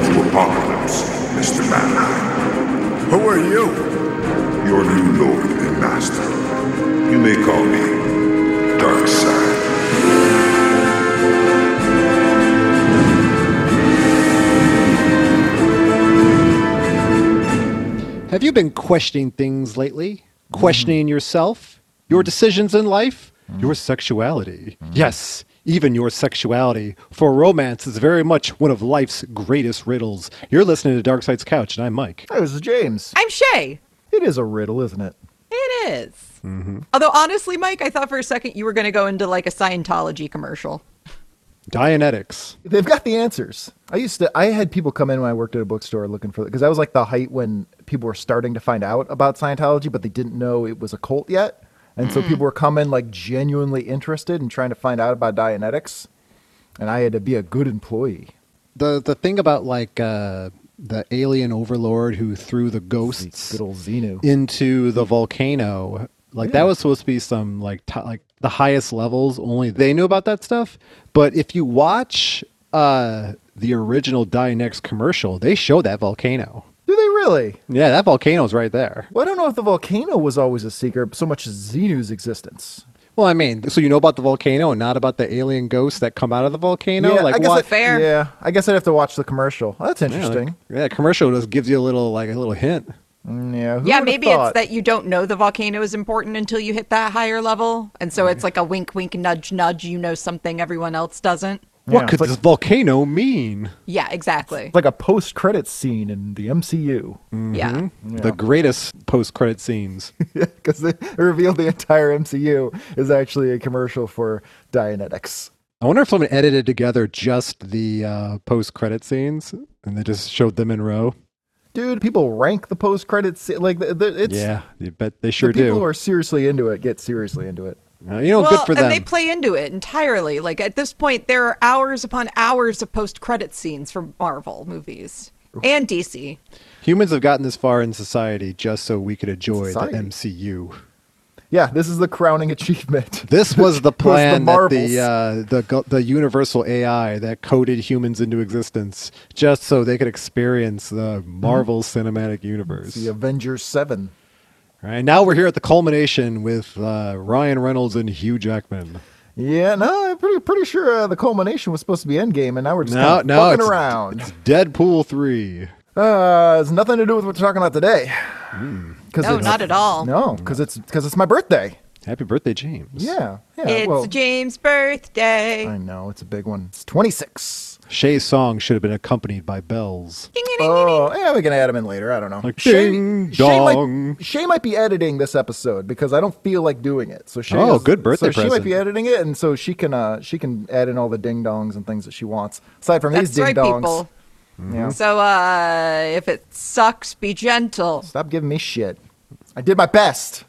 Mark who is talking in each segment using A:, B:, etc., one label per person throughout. A: apocalypse, Mr. Mannheim.
B: Who are you?
A: Your new lord and master. You may call me Darkseid.
C: Have you been questioning things lately?
D: Mm-hmm.
C: Questioning yourself, your decisions in life, your sexuality?
D: Mm-hmm.
C: Yes, even your sexuality. For romance is very much one of life's greatest riddles. You're listening to Dark Side's Couch, and I'm Mike.
D: Hi, this is James.
E: I'm Shay.
D: It is a riddle, isn't it?
E: It is.
D: Mm-hmm.
E: Although honestly, Mike, I thought for a second you were going to go into like a Scientology commercial.
C: Dianetics.
D: They've got the answers. I used to. I had people come in when I worked at a bookstore looking for because that was like the height when people were starting to find out about Scientology, but they didn't know it was a cult yet, and
E: Mm.
D: so people were coming like genuinely interested and trying to find out about Dianetics, and I had to be a good employee.
C: The the thing about like uh, the alien overlord who threw the ghosts
D: Good old Xenu.
C: into the volcano. Like that was supposed to be some like t- like the highest levels. Only they knew about that stuff. But if you watch uh the original Dinex commercial, they show that volcano.
D: Do they really?
C: Yeah, that volcano's right there.
D: Well, I don't know if the volcano was always a secret so much as Xenu's existence.
C: Well, I mean, so you know about the volcano and not about the alien ghosts that come out of the volcano. like
D: I guess
C: why-
D: I-
E: Fair.
D: Yeah, I guess I'd have to watch the commercial. Well, that's
C: Yeah, like-
D: interesting.
C: Yeah, that commercial just gives you a little like a little hint.
D: Mm, yeah, who
E: yeah,
D: would've
E: maybe
D: thought?
E: it's that you don't know the volcano is important until you hit that higher level, and so
D: Mm-hmm.
E: it's like a wink, wink, nudge, nudge. You know something everyone else doesn't.
D: Yeah,
C: what could
D: it's like-
C: this volcano mean?
E: Yeah, exactly.
D: It's like a post credit scene in the MCU. Mm-hmm.
E: Yeah.
C: The greatest post-credit scenes.
D: Because they revealed the entire MCU is actually a commercial for Dianetics.
C: I wonder if someone edited together just the uh, post-credit scenes and they just showed them in row.
D: Dude, people rank the post credit scene. Like, the, the, it's.
C: yeah, you bet they sure
D: the people
C: do.
D: who are seriously into it get seriously into it.
C: Uh, you know,
D: Oh,
E: well,
C: good for them.
E: and they play into it entirely. Like at this point, there are hours upon hours of post-credit scenes for Marvel movies and DC.
C: Humans have gotten this far in society just so we could enjoy
D: Society.
C: the MCU.
D: Yeah, this is the crowning achievement.
C: This was the plan that
D: marbles.
C: the uh, the go- the universal AI that coded humans into existence just so they could experience the Marvel
D: Hmm.
C: Cinematic Universe.
D: the Avengers 7.
C: Right now, we're here at the culmination with uh, Ryan Reynolds and Hugh Jackman.
D: Yeah, no, I'm pretty, pretty sure uh, the culmination was supposed to be Endgame, and now we're just
C: No,
D: kinda
C: no,
D: fucking
C: it's-
D: around.
C: Deadpool three.
D: Uh, it's nothing to do with what we're talking about today.
C: Hmm.
D: Cause
E: No,
D: it's-
E: not at all.
D: No, because it's because it's my birthday.
C: Happy birthday, James.
D: Yeah, yeah.
E: it's
D: well,
E: James' birthday.
D: I know it's a big one. It's 26.
C: Shay's song should have been accompanied by bells.
E: Ding, ding, ding, ding, ding.
D: Oh, yeah, we can add him in later. I don't know.
C: Like, ding dong.
D: might, Shay might be editing this episode because I don't feel like doing it. So Shay,
C: Oh,
D: is-
C: good birthday
D: So she might
C: present.
D: be editing it, and so she can uh she can add in all the ding dongs and things that she wants. Aside from
E: That's
D: these ding
E: right,
D: dongs,
E: people.
D: yeah.
C: Mm-hmm.
E: So uh, if it sucks, be gentle.
D: Stop giving me shit. I did my best.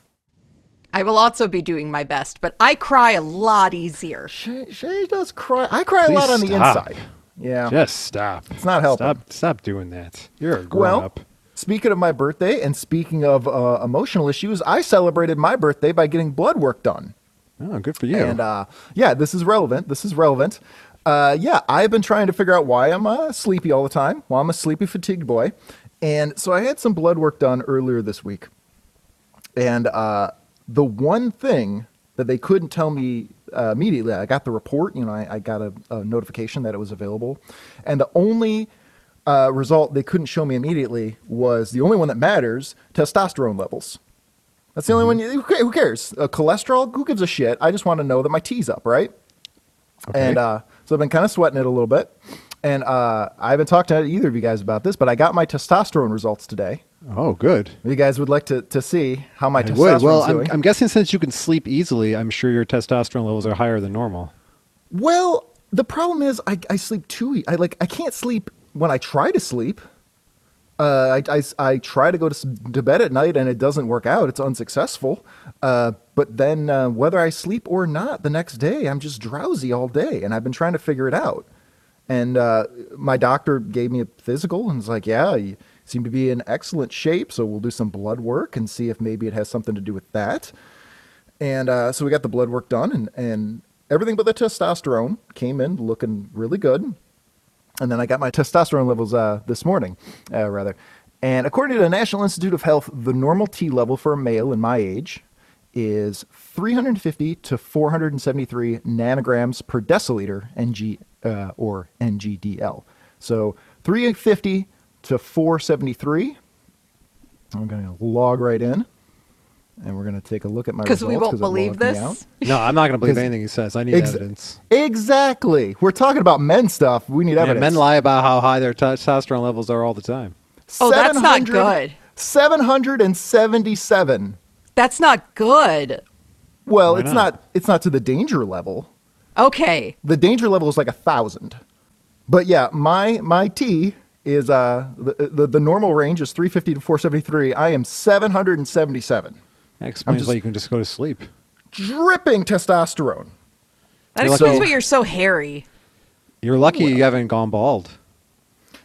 E: I will also be doing my best, but I cry a lot easier.
D: Shay, Shay does cry. I cry a lot on the
C: Please stop.
D: inside. Yeah.
C: Just stop. It's
D: not helping.
C: Stop. Stop doing that. You're a grown
D: Well,
C: up.
D: speaking of my birthday and speaking of uh, emotional issues, I celebrated my birthday by getting blood work done.
C: Oh, good for you.
D: And uh, yeah, this is relevant. This is relevant. Uh, yeah, I've been trying to figure out why I'm uh, sleepy all the time, why I'm a sleepy, fatigued boy. And so I had some blood work done earlier this week. And uh, the one thing that they couldn't tell me uh, immediately, I got the report, you know, I, I got a, a notification that it was available. And the only uh, result they couldn't show me immediately was the only one that matters testosterone levels. That's
C: Mm-hmm.
D: the only one. You, who cares? Uh, cholesterol? Who gives a shit? I just want to know that my T's up, right? And uh, so I've been kind of sweating it a little bit. And uh, I haven't talked to either of you guys about this, but I got my testosterone results today.
C: oh, good.
D: You guys would like to, to see how my
C: I
D: testosterone's
C: would. Well, I'm,
D: doing.
C: I'm guessing since you can sleep easily, I'm sure your testosterone levels are higher than normal.
D: well, the problem is I, I sleep too. e- I like I can't sleep when I try to sleep. Uh, I, I, I try to go to, s- to bed at night and it doesn't work out. It's unsuccessful. Uh, but then, uh, whether I sleep or not, the next day I'm just drowsy all day, and I've been trying to figure it out. And uh, my doctor gave me a physical and was like, "Yeah, you seem to be in excellent shape, so we'll do some blood work and see if maybe it has something to do with that." And uh, so we got the blood work done, and and everything but the testosterone came in looking really good. and then I got my testosterone levels uh, this morning, uh, rather. And according to the National Institute of Health, the normal T level for a male in my age is 350 to 473 nanograms per deciliter ng uh, or ngdl. So 350 to 473. I'm going to log right in, and we're going to take a look at my
E: because we
D: results
E: won't
D: 'cause it
E: believe
D: logged me
E: this.
D: out.
C: No, I'm not going to believe
D: 'Cause-
C: anything he says. I need
D: Ex-
C: evidence.
D: Exactly. We're talking about men stuff. We need
C: Yeah,
D: evidence.
C: men lie about how high their testosterone levels are all the time.
E: Oh, that's not
D: 700
E: good.
D: 777.
E: That's not good.
D: Well,
C: Why
D: it's
C: not?
D: not? it's not to the danger level.
E: Okay.
D: The danger level is like a thousand. But yeah, my my T is uh the, the the normal range is 350 to 473. I am 777.
C: That explains why
D: just-
C: you can just go to sleep.
D: Dripping testosterone.
E: That
C: You're lucky.
E: explains why you're so hairy.
C: You're lucky you haven't gone bald.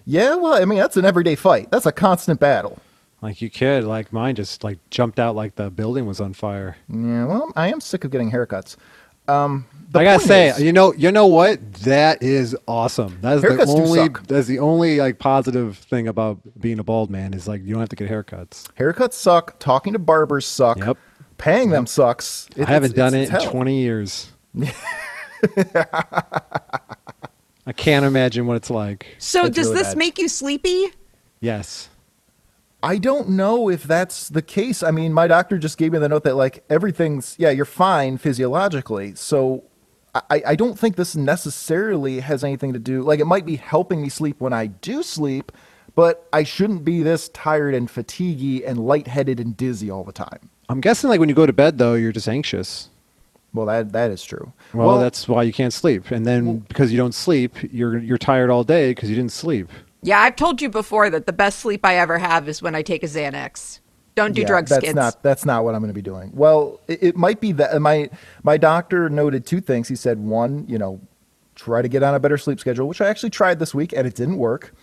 D: Yeah, well, I mean, that's an everyday fight. That's a constant battle.
C: Like you could, like mine just like jumped out like the building was on fire.
D: Yeah, well, I am sick of getting haircuts. Um, the
C: I gotta
D: point
C: say,
D: is-
C: you know, you know what? That is awesome. That's the
D: Haircuts do
C: only.
D: suck.
C: That's the only like positive thing about being a bald man is like you don't have to get haircuts.
D: Haircuts suck. Talking to barbers suck.
C: Yep.
D: Paying them sucks. It-
C: I haven't
D: it's-
C: done
D: it's-
C: it
D: it's
C: in
D: hell.
C: 20 years. I can't imagine what it's like.
E: So
D: It's
E: does
D: really
E: this
D: bad.
E: make you sleepy?
C: Yes.
D: I don't know if that's the case. I mean, my doctor just gave me the note that like everything's yeah, you're fine physiologically. So I- I, I don't think this necessarily has anything to do. Like it might be helping me sleep when I do sleep, but I shouldn't be this tired and fatiguey and lightheaded and dizzy all the time.
C: I'm guessing like when you go to bed though, you're just anxious.
D: Well, that that is true.
C: Well, that's why you can't sleep. And then because you don't sleep, you're you're tired all day because you didn't sleep.
E: Yeah, I've told you before that the best sleep I ever have is when I take a Xanax. Don't do
D: Yeah,
E: drugs,
D: that's
E: kids.
D: not that's not what I'm going to be doing. Well, it, it might be that my my doctor noted two things. He said one, you know, try to get on a better sleep schedule, which I actually tried this week and it didn't work.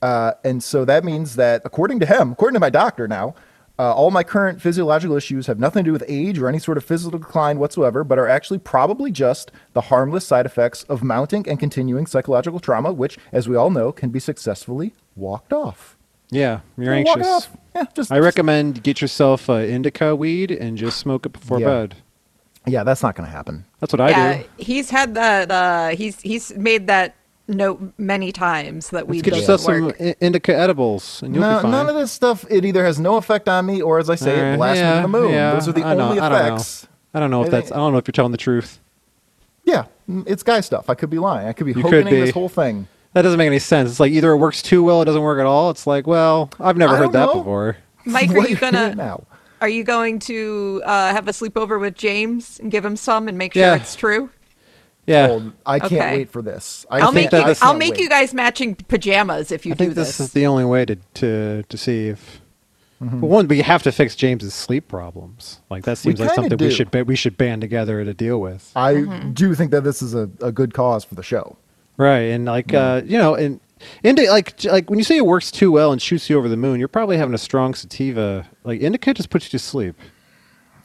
D: Uh, and so that means that according to him, according to my doctor now, uh, all my current physiological issues have nothing to do with age or any sort of physical decline whatsoever, but are actually probably just the harmless side effects of mounting and continuing psychological trauma, which, as we all know, can be successfully walked off.
C: Yeah, you're
D: Walk it
C: anxious.
D: off. Yeah, just,
C: I
D: just-
C: recommend get yourself uh, indica weed and just smoke it before
D: Yeah.
C: bed.
D: Yeah, that's not going to happen.
C: That's what I
E: yeah,
C: do.
E: he's had that. Uh, he's he's made that note many times that we
C: Let's get
E: doesn't
C: yourself some
E: work.
C: i- indica edibles and you'll
D: No,
C: be fine.
D: none of this stuff. It either has no effect on me, or as I say,
C: Uh,
D: it blasts me
C: yeah,
D: to the moon.
C: yeah,
D: Those are the
C: I know,
D: only
C: I don't know.
D: effects.
C: I don't know if
D: I
C: that's.
D: think-
C: I don't know if you're telling the truth.
D: Yeah, mm, it's guy stuff. I could be lying. I could be
C: You could
D: hoaxing
C: be.
D: this whole thing.
C: That doesn't make any sense. It's like either it works too well, it doesn't work at all. It's like, well, I've never
D: I
C: heard that
D: don't know.
C: before.
E: Mike,
D: What
E: are you gonna
D: now?
E: are you going to uh, have a sleepover with James and give him some and make sure
C: Yeah.
E: it's true?
C: Yeah,
D: Oh, I can't
E: Okay.
D: wait for this. I
E: I will
D: can't-
E: make you,
C: that
D: I
C: this-
E: I'll
D: can't
E: make
D: wait.
E: you guys matching pajamas if you
C: I think
E: do this.
C: this is the only way to to to see if.
D: Mm-hmm.
C: Well, one, we have to fix James's sleep problems. Like that seems like
D: kinda
C: something
D: do.
C: we should ba- we should band together to deal with.
D: I
E: Mm-hmm.
D: do think that this is a, a good cause for the show.
C: Right, and like uh, you know, and indica like j- like when you say it works too well and shoots you over the moon, you're probably having a strong sativa. Like indica just puts you to sleep.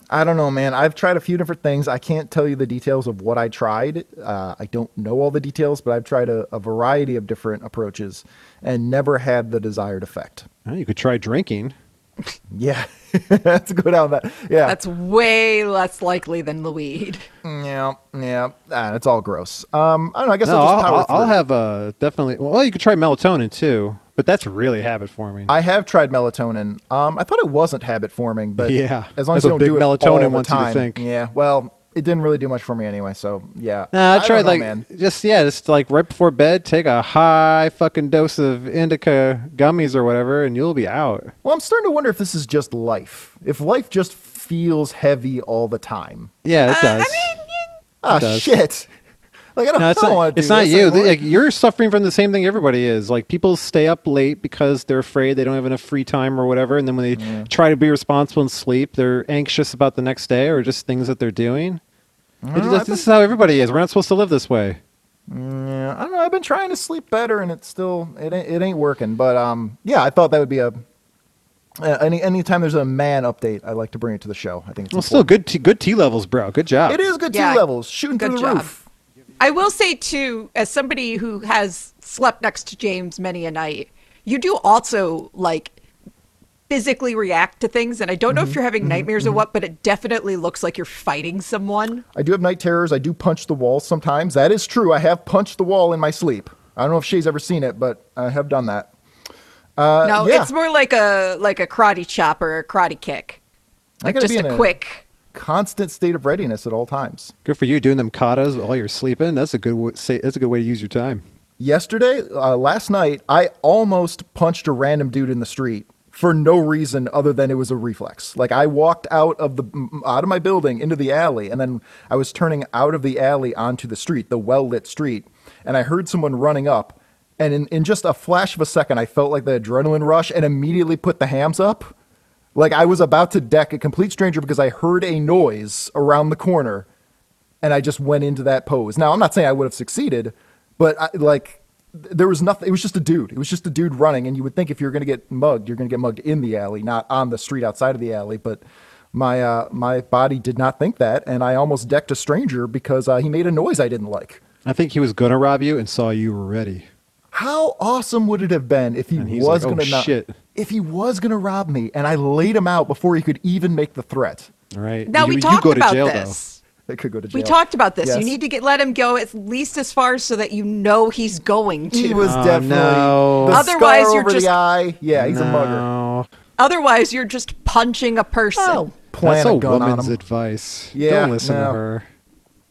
D: I don't know, man. I've tried a few different things. I can't tell you the details of what I tried. Uh, I don't know all the details, but I've tried a, a variety of different approaches and never had the desired effect.
C: Well, you could try drinking.
D: Yeah, that's go down that. Yeah,
E: That's way less likely than the weed.
D: Yeah, yeah, ah, it's all gross. Um, I don't know. I guess
C: No,
D: I'll just
C: I'll,
D: power
C: I'll, I'll
D: through.
C: have uh, definitely. Well, you could try melatonin too, but that's really habit forming.
D: I have tried melatonin. Um, I thought it wasn't habit forming, but
C: Yeah,
D: as long
C: that's
D: as you
C: what
D: don't do
C: big
D: it all
C: melatonin
D: the
C: wants you to
D: time.
C: think.
D: Yeah, well, it didn't really do much for me anyway. So yeah,
C: Nah, I
D: don't
C: tried
D: know,
C: like
D: man.
C: just yeah, just like right before bed, take a high fucking dose of indica gummies or whatever, and you'll be out.
D: Well, I'm starting to wonder if this is just life. If life just feels heavy all the time.
C: Yeah,
E: Uh,
C: it does.
D: Ah,
C: does.
D: shit. Like I don't,
C: no, it's
D: I don't want
C: not,
D: to.
C: it's not you. They- like, you're suffering from the same thing everybody is. Like people stay up late because they're afraid they don't have enough free time or whatever, and then when they try to be responsible and sleep, they're anxious about the next day or just things that they're doing. It
D: don't know,
C: just-
D: I've
C: this is how everybody is. We're not supposed to live this way.
D: Yeah, I don't know. I've been trying to sleep better, and it's still it ain't, it ain't working. But um, yeah, I thought that would be a uh, any anytime there's a man update, I like to bring it to the show. I think it's
C: Well, still
D: important.
C: good. T- good T levels, bro. Good job.
D: It is good
E: Yeah,
D: T levels, shooting
E: good
D: through the
E: job.
D: roof.
E: I will say too, as somebody who has slept next to James many a night, you do also like physically react to things, and I don't know
C: Mm-hmm.
E: if you're having nightmares or what, but it definitely looks like you're fighting someone.
D: I do have night terrors. I do punch the wall sometimes. That is true. I have punched the wall in my sleep. I don't know if she's ever seen it, but I have done that.
E: no,
D: Uh, yeah.
E: it's more like a like a karate chop or a karate kick,
D: I
E: like
D: gotta
E: just
D: be in
E: a quick.
D: constant state of readiness at all times.
C: Good for you doing them katas while you're sleeping. That's a good wa- say, that's a good way to use your time.
D: Yesterday, uh, last night, I almost punched a random dude in the street for no reason other than it was a reflex. Like I walked out of the m- out of my building into the alley, and then I was turning out of the alley onto the street, the well lit street, and I heard someone running up. And in, in just a flash of a second, I felt like the adrenaline rush and immediately put the hams up. Like I was about to deck a complete stranger because I heard a noise around the corner and I just went into that pose. Now, I'm not saying I would have succeeded, but I, like th- there was nothing. It was just a dude. It was just a dude running. And you would think if you're going to get mugged, you're going to get mugged in the alley, not on the street outside of the alley. But my uh, my body did not think that, and I almost decked a stranger because uh, he made a noise I didn't like.
C: I think he was gonna rob you and saw you were ready.
D: How awesome would it have been if he
C: And he's
D: was
C: like, "Oh,
D: going to
C: shit."
D: if he was going to rob me and I laid him out before he could even make the threat?
C: All right.
E: Now
C: you,
E: we
C: you
E: talked
C: go to
E: about
C: jail,
E: this.
D: That could go to jail.
E: We talked about this.
D: Yes.
E: You need to get let him go at least as far so that you know he's going to.
D: He was
C: Oh,
D: definitely
C: no.
D: the
E: Otherwise,
D: scar
E: you're
D: over
E: just-
D: the eye. Yeah, he's a mugger.
C: No.
E: Otherwise, you're just punching a person.
D: Plant
C: That's a,
D: a gun on
C: woman's
D: him.
C: advice.
D: Yeah,
C: Don't listen
D: no.
C: to her.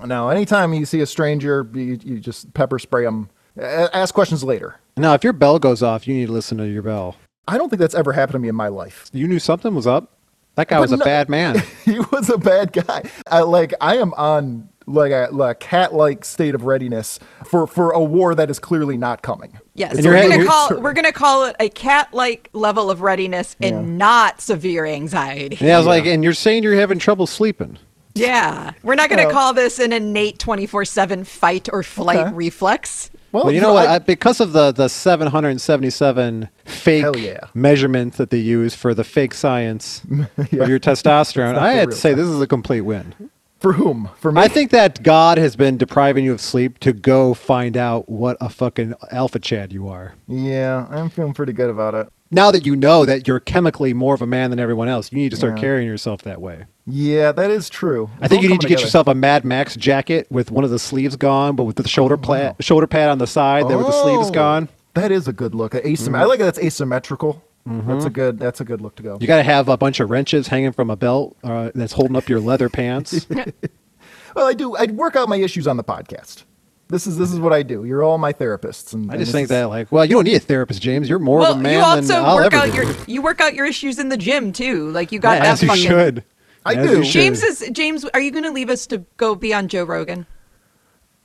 D: no, anytime you see a stranger, you, you just pepper spray them. Ask questions later.
C: Now, if your bell goes off, you need to listen to your bell.
D: I don't think that's ever happened to me in my life.
C: You knew something was up. That guy
D: But
C: was a
D: no-
C: bad man.
D: He was a bad guy. I, like I am on like a like cat-like state of readiness for for a war that is clearly not coming.
E: Yes,
C: And
E: we're
C: you're-
E: gonna
C: you're-
E: call we're gonna call it a cat-like level of readiness and not severe anxiety.
C: And I was like, and you're saying you're having trouble sleeping.
E: Yeah, we're not gonna
D: Well-
E: call this an innate twenty-four-seven fight or flight
D: Okay.
E: reflex.
D: Well,
C: Well, you know what?
D: I-
C: I, because of the, the 777
D: Hell
C: fake
D: yeah.
C: measurements that they use for the fake science of your testosterone,
D: not
C: I
D: the
C: had to
D: real
C: say this is a complete win.
D: for whom? For me?
C: I think that God has been depriving you of sleep to go find out what a fucking alpha Chad you are.
D: yeah, I'm feeling pretty good about it.
C: Now that you know that you're chemically more of a man than everyone else, you need to start
D: Yeah.
C: carrying yourself that way.
D: Yeah, that is true.
C: I think you need
D: It's all
C: to
D: coming
C: get
D: together.
C: yourself a Mad Max jacket with one of the sleeves gone, but with the shoulder pla- shoulder pad on the side, there where the sleeve is
D: Oh,
C: gone. Mm-hmm.
D: That is a good look. Asymm- I like that it's asymmetrical. That's a good. That's a good look to go.
C: You got to have a bunch of wrenches hanging from a belt uh, that's holding up your leather pants.
D: well, I do. I work out my issues on the podcast. This is this is what I do. You're all my therapists. And
C: I
D: and
C: just
D: this
C: think
D: is-
C: that, like, well, you don't need a therapist, James. You're more of a
E: Well,
C: man
E: you
C: than
E: also
C: I'll
E: work
C: ever
E: out
C: be.
E: your you work out your issues in the gym too. Like you got
C: yeah, as
E: that
C: you
E: fucking.
C: should.
D: I
C: As
D: do.
C: you should.
E: James is James. Are you gonna leave us to go be on Joe Rogan?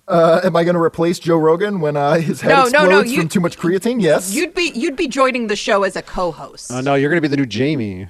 D: Uh, am I going to replace Joe Rogan when uh, his head
E: No, no, no,
D: explodes
E: you-
D: from too much creatine? Yes.
E: You'd be you'd be joining the show as a co-host.
C: Oh, no, you're going to be the new Jamie.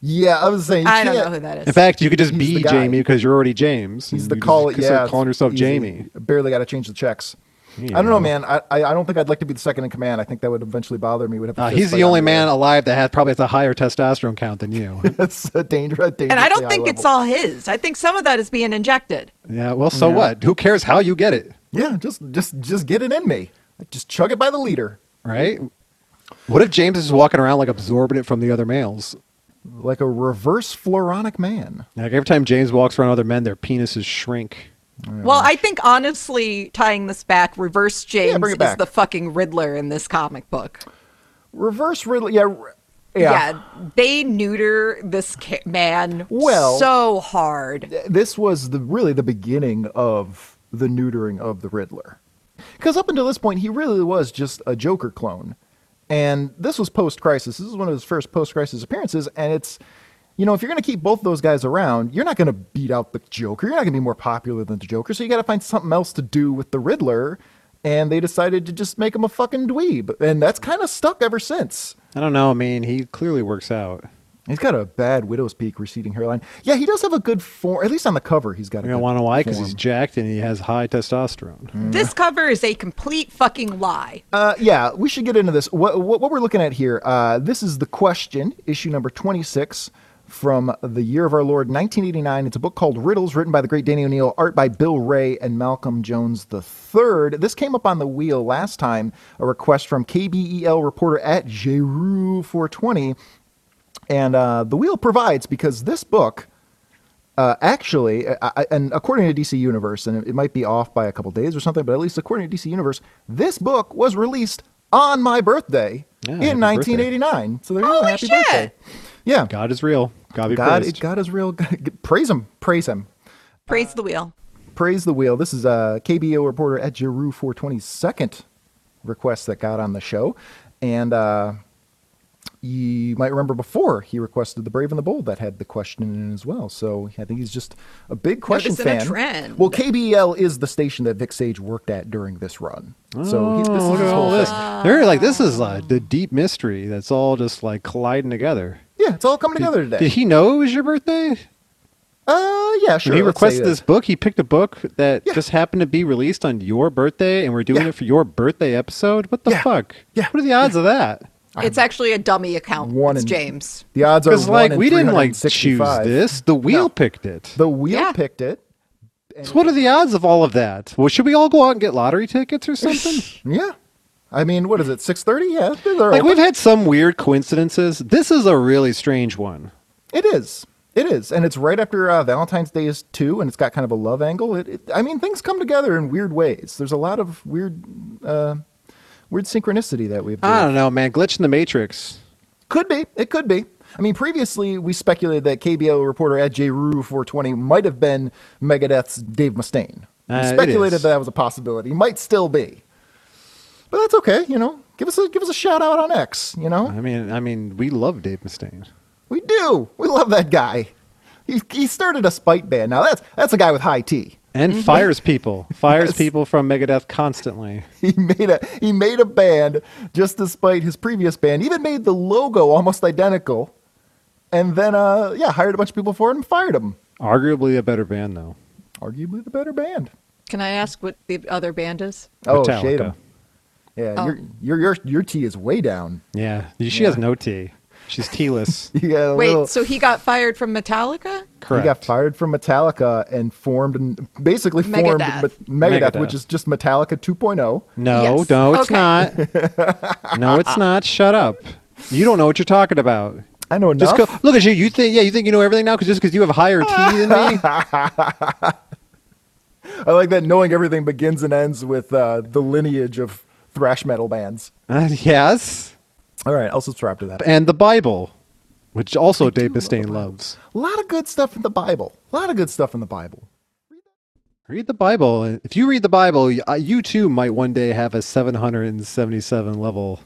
D: yeah, I was saying. You
E: I
D: can't,
E: don't know who that is.
C: In fact, you could just
D: He's
C: be
D: the guy.
C: Jamie because you're already James.
D: He's
C: and
D: the
C: you
D: call
C: just
D: it.
C: start
D: Yeah,
C: calling
D: it's
C: yourself
D: easy.
C: Jamie.
D: Barely got to change the checks. I don't know, man. I, I I don't think I'd like to be the second in command. I think that would eventually bother me. Would have. a
C: Uh,
D: fist
C: he's
D: fight
C: the
D: on
C: only
D: the
C: man
D: road.
C: alive that had probably has a higher testosterone count than you.
D: That's a danger. A
E: and I
D: dangerously
E: don't
D: high
E: think it's
D: level.
E: all his. I think some of that is being injected.
C: yeah. Well, so what? Who cares how you get it,
D: Yeah, just just just get it in me. Just chug it by the leader,
C: right? What if James is walking around like absorbing it from the other males?
D: like a reverse Floronic man.
C: Like every time James walks around other men, their penises shrink.
E: Well, I think honestly, tying this back, reverse James
D: bring it
E: is
D: back.
E: the fucking Riddler in this comic book.
D: Reverse Ridley. Yeah, r- yeah.
E: they neuter this ca- man
D: Well-
E: so hard.
D: This was the really the beginning of the neutering of the Riddler, because up until this point he really was just a Joker clone, and this was post Crisis. This is one of his first post Crisis appearances, and it's. You know, if you're going to keep both those guys around, you're not going to beat out the Joker. You're not going to be more popular than the Joker. So you got to find something else to do with the Riddler. And they decided to just make him a fucking dweeb. And that's kind of stuck ever since.
C: I don't know. I mean, he clearly works out.
D: He's got a bad widow's peak receding hairline. Yeah, he does have a good form. At least on the cover, he's got a
C: You
D: good
C: don't want to lie because
D: form.
C: he's
D: Mm-hmm.
C: jacked and he has high testosterone.
E: This cover is a complete fucking lie.
D: Uh, yeah, we should get into this. What, what, what we're looking at here, uh, this is the question, issue number 26 from the year of our Lord, 1989. It's a book called Riddles, written by the great Danny O'Neill, art by Bill Ray and Malcolm Jones III. This came up on the wheel last time, a request from KBEL reporter at JRU420. And uh, the wheel provides because this book uh, actually, I, I- and according to DC Universe, and it, it might be off by a couple days or something, but at least according to DC Universe, this book was released on my birthday
C: Yeah, happy
D: in
C: birthday.
D: 1989. So there you go.
E: Holy
D: Happy
E: shit!
D: birthday. Yeah.
C: God is real. God be
D: God,
C: praised.
D: God is real. praise him. Praise him.
E: Praise the wheel.
D: Praise the wheel. This is a KBO reporter at Giroux 422nd request that got on the show. And uh, you might remember before he requested The Brave and the Bold that had the question in it as well. So I think he's just a big question
E: Noticing a
D: fan.
E: trend.
D: Well, KBL is the station that Vic Sage worked at during this run. so he's,
C: Oh,
D: this is
C: look at
D: his
C: all
D: whole
C: this.
D: thing.
C: They're like, this is like the deep mystery that's all just like colliding together.
D: Yeah, it's all coming
C: Did,
D: together today.
C: did he know it was your birthday?
D: uh, yeah, sure.
C: when he
D: let's say
C: requested
D: that.
C: this book, he picked a book that
D: Yeah.
C: just happened to be released on your birthday, and we're doing
D: Yeah.
C: it for your birthday episode. What the
D: Yeah.
C: fuck?
D: Yeah.
C: What are the odds of that?
E: It's actually a dummy account.
D: One
E: it's
D: in-
E: James.
D: The odds are
C: Because
D: one
C: like
D: in
C: we didn't like choose
D: 365.
C: this. The wheel
D: No.
C: picked it.
D: The wheel
E: Yeah.
D: picked it.
C: So what are the odds of all of that? Well, should we all go out and get lottery tickets or something?
D: Yeah. I mean, what is it? Six thirty? Yeah, they're they're
C: like
D: open.
C: we've had some weird coincidences. This is a really strange one.
D: it is. It is, and it's right after uh, Valentine's Day is two, and it's got kind of a love angle. It, it, I mean, things come together in weird ways. There's a lot of weird, uh, weird synchronicity that we've.
C: I don't know, man. Glitch in the matrix.
D: Could be. It could be. I mean, previously we speculated that KBO reporter at JRU420 might have been Megadeth's Dave Mustaine. We
C: Uh, it
D: speculated
C: is.
D: that, that was a possibility. Might still be, but that's okay. You know, give us a give us a shout out on X. You know,
C: I mean, I mean, we love Dave Mustaine.
D: We do. We love that guy. He, he started a spite band. Now that's that's a guy with high T.
C: And fires people, fires people from Megadeth constantly.
D: He made a he made a band just despite his previous band. Even made the logo almost identical, and then uh yeah hired a bunch of people for it and fired him.
C: Arguably a better band though.
D: Arguably the better band.
E: Can I ask what the other band is?
D: Oh,
C: Metallica.
D: shade him. Yeah,
E: Oh.
D: your your your your T is way down.
C: Yeah, she has no T. She's T-less.
D: You got a
E: Wait,
D: little-
E: so he got fired from Metallica?
D: He got
C: Correct.
D: fired from Metallica and formed and basically formed
E: Megadeth.
D: Me- Megadeth,
C: Megadeth.
D: which is just Metallica oh. 2.0.
C: No,
E: Yes.
C: no, it's
E: Okay.
C: not. no, it's not. Shut up. You don't know what you're talking about.
D: I know enough.
C: Just go, look at you. You think yeah, you think you know everything now because just because you have a higher T than me.
D: I like that knowing everything begins and ends with uh, the lineage of thrash metal bands.
C: Uh, yes,
D: All right, I'll subscribe to that. A
C: and the Bible, which also Dave Mustaine loves.
D: lot of good stuff in the Bible. A lot of good stuff in the Bible.
C: Read the Bible. If you read the Bible, y- uh, you too might one day have a 777 level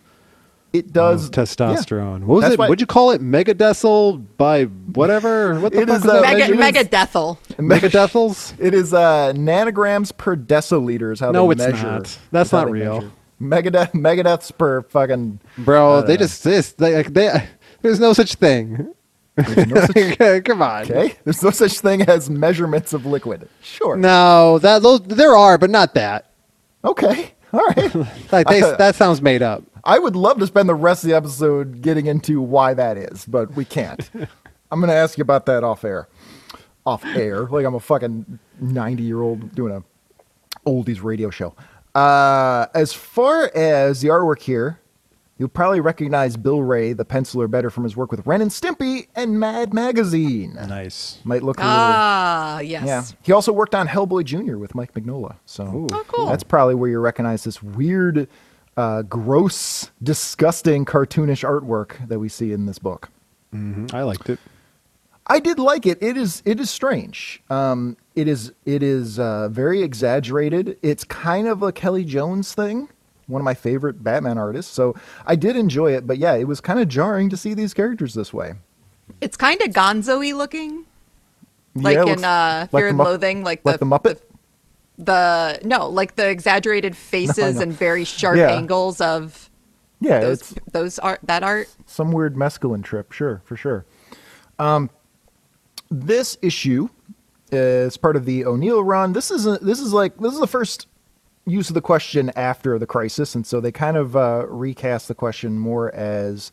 D: It
C: of
D: does
C: Oh, testosterone. What was
D: That's
C: it?
D: why-
C: What'd you call it? Megadecil by whatever? What the
D: It
C: fuck
D: is,
C: was
D: uh,
C: that?
E: Mega,
D: measurements-
E: Mega Dethel.
C: Megadethils?
D: Yeah. It is uh, nanograms per deciliter is how
C: No,
D: they
C: it's
D: measure.
C: not. That's
D: how
C: not
D: they
C: real.
D: measure. Megadeth, megadeths per fucking.
C: Bro, they just this. They, like, they, there's no such thing. Come on.
D: Okay, there's no such thing as measurements of liquid. Sure.
C: No, that those there are, but not that.
D: Okay. All right.
C: Like they, that sounds made up.
D: I would love to spend the rest of the episode getting into why that is, but we can't. I'm going to ask you about that off air. Off air, like I'm a fucking 90 year old doing a oldies radio show. Uh, as far as the artwork here, you'll probably recognize Bill Ray, the penciler, better from his work with Ren and Stimpy and Mad Magazine.
C: Nice.
D: Might look a little.
E: Ah,
D: Yeah.
E: yes.
D: He also worked on Hellboy Jr. with Mike Mignola. So
E: Oh, cool.
D: that's probably where you recognize this weird, uh, gross, disgusting, cartoonish artwork that we see in this book.
C: I liked it.
D: I did like it. It is it is strange. Um, it is it is uh, very exaggerated. It's kind of a Kelly Jones thing. One of my favorite Batman artists. So I did enjoy it, but yeah, it was kind of jarring to see these characters this way.
E: It's kind of gonzo y looking. Like
D: Yeah, it
E: in
D: looks-
E: uh,
D: like
E: Fear
D: the
E: and
D: Mupp-
E: Loathing, like,
D: like the Muppet?
E: the no, like the exaggerated faces
D: know.
E: and very sharp
D: Yeah.
E: angles of
D: Yeah,
E: those
D: it's
E: those art that art.
D: some weird mescaline trip, sure, for sure. Um, this issue is part of the O'Neill run. This is a, this is like this is the first use of the question after the crisis, and so they kind of uh, recast the question more as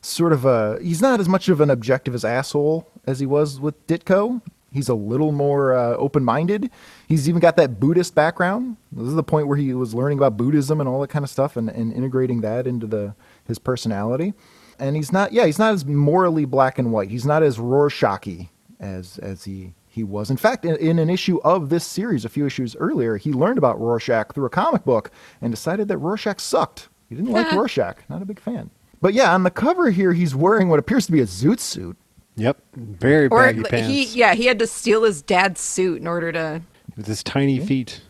D: sort of a he's not as much of an objective as asshole as he was with Ditko. He's a little more uh, open-minded. He's even got that Buddhist background. This is the point where he was learning about Buddhism and all that kind of stuff and, and integrating that into the his personality. And he's not yeah, he's not as morally black and white. He's not as Rorschachy as as he he was. In fact, in, in an issue of this series, a few issues earlier, he learned about Rorschach through a comic book and decided that Rorschach sucked. He didn't like Rorschach. Not a big fan. But yeah, on the cover here, he's wearing what appears to be a zoot suit.
C: Yep. Very
E: Or
C: baggy pants.
E: he, yeah, he had to steal his dad's suit in order to.
C: With his tiny feet.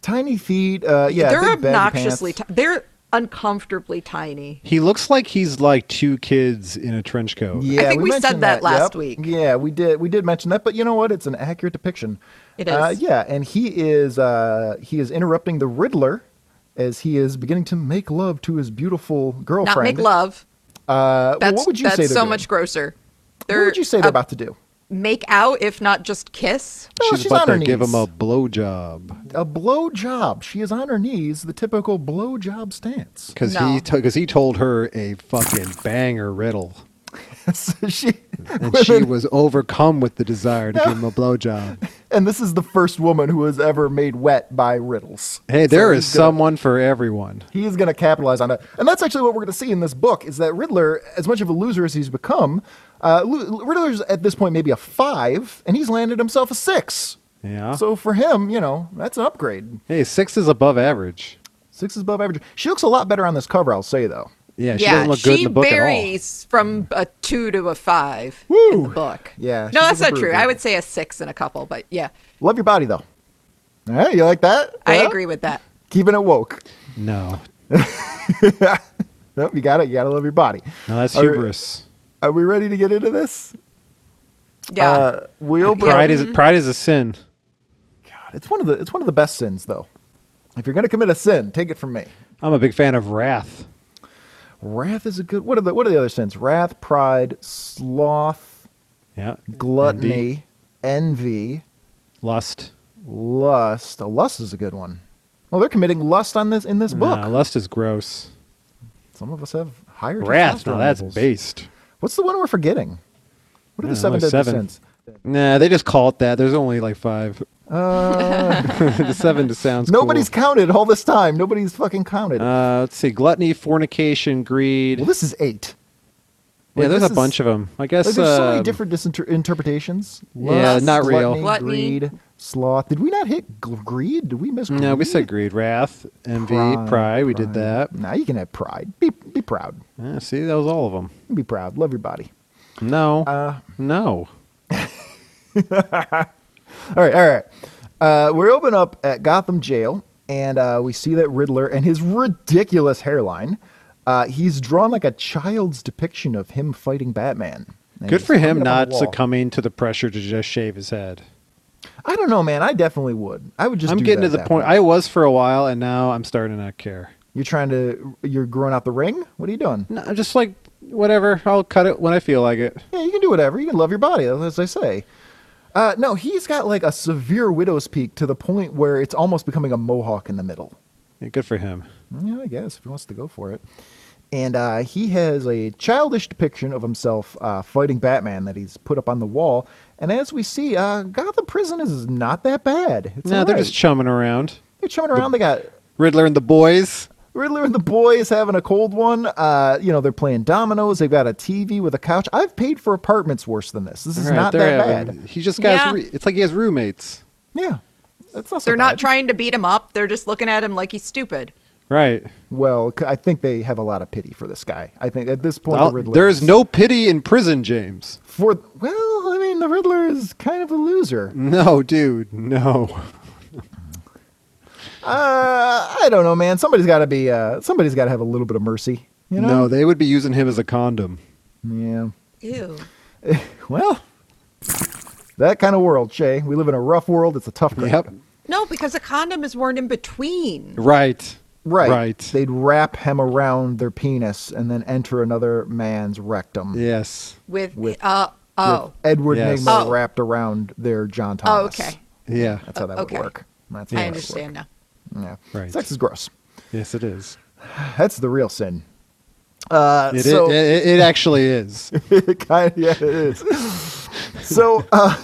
D: Tiny feet. Uh, yeah,
E: they're
D: big baggy
E: obnoxiously.
D: pants.
E: T- they're uncomfortably tiny.
C: He looks like he's like two kids in a trench coat.
D: Yeah,
E: think we said
D: mentioned
E: that last
D: yep.
E: week.
D: Yeah, we did. We did mention that, but you know what? It's an accurate depiction.
E: It
D: Uh,
E: is.
D: yeah, and he is uh, he is interrupting the Riddler as he is beginning to make love to his beautiful girlfriend.
E: Not make love.
D: Uh, well,
E: That's
D: Oh, what would you
E: that's
D: say? they're
E: so
D: doing?
E: much grosser.
D: What
E: They're-
D: would you say they're
E: uh,
D: about to do?
E: make out if not just kiss?
D: Well,
C: she's,
D: she's
C: about
D: on her
C: to give
D: knees.
C: him a blowjob
D: A blow job. She is on her knees, the typical blow job stance.
C: because
E: No.
C: he because he told her a fucking banger riddle,
D: so she,
C: and she was overcome with the desire to give him a blowjob.
D: and this is the first woman who was ever made wet by riddles.
C: Hey, there is
D: he's gonna-
C: someone for everyone.
D: He is going to capitalize on that, and that's actually what we're going to see in this book. Is that Riddler, as much of a loser as he's become, uh, Lu- Riddler's at this point maybe a five, and he's landed himself a six.
C: Yeah.
D: So for him, you know, that's an upgrade.
C: Hey, six is above average.
D: Six is above average. She looks a lot better on this cover, I'll say though.
C: Yeah, she doesn't look good in
E: she
C: the book
E: varies from a two to a five in the book.
D: Yeah, she's
E: no, that's not
D: improved,
E: true.
D: yeah.
E: I would say a six and a couple, but yeah,
D: Love your body though. All right, you like that?
E: I
D: Yeah?
E: agree with that.
D: Keeping it woke.
C: at all. No,
D: Nope, you got it. You got to love your body.
C: no, that's
D: Are-
C: hubris.
D: Are we ready to get into this?
E: Yeah,
D: Uh, we'll bring-
C: Pride is pride is a sin.
D: God, it's one of the it's one of the best sins though. If you're going to commit a sin, take it from me.
C: I'm a big fan of wrath.
D: Wrath is a good. What are the what are the other sins? Wrath, pride, sloth,
C: Yeah, Envy,
D: gluttony, envy,
C: lust.
D: lust. Oh, lust is a good one. Well, they're committing lust on this in this book.
C: Nah, lust is gross.
D: Some of us have higher
C: Wrath, now
D: testosterone
C: that's
D: levels.
C: based.
D: What's the one we're forgetting? What are the
C: Yeah,
D: seven
C: there's
D: deadly
C: seven.
D: sins?
C: Nah, they just call it that. There's only like five. the seven just sounds.
D: Uh. Nobody's
C: cool.
D: counted all this time. Nobody's fucking counted.
C: Uh, let's see, gluttony, fornication, greed.
D: well, this is eight.
C: yeah,
D: like,
C: there's
D: this
C: a bunch
D: is-
C: of them. I guess.
D: Like, there's so many
C: um,
D: different disinter- interpretations.
C: Yeah, not real.
D: gluttony,
E: Gluttony.
D: Greed, sloth. Did we not hit g- greed? Did we miss? Greed?
C: No, we said greed, wrath, envy, pride. We did that.
D: Now you can have pride. Be be proud.
C: Yeah, see, that was all of them.
D: Be proud. Love your body.
C: No,
D: Uh,
C: no.
D: All right, all right. Uh, we open up at Gotham Jail, and uh, we see that Riddler and his ridiculous hairline. Uh, he's drawn like a child's depiction of him fighting Batman. And
C: Good
D: he's
C: for him
D: hanging up on the
C: not
D: wall.
C: succumbing to the pressure to just shave his head.
D: I don't know, man. I definitely would. I would just.
C: I'm
D: do
C: getting
D: that
C: to the
D: at that
C: point. I was for a while, and now I'm starting to not care.
D: You're trying to. You're growing out the ring. What are you doing?
C: No, I'm just like whatever. I'll cut it when I feel like it.
D: Yeah, you can do whatever. You can love your body, as I say. Uh, no, he's got like a severe widow's peak to the point where it's almost becoming a mohawk in the middle.
C: Yeah, good for him.
D: Yeah, I guess if he wants to go for it. And uh, he has a childish depiction of himself uh, fighting Batman that he's put up on the wall. And as we see, uh, Gotham Prison is not that bad. It's
C: no, they're
D: alright.
C: just chumming around.
D: they're chumming around. They got
C: Riddler and the boys.
D: Riddler and the boys having a cold one. Uh, you know, they're playing dominoes. They've got a TV with a couch. I've paid for apartments worse than this. This is
C: Right,
D: not
C: they're
D: that
C: having-
D: bad.
C: He just got.
E: Yeah.
C: His re- it's like he has roommates.
D: Yeah, that's not. so
E: they're not
D: bad.
E: trying to beat him up. They're just looking at him like he's stupid.
C: Right.
D: Well, c- I think they have a lot of pity for this guy. I think at this point,
C: I'll-
D: the Riddler
C: there is no pity in prison, James.
D: for. Well, I mean, the Riddler is kind of a loser.
C: No, dude. No.
D: Uh, I don't know, man. Somebody's got to be. Uh, somebody's got to have a little bit of mercy. You
C: No,
D: know.
C: they would be using him as a condom.
D: yeah.
E: Ew.
D: Well, that kind of world, Shay. We live in a rough world. It's a tough. Crowd.
C: Yep.
E: No, because a condom is worn in between.
C: Right.
D: Right.
C: Right.
D: They'd wrap him around their penis and then enter another man's rectum.
C: yes.
E: With,
D: With-
E: uh oh
D: With Edward
C: Yes.
D: Nigma
E: Oh.
D: wrapped around their John
E: oh
D: Thomas.
E: okay.
C: Yeah.
D: That's how that
E: Okay.
D: would work. That's how
E: I
D: that would
E: understand now.
D: work. Yeah.
C: Right.
D: Sex is gross.
C: Yes, it is.
D: That's the real sin. Uh,
C: It,
D: so
C: it, it, it actually is.
D: it kind of, yeah, it is. so uh,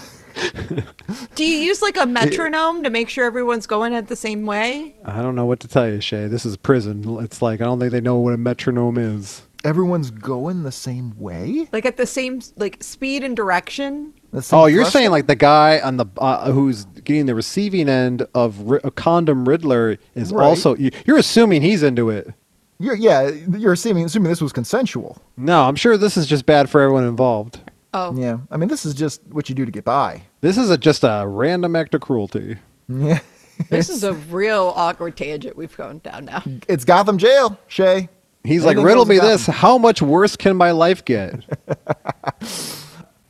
E: Do you use like a metronome to make sure everyone's going at the same way?
C: I don't know what to tell you, Shay. This is prison. It's like I don't think they know what a metronome is.
D: everyone's going the same way.
E: Like at the same like speed and direction?
D: The same
C: Oh, you're
D: thrust?
C: saying like the guy on the uh, who's getting the receiving end of ri- a condom Riddler is
D: Right.
C: also. You, you're assuming he's into it.
D: You're, yeah, you're assuming assuming this was consensual.
C: No, I'm sure this is just bad for everyone involved.
E: Oh.
D: Yeah, I mean, this is just what you do to get by.
C: This is a, just a random act of cruelty.
D: Yeah,
E: This is a real awkward tangent we've gone down now.
D: it's Gotham Jail, Shay.
C: He's
D: Anything
C: like, riddle
D: goes
C: me
D: about-
C: this: how much worse can my life get?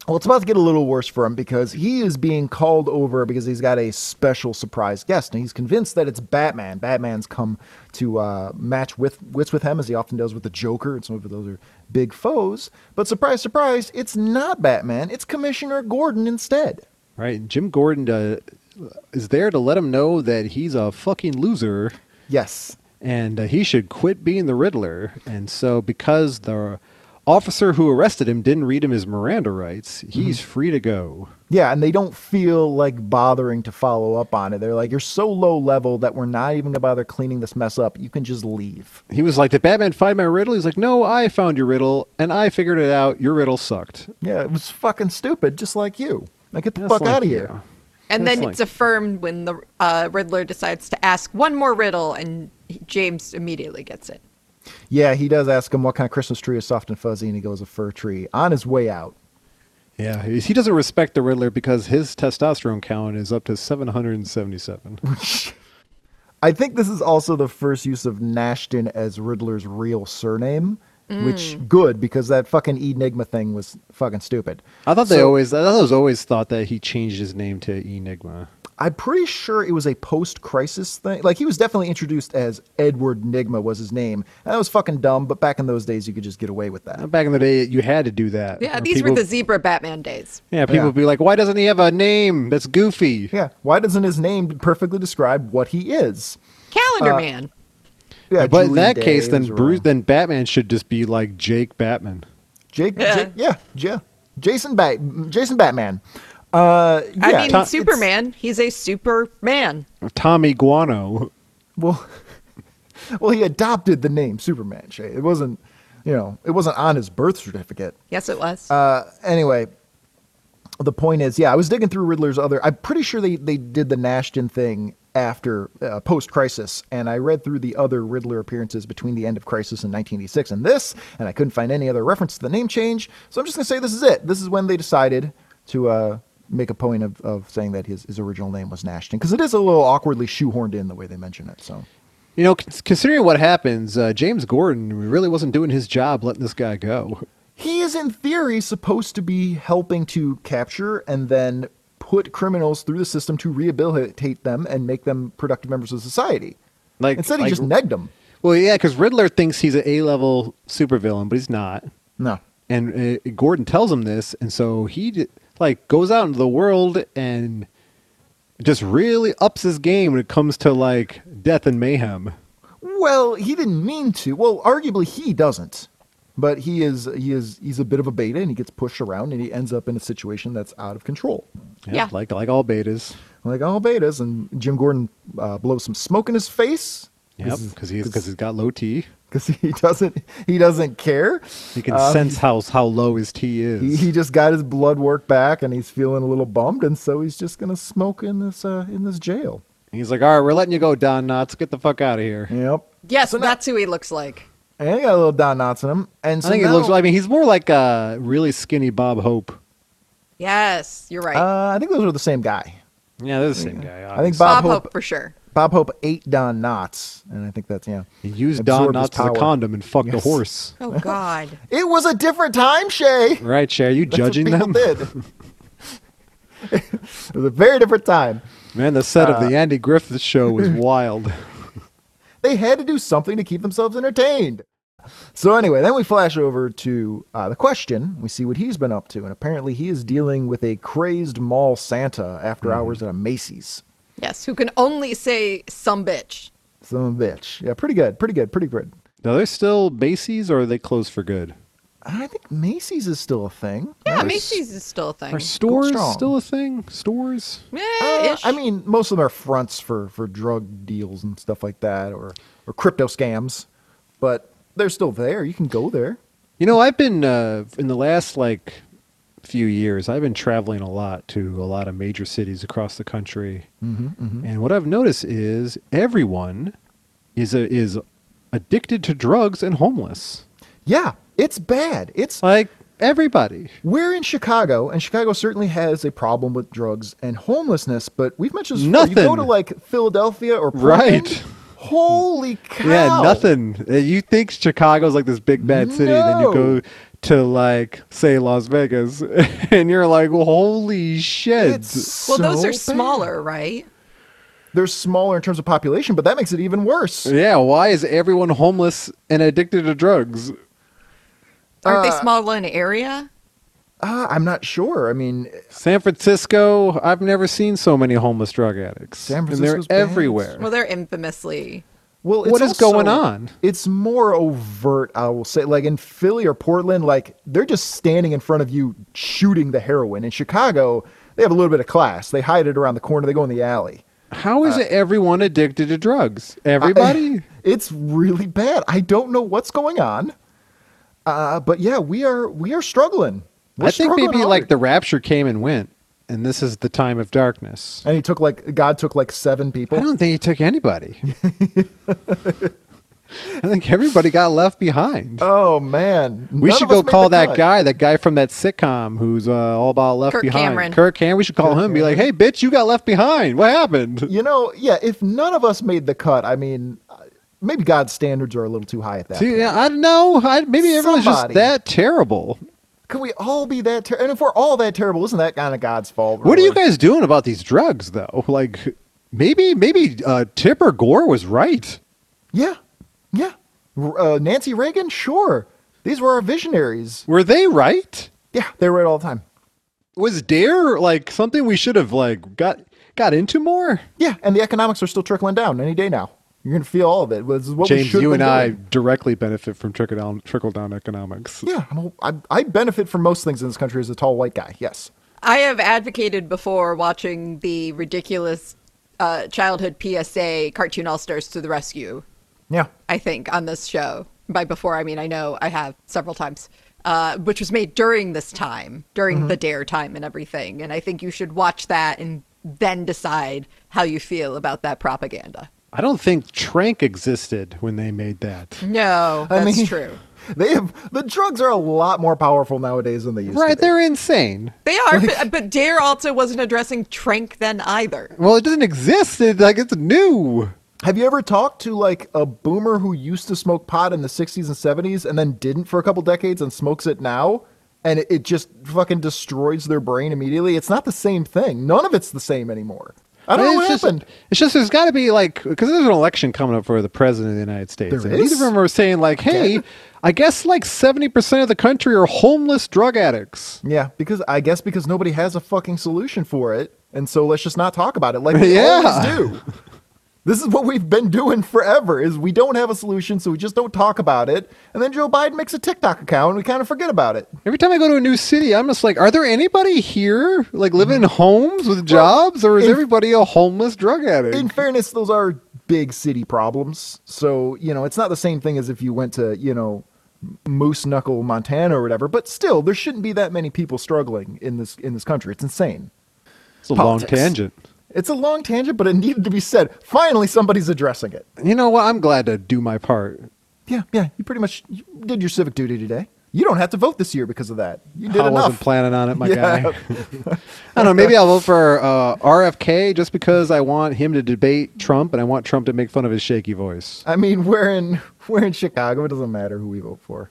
D: Well, it's about to get a little worse for him because he is being called over because he's got a special surprise guest, and he's convinced that it's Batman. Batman's come to uh, match with wits with him, as he often does with the Joker, and some of those are big foes. But surprise, surprise, it's not Batman. It's Commissioner Gordon instead.
C: right? And Jim Gordon uh, is there to let him know that he's a fucking loser.
D: Yes,
C: and uh, he should quit being the Riddler. And so, because the officer who arrested him didn't read him his Miranda rights,
D: Mm-hmm.
C: he's free to go.
D: Yeah, and they don't feel like bothering to follow up on it. They're like, you're so low level that we're not even gonna bother cleaning this mess up. You can just leave.
C: He was like, "Did Batman find my riddle?" He's like, "No, I found your riddle, and I figured it out. Your riddle sucked."
D: Yeah, it was fucking stupid, just like you. Now get the
C: That's
D: fuck
C: like,
D: out of here.
C: yeah.
E: And
C: That's
E: then
C: like-
E: it's affirmed when the uh, Riddler decides to ask one more riddle, and he- James immediately gets it.
D: Yeah, he does ask him what kind of Christmas tree is soft and fuzzy, and he goes a fir tree on his way out.
C: Yeah, he he doesn't respect the Riddler because his testosterone count is up to 777.
D: I think this is also the first use of Nashton as Riddler's real surname, which good because that fucking Enigma thing was fucking stupid.
C: I thought they
D: So-
C: always, I thought it was always thought that he changed his name to Enigma.
D: I'm pretty sure it was a post-crisis thing. Like he was definitely introduced as Edward Nigma was his name, and that was fucking dumb. But back in those days, you could just get away with that.
C: Uh, Back in the day, you had to do that.
E: Yeah,
C: Or
E: these
C: people-
E: were the zebra Batman days.
C: Yeah, people
D: Yeah.
C: would be like, "Why doesn't he have a name that's goofy?"
D: Yeah. Why doesn't his name perfectly describe what he is?
E: Calendar Man.
D: Yeah.
C: but in
D: Julie
C: that
D: Day
C: case, then
D: was around.
C: Bruce, then Batman should just be like Jake Batman.
D: Jake,
E: Yeah.
D: Jake- yeah, yeah, Jason Bat, Jason Batman. Uh, yeah,
E: I mean,
C: Tom- it's-
E: Superman. He's a Superman.
C: Tommy Guano.
D: Well, well, he adopted the name Superman. Shay. It wasn't, you know, it wasn't on his birth certificate.
E: Yes, it was.
D: Uh, anyway, the point is, yeah, I was digging through Riddler's other. I'm pretty sure they they did the Nashton thing after uh, post Crisis, and I read through the other Riddler appearances between the end of Crisis and 1986 and this, and I couldn't find any other reference to the name change. So I'm just gonna say this is it. This is when they decided to. Uh, Make a point of, of saying that his, his original name was Nashton because it is a little awkwardly shoehorned in the way they mention it. So,
C: You know, cons- considering what happens, uh, James Gordon really wasn't doing his job letting this guy go.
D: he is in theory supposed to be helping to capture and then put criminals through the system to rehabilitate them and make them productive members of society.
C: Like,
D: Instead, he
C: like-
D: just negged them.
C: well, yeah, because Riddler thinks he's an A-level supervillain, but he's not.
D: No.
C: And uh, Gordon tells him this, and so he d- like goes out into the world and just really ups his game when it comes to like death and mayhem.
D: Well, he didn't mean to. Well, arguably he doesn't. But he is he is he's a bit of a beta and he gets pushed around and he ends up in a situation that's out of control.
E: Yeah.
C: like like all betas.
D: Like all betas and Jim Gordon uh, blows some smoke in his face.
C: Yep, because he's because he's got low T.
D: because he doesn't he doesn't care.
C: He can sense how how low his T is.
D: Uh, He, he just got his blood work back and he's feeling a little bummed, and so he's just gonna smoke in this uh, in this jail.
C: he's like, all right, we're letting you go, Don Knotts. Get the fuck out of here.
D: Yep.
E: yes, that's who he looks like.
D: And he got a little Don Knotts in him. And so
C: I think
D: now,
C: he looks. I mean, he's more like a really skinny Bob Hope.
E: Yes, you're right.
D: uh, I think those are the same guy.
C: Yeah, they're the same guy.
D: I
C: obviously.
D: think Bob
E: Bob, Hope.
D: Hope.
E: for sure.
D: Bob Hope ate Don Knotts, and I think that's yeah.
C: he used Don
D: absorbed his
C: Knotts as a
D: power.
C: condom and fucked a
D: Yes.
C: horse.
E: Oh God.
D: It was a different time, Shay.
C: Right, Shay? Are you
D: That's
C: judging
D: what
C: them?
D: people Did. it was a very different time.
C: Man, the set of the Andy Griffith show was wild.
D: They had to do something to keep themselves entertained. So anyway, then we flash over to uh, the question. We see what he's been up to, and apparently he is dealing with a crazed mall Santa after hours at a Macy's.
E: Yes, who can only say some bitch.
D: Some bitch. Yeah, pretty good, pretty good, pretty good.
C: Now, there's still Macy's, or are they closed for good?
D: I think Macy's is still a thing.
E: Yeah,
D: Right?
E: Macy's is still a thing.
C: Are stores
D: strong.
C: still a thing? Stores?
E: Eh,
D: Uh,
E: ish.
D: I mean, most of them are fronts for, for drug deals and stuff like that, or, or crypto scams. But they're still there. You can go there.
C: You know, I've been uh, in the last like few years. I've been traveling a lot to a lot of major cities across the country,
D: Hmm.
C: and what I've noticed is everyone is a, is addicted to drugs and homeless.
D: Yeah, it's bad. It's
C: Like everybody.
D: we're in Chicago, and Chicago certainly has a problem with drugs and homelessness. But we've mentioned this before. You go
C: Nothing.
D: to like Philadelphia or
C: Right.
D: Portland, Holy cow!
C: Yeah, nothing. Uh, You think Chicago's like this big bad city, and then you
D: No.
C: go to like say Las Vegas, and you're like, holy shit!
D: It's
E: well, those
D: so
E: are
D: bad.
E: smaller, right?
D: They're smaller in terms of population, but that makes it even worse.
C: Yeah, why is everyone homeless and addicted to drugs?
E: Aren't they
D: Uh,
E: smaller in area?
D: Uh, I'm not sure. I mean,
C: San Francisco, I've never seen so many homeless drug addicts.
D: San Francisco's
C: and
D: bad.
C: they're everywhere.
E: Well, they're infamously.
D: Well, it's
C: What is
D: also-
C: going on?
D: It's more overt, I will say. Like in Philly or Portland, like they're just standing in front of you shooting the heroin. In Chicago, they have a little bit of class. They hide it around the corner. They go in the alley.
C: How
D: uh,
C: is it everyone addicted to drugs? Everybody?
D: It's really bad. I don't know what's going on. Uh, but yeah, we are we are struggling. We're
C: I think
D: struggling
C: maybe
D: hard.
C: like the rapture came and went, and this is the time of darkness.
D: and he took like God took like seven
C: I
D: people.
C: don't think he took anybody. I think everybody got left behind.
D: Oh man,
C: we
D: None
C: should
D: of us
C: go
D: made
C: call
D: the
C: that
D: cut.
C: guy, that guy from that sitcom who's uh, all about left
E: Kirk
C: behind.
E: Cameron.
C: Kirk Cameron. We should call him and be like, hey, bitch, you got left behind. What happened?
D: You know, yeah. If none of us made the cut, I mean, uh, maybe God's standards are a little too high at that. point.
C: See, yeah, I don't know. I, maybe everyone's just
D: Somebody.
C: that terrible.
D: Can we all be that terrible? And if we're all that terrible, isn't that kind of God's fault?
C: What are you
D: really?
C: guys doing about these drugs, though? Like, maybe, maybe uh, Tipper Gore was right.
D: Yeah, yeah. R- Uh, Nancy Reagan, sure. These were our visionaries.
C: Were they right?
D: Yeah, they were right all the time.
C: Was Dare like something we should have like got got into more?
D: Yeah, and the economics are still trickling down any day now. You're gonna feel all of it. This is what we
C: James,
D: should've
C: you and
D: been
C: I
D: doing.
C: directly benefit from trickle down trickle down economics.
D: Yeah, I'm a, I, I benefit from most things in this country as a tall white guy. Yes.
E: I have advocated before watching the ridiculous uh, childhood PSA cartoon All Stars to the rescue.
D: Yeah.
E: I think, on this show. By before, I mean I know I have several times, uh, which was made during this time, during the dare time and everything. And I think you should watch that and then decide how you feel about that propaganda.
C: I don't think Trank existed when they made that.
E: Mm-hmm. No,
D: I
E: that's
D: mean-
E: true.
D: They have the drugs are a lot more powerful nowadays than they used
C: Right,
D: to. be.
C: they're insane.
E: They are, but, but Dare also wasn't addressing Trank then either.
C: Well, it doesn't exist. It, like it's new.
D: Have you ever talked to like a boomer who used to smoke pot in the 60s and 70s and then didn't for a couple decades and smokes it now? And it, it just fucking destroys their brain immediately. It's not the same thing. None of it's the same anymore. I don't know
C: It's
D: what
C: just-
D: happened.
C: It's just there's got to be like because there's an election coming up for the president of the United States.
D: There
C: and Neither
D: is?
C: of them are saying like, "Hey, I guess like seventy percent of the country are homeless drug addicts."
D: Yeah, because I guess because nobody has a fucking solution for it, and so let's just not talk about it like we
C: Yeah.
D: always do. This is what we've been doing forever: is we don't have a solution, so we just don't talk about it. And then Joe Biden makes a TikTok account, and we kind of forget about it.
C: Every time I go to a new city, I'm just like, "Are there anybody here like living in homes with jobs, or is
D: Mm-hmm. in-
C: everybody a homeless drug addict?"
D: in fairness, those are big city problems. So, you know, it's not the same thing as if you went to, you know, Moose Knuckle, Montana or whatever, but still there shouldn't be that many people struggling in this in this country. It's insane.
C: it's a
D: politics.
C: long tangent.
D: It's a long tangent, but it needed to be said. Finally somebody's addressing it.
C: You know what? I'm glad to do my part.
D: Yeah, yeah, you pretty much you did your civic duty today. You don't have to vote this year because of that. You did
C: I
D: enough.
C: wasn't planning on it, my
D: Yeah.
C: guy. I don't know. Maybe I'll vote for uh, RFK just because I want him to debate Trump and I want Trump to make fun of his shaky voice.
D: I mean, we're in we're in Chicago. It doesn't matter who we vote for.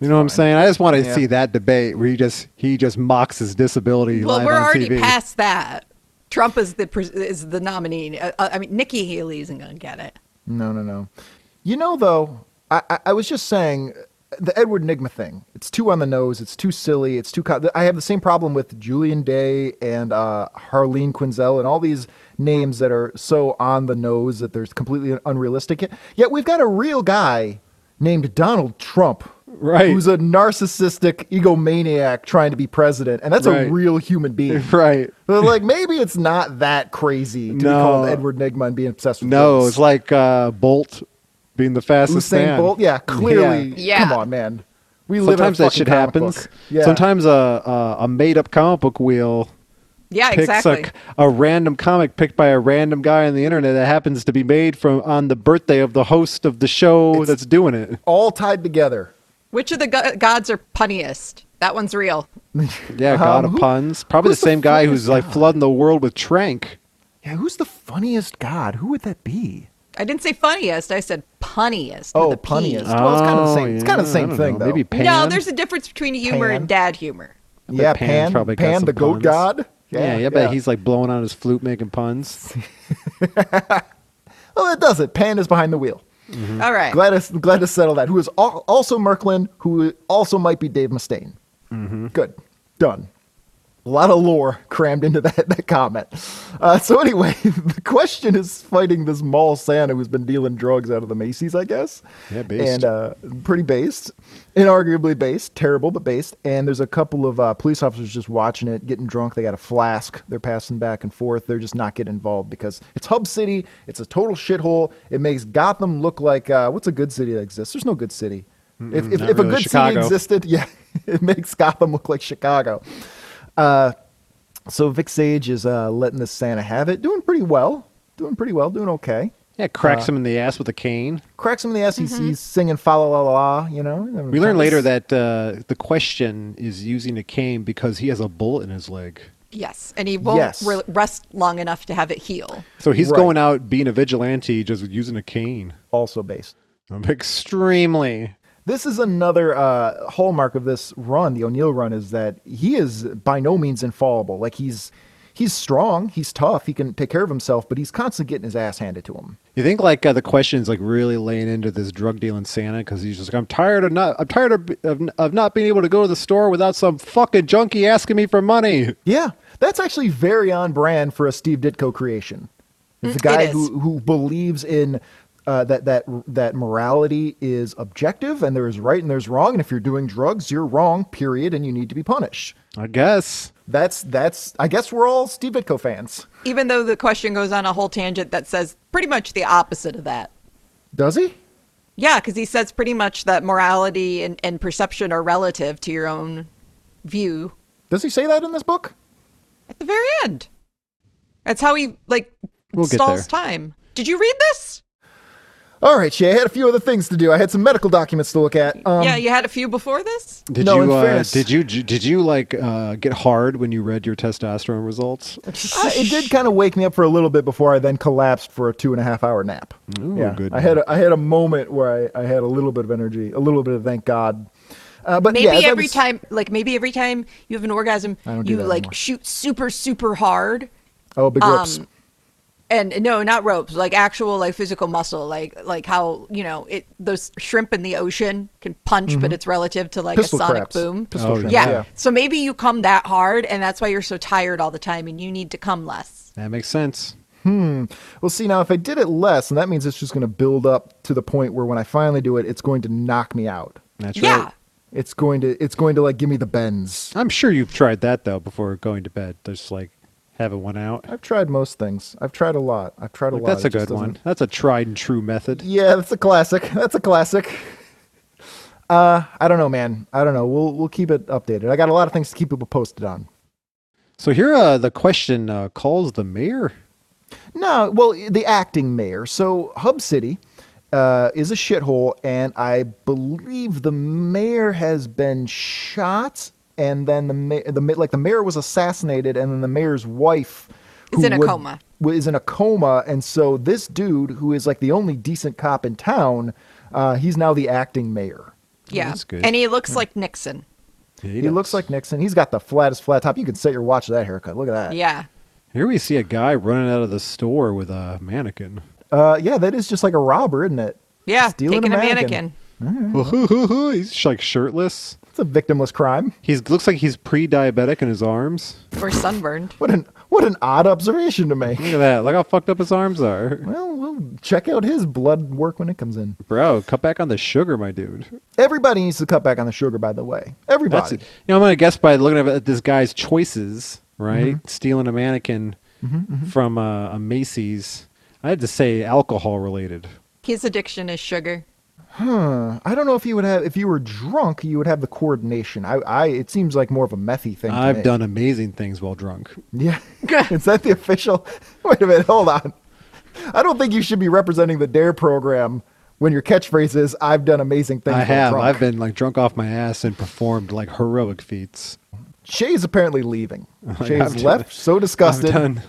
C: You know what I'm saying? I just want to
D: Yeah.
C: see that debate where he just he just mocks his disability
E: Well,
C: live
E: we're
C: on
E: already
C: TV.
E: past that. Trump is the pres- is the nominee. Uh, uh, I mean, Nikki Haley isn't going to get it.
D: No, no, no. You know, though, I, I, I was just saying uh, the Edward Nigma thing. It's too on the nose. It's too silly. It's too. Co- I have the same problem with Julian Day and uh, Harleen Quinzel and all these names that are so on the nose that they're completely unrealistic. Yet we've got a real guy named Donald Trump,
C: Right.
D: Who's a narcissistic egomaniac trying to be president, and that's
C: Right.
D: a real human being,
C: Right.
D: But like maybe it's not that crazy to be
C: No.
D: called Edward Nigma and being obsessed with
C: No,
D: drugs.
C: it's like uh, Bolt being the fastest
D: Usain
C: man.
D: Bolt. Yeah, clearly.
E: Yeah.
D: Come on, man. We live in a
C: Sometimes that
D: fucking
C: shit
D: comic
C: happens.
D: book. Yeah.
C: Sometimes a, a a made up comic book wheel
E: Yeah,
C: picks
E: exactly.
C: a, a random comic picked by a random guy on the internet that happens to be made from on the birthday of the host of the show
D: It's-
C: that's doing it.
D: all tied together.
E: Which of the go- gods are punniest? That one's real.
C: Yeah, God of
D: Uh-huh. who-
C: puns. Probably the
D: who's the
C: same guy who's
D: funniest
C: like
D: guy?
C: flooding the world with Trank.
D: Yeah, who's the funniest god? Who would that be?
E: I didn't say funniest. I said punniest.
D: Oh,
E: with a P.
D: punniest. Well, it's kind of the same- it's kind of the
C: Oh, yeah,
D: same
C: I don't
D: thing,
C: know.
D: though.
C: Maybe Pan.
E: No, there's a difference between humor
D: Pan.
E: and dad humor.
C: I bet
D: yeah,
C: Pan
D: Pan.
C: probably
D: Pan,
C: got some
D: the goat
C: puns.
D: god.
C: yeah, yeah, but he's like blowing on his flute making puns.
D: Well, it does it. Pan is behind the wheel.
E: All
D: Mm-hmm.
E: right.
D: Glad to, glad to settle that. Who is al- also Merklin, who also might be Dave Mustaine. Good. Done. A lot of lore crammed into that, that comment. Uh, so, anyway, the question is fighting this mall Santa who's been dealing drugs out of the Macy's, I guess.
C: Yeah, based.
D: And uh, pretty based. Inarguably based. Terrible, but based. And there's a couple of uh, police officers just watching it, getting drunk. They got a flask. They're passing back and forth. They're just not getting involved because it's Hub City. It's a total shithole. It makes Gotham look like uh, what's a good city that exists? There's no good city. If, if,
C: not
D: if a
C: really.
D: good
C: Chicago.
D: city existed, yeah, it makes Gotham look like Chicago. Uh, so Vic Sage is uh, letting this Santa have it, doing pretty well, doing pretty well, doing okay.
C: Yeah, cracks
D: Uh,
C: him in the ass with a cane.
D: Cracks him in the ass. He's, he's singing "Fa la la la," you know. and
C: We learn
D: this-
C: later that uh, the question is using a cane because he has a bullet in his leg.
E: Yes, and he won't
D: Yes.
E: re- rest long enough to have it heal.
C: So he's
D: Right.
C: going out being a vigilante just using a cane.
D: also based.
C: I'm extremely.
D: This is another uh, hallmark of this run, the O'Neill run, is that he is by no means infallible. Like he's he's strong, he's tough, he can take care of himself, but he's constantly getting his ass handed to him.
C: You think like uh, the question is like really laying into this drug dealing Santa because he's just like I'm tired of not I'm tired of, of of not being able to go to the store without some fucking junkie asking me for money.
D: Yeah, that's actually very on brand for a Steve Ditko creation. It's a
E: Mm,
D: guy
E: it is.
D: who who believes in uh, that that that morality is objective and there is right and there's wrong, and if you're doing drugs, you're wrong. Period, and you need to be punished.
C: I guess.
D: That's that's. I guess we're all Steve Ditko fans.
E: Even though the question goes on a whole tangent that says pretty much the opposite of that.
D: Does he?
E: Yeah, because he says pretty much that morality and, and perception are relative to your own view
D: Does he say that in this book?
E: at the very end. That's how he like
C: We'll get
E: stalls
C: there.
E: time. Did you read this?
D: All right, Shay. I had a few other things to do. I had some medical documents to look at. Um,
E: yeah, you had a few before this.
C: Did
D: No, in
C: you uh,
D: fairness-
C: did you did you like uh, get hard when you read your testosterone results?
D: I- Uh, it did kind of wake me up for a little bit before I then collapsed for a two and a half hour nap.
C: Ooh, good
D: I had a, I had a moment where I, I had a little bit of energy, a little bit of thank God. Uh, but
E: Maybe
D: yeah, as I
E: every
D: was-
E: time, like maybe every time you have an orgasm,
D: I don't do
E: you
D: that
E: like
D: anymore.
E: shoot super super hard.
D: Oh, big ropes.
E: Um, and no, not ropes, like actual like physical muscle, like like how you know it. Those shrimp in the ocean can punch,
D: Mm-hmm.
E: but it's relative to like
D: Pistol
E: a sonic
D: craps.
E: boom.
D: Pistol
C: Oh,
D: shrimp,
E: yeah.
D: yeah.
E: So maybe you come that hard, and that's why you're so tired all the time, and you need to come less.
C: That makes sense.
D: Well, see now if I did it less, and that means it's just going to build up to the point where when I finally do it, it's going to knock me out.
C: That's
E: yeah.
C: right.
D: It's going to it's going to like give me the bends.
C: I'm sure you've tried that though before going to bed. Just like having one out.
D: I've tried most things. I've tried a lot. I've tried a
C: Like,
D: lot.
C: that's a
D: It just
C: good one.
D: doesn't-
C: That's a tried and true method.
D: Yeah, that's a classic. That's a classic. Uh, I don't know, man. I don't know. We'll we'll keep it updated. I got a lot of things to keep people posted on.
C: So here, uh, the question uh, calls the mayor.
D: No, well, the acting mayor. So Hub City uh, is a shithole, and I believe the mayor has been shot, and then the ma- the ma- like the mayor was assassinated, and then the mayor's wife
E: Is
D: who
E: in a
D: would-
E: coma.
D: wa- Is in a coma, and so this dude, who is like the only decent cop in town, uh, he's now the acting mayor.
E: Yeah.
C: that's good.
E: And he looks like Nixon.
D: He, looks like Nixon. He's got the flattest flat top. You can set your watch to that haircut. Look at that.
E: Yeah.
C: Here we see a guy running out of the store with a mannequin.
D: Uh, yeah, that is just like a robber, isn't it?
E: Yeah.
D: Stealing
E: taking
D: a
E: a
D: mannequin.
E: mannequin.
C: He's like shirtless.
D: It's a victimless crime.
C: He looks like he's pre-diabetic in his arms.
E: or sunburned.
D: What an what an odd observation to make.
C: Look at that. Look how fucked up his arms are.
D: Well, we'll check out his blood work when it comes in.
C: Bro, cut back on the sugar, my dude.
D: Everybody needs to cut back on the sugar, by the way.
C: That's
D: Everybody.
C: it. You know, I'm gonna guess by looking at this guy's choices, right?
D: Mm-hmm.
C: Stealing a mannequin from uh, a Macy's. I had to say alcohol related.
E: His addiction is sugar.
D: Huh. Uh, I don't know if you would have if you were drunk, you would have the coordination. I, I it seems like more of a methy thing. to
C: I've
D: me.
C: done amazing things while drunk.
D: Yeah. Is that the official? Wait a minute. Hold on. I don't think you should be representing the Dare program when your catchphrase is "I've done amazing things."
C: I
D: while
C: have.
D: drunk."
C: I've been like drunk off my ass and performed like heroic feats.
D: Shay's apparently leaving. Shay's
C: done-
D: left. So
C: I've
D: disgusted.
C: done.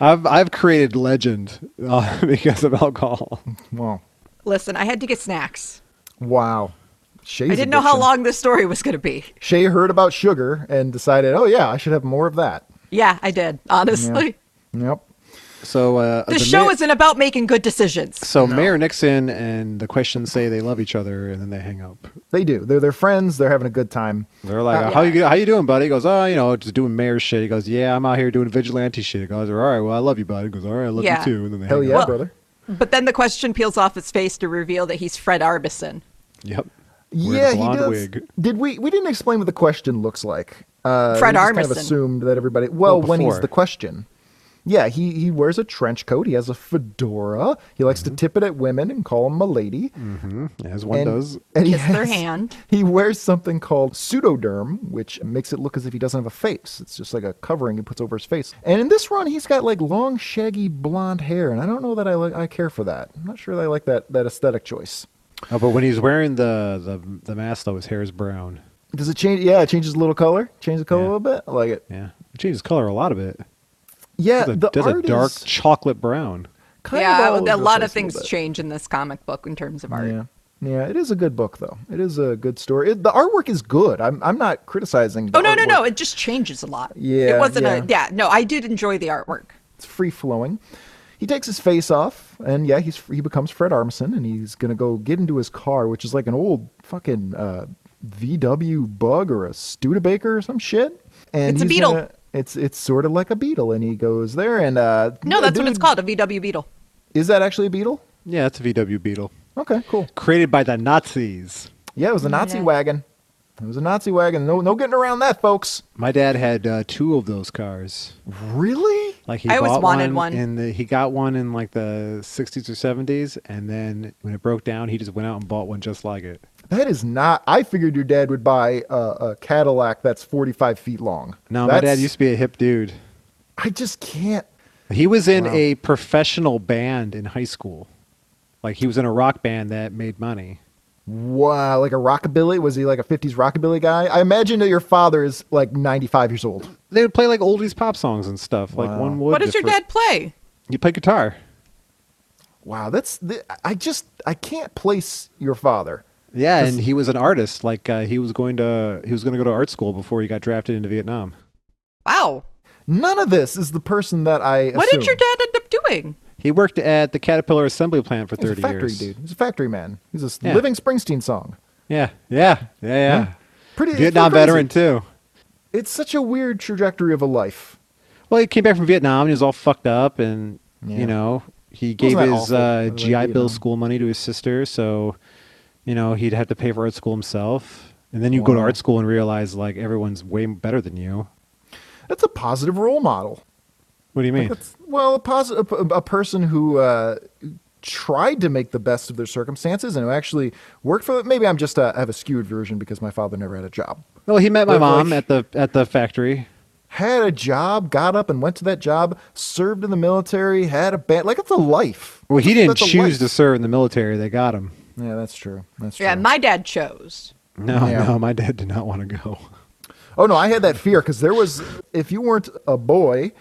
C: I've I've created legend uh, because of alcohol.
D: Wow.
E: Listen, I had to get snacks.
D: Wow. Shay's
E: I didn't know how
D: addiction.
E: long this story was going to be.
D: Shay heard about sugar and decided, "Oh yeah, I should have more of that."
E: Yeah, I did. Honestly,
D: Yep.
C: So uh,
E: this
C: the
E: show
C: ma-
E: isn't about making good decisions.
C: So Mayor Nixon and the questions say they love each other, and then they hang up.
D: They do. They're their friends. They're having a good time.
C: They're like,
E: Uh,
C: "How
E: yeah.
C: you how you doing, buddy?" He goes, "Oh, you know, just doing mayor shit." He goes, "Yeah, I'm out here doing vigilante shit." He goes, "All right, well, I love you, buddy." He goes, "All right, I love
E: Yeah.
C: you too." And then they
D: Hell
C: hang
D: yeah,
C: up.
E: Well-
D: brother.
E: But then the question peels off his face to reveal that he's Fred Arbison.
C: Yep. Wearing a
D: Yeah, he
C: blonde
D: does.
C: wig.
D: Did we? We didn't explain what the question looks like. Uh,
E: Fred
D: we just kind of
E: Armisen.
D: assumed that everybody. Well,
C: Well,
D: when he's
C: before.
D: the question. Yeah, he, he wears a trench coat. He has a fedora. He likes to tip it at women and call them milady.
C: Mm-hmm. As Mm-hmm. Mm, one
D: and,
C: does.
D: and he
E: Kiss their
D: has-
E: hand.
D: He wears something called pseudoderm, which makes it look as if he doesn't have a face. It's just like a covering he puts over his face. And in this run, he's got like long, shaggy blonde hair, and I don't know that I like I care for that. I'm not sure that I like that that aesthetic choice.
C: Oh, but when he's wearing the the the mask, though, his hair is brown.
D: Does it change? Yeah, it changes a little color. Changes the color
C: Yeah.
D: a little bit. I like it.
C: Yeah, it changes color a lot of it.
D: Yeah,
C: There's a,
D: the
C: there's a
D: art
C: dark
D: is
C: chocolate brown.
D: kind
E: yeah,
D: of all
E: a
D: over the
E: lot of
D: place a little
E: things
D: bit.
E: change in this comic book in terms of art.
D: Yeah, yeah, it is a good book though. It is a good story. It, the artwork is good. I'm I'm not criticizing. The
E: Oh no, no, no!
D: artwork.
E: It just changes a lot.
D: Yeah,
E: it wasn't
D: yeah.
E: a yeah. No, I did enjoy the artwork.
D: It's free flowing. He takes his face off, and yeah, he's he becomes Fred Armisen, and he's gonna go get into his car, which is like an old fucking uh, VW Bug or a Studebaker or some shit. And
E: It's a
D: he's
E: Beetle.
D: gonna- it's it's sort of like a Beetle, and he goes there, and uh,
E: No, that's what it's
D: dude,
E: called, a VW Beetle.
D: Is that actually a Beetle?
C: Yeah, it's a VW Beetle
D: Okay, cool.
C: created by the Nazis.
D: Yeah, it was a Nazi
E: Yeah.
D: wagon. It was a Nazi wagon. No, no getting around that, folks.
C: My dad had uh, two of those cars.
D: Really?
C: Like he
E: I always
C: bought
E: wanted one.
C: and he got one in like the 60s or 70s, and then when it broke down, he just went out and bought one just like it.
D: That is not. I figured your dad would buy a, a Cadillac that's 45 feet long.
C: No, my
D: That's-
C: dad used to be a hip dude.
D: I just can't.
C: He was in
D: Wow.
C: a professional band in high school. Like he was in a rock band that made money.
D: Wow, like a rockabilly? Was he like a 50s rockabilly guy? I imagine that your father is like 95 years old.
C: They would play like oldies pop songs and stuff. Like
D: Wow.
C: one would.
E: What does your
C: different-
E: dad play?
C: He played guitar.
D: Wow, that's. th- I just. I can't place your father.
C: Yeah, and
D: Does-
C: he was an artist. Like uh, he was going to he was going to go to art school before he got drafted into Vietnam.
E: Wow,
D: None of this is the person that I.
E: what did your
D: assumed.
E: dad end up doing?
C: He worked at the Caterpillar assembly plant for
D: He's a
C: 30
D: factory
C: years.
D: dude. He's a factory man. He's a s-
C: Yeah.
D: living Springsteen song.
C: Yeah. Yeah. Yeah, yeah.
D: Pretty it's
C: Vietnam
D: pretty crazy.
C: veteran too.
D: It's such a weird trajectory of a life.
C: Well, he came back from Vietnam and he was all fucked up, and
D: Yeah.
C: you know he gave
D: that
C: his
D: awful,
C: uh,
D: by the way,
C: GI Bill
D: Vietnam?
C: school money to his sister, so you know he'd have to pay for art school himself. And then you go to
D: Wow.
C: art school and realize like everyone's way better than you.
D: That's a positive role model.
C: What do you mean?
D: That's, well, a positive, a, a person who uh, tried to make the best of their circumstances and who actually worked for. Maybe I'm just uh, have a skewed version because my father never had a job.
C: Well, he met my
D: Like-
C: mom at the at the factory.
D: Had a job, got up and went to that job, served in the military, had a band. Like it's a life.
C: Well, he didn't
D: That's a
C: choose
D: life.
C: to serve in the military; they got him.
D: Yeah, that's true. That's true.
E: Yeah, my dad chose.
C: No,
D: Yeah.
C: no, my dad did not want to go.
D: Oh no, I had that fear because there was if you weren't a boy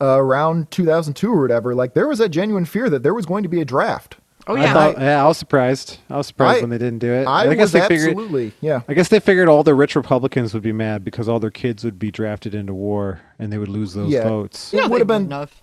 D: uh, around 2002 or whatever, like there was that genuine fear that there was going to be a draft.
E: Oh
C: I
E: yeah,
C: thought, yeah, I was surprised. I was surprised
D: I-
C: when they didn't do it.
D: I,
C: guess
D: was
C: they figured.
D: absolutely yeah.
C: I guess they figured all the rich Republicans would be mad because all their kids would be drafted into war and they would lose those
D: Yeah.
C: votes.
D: it
E: No, they
D: would have been-
E: wouldn't have.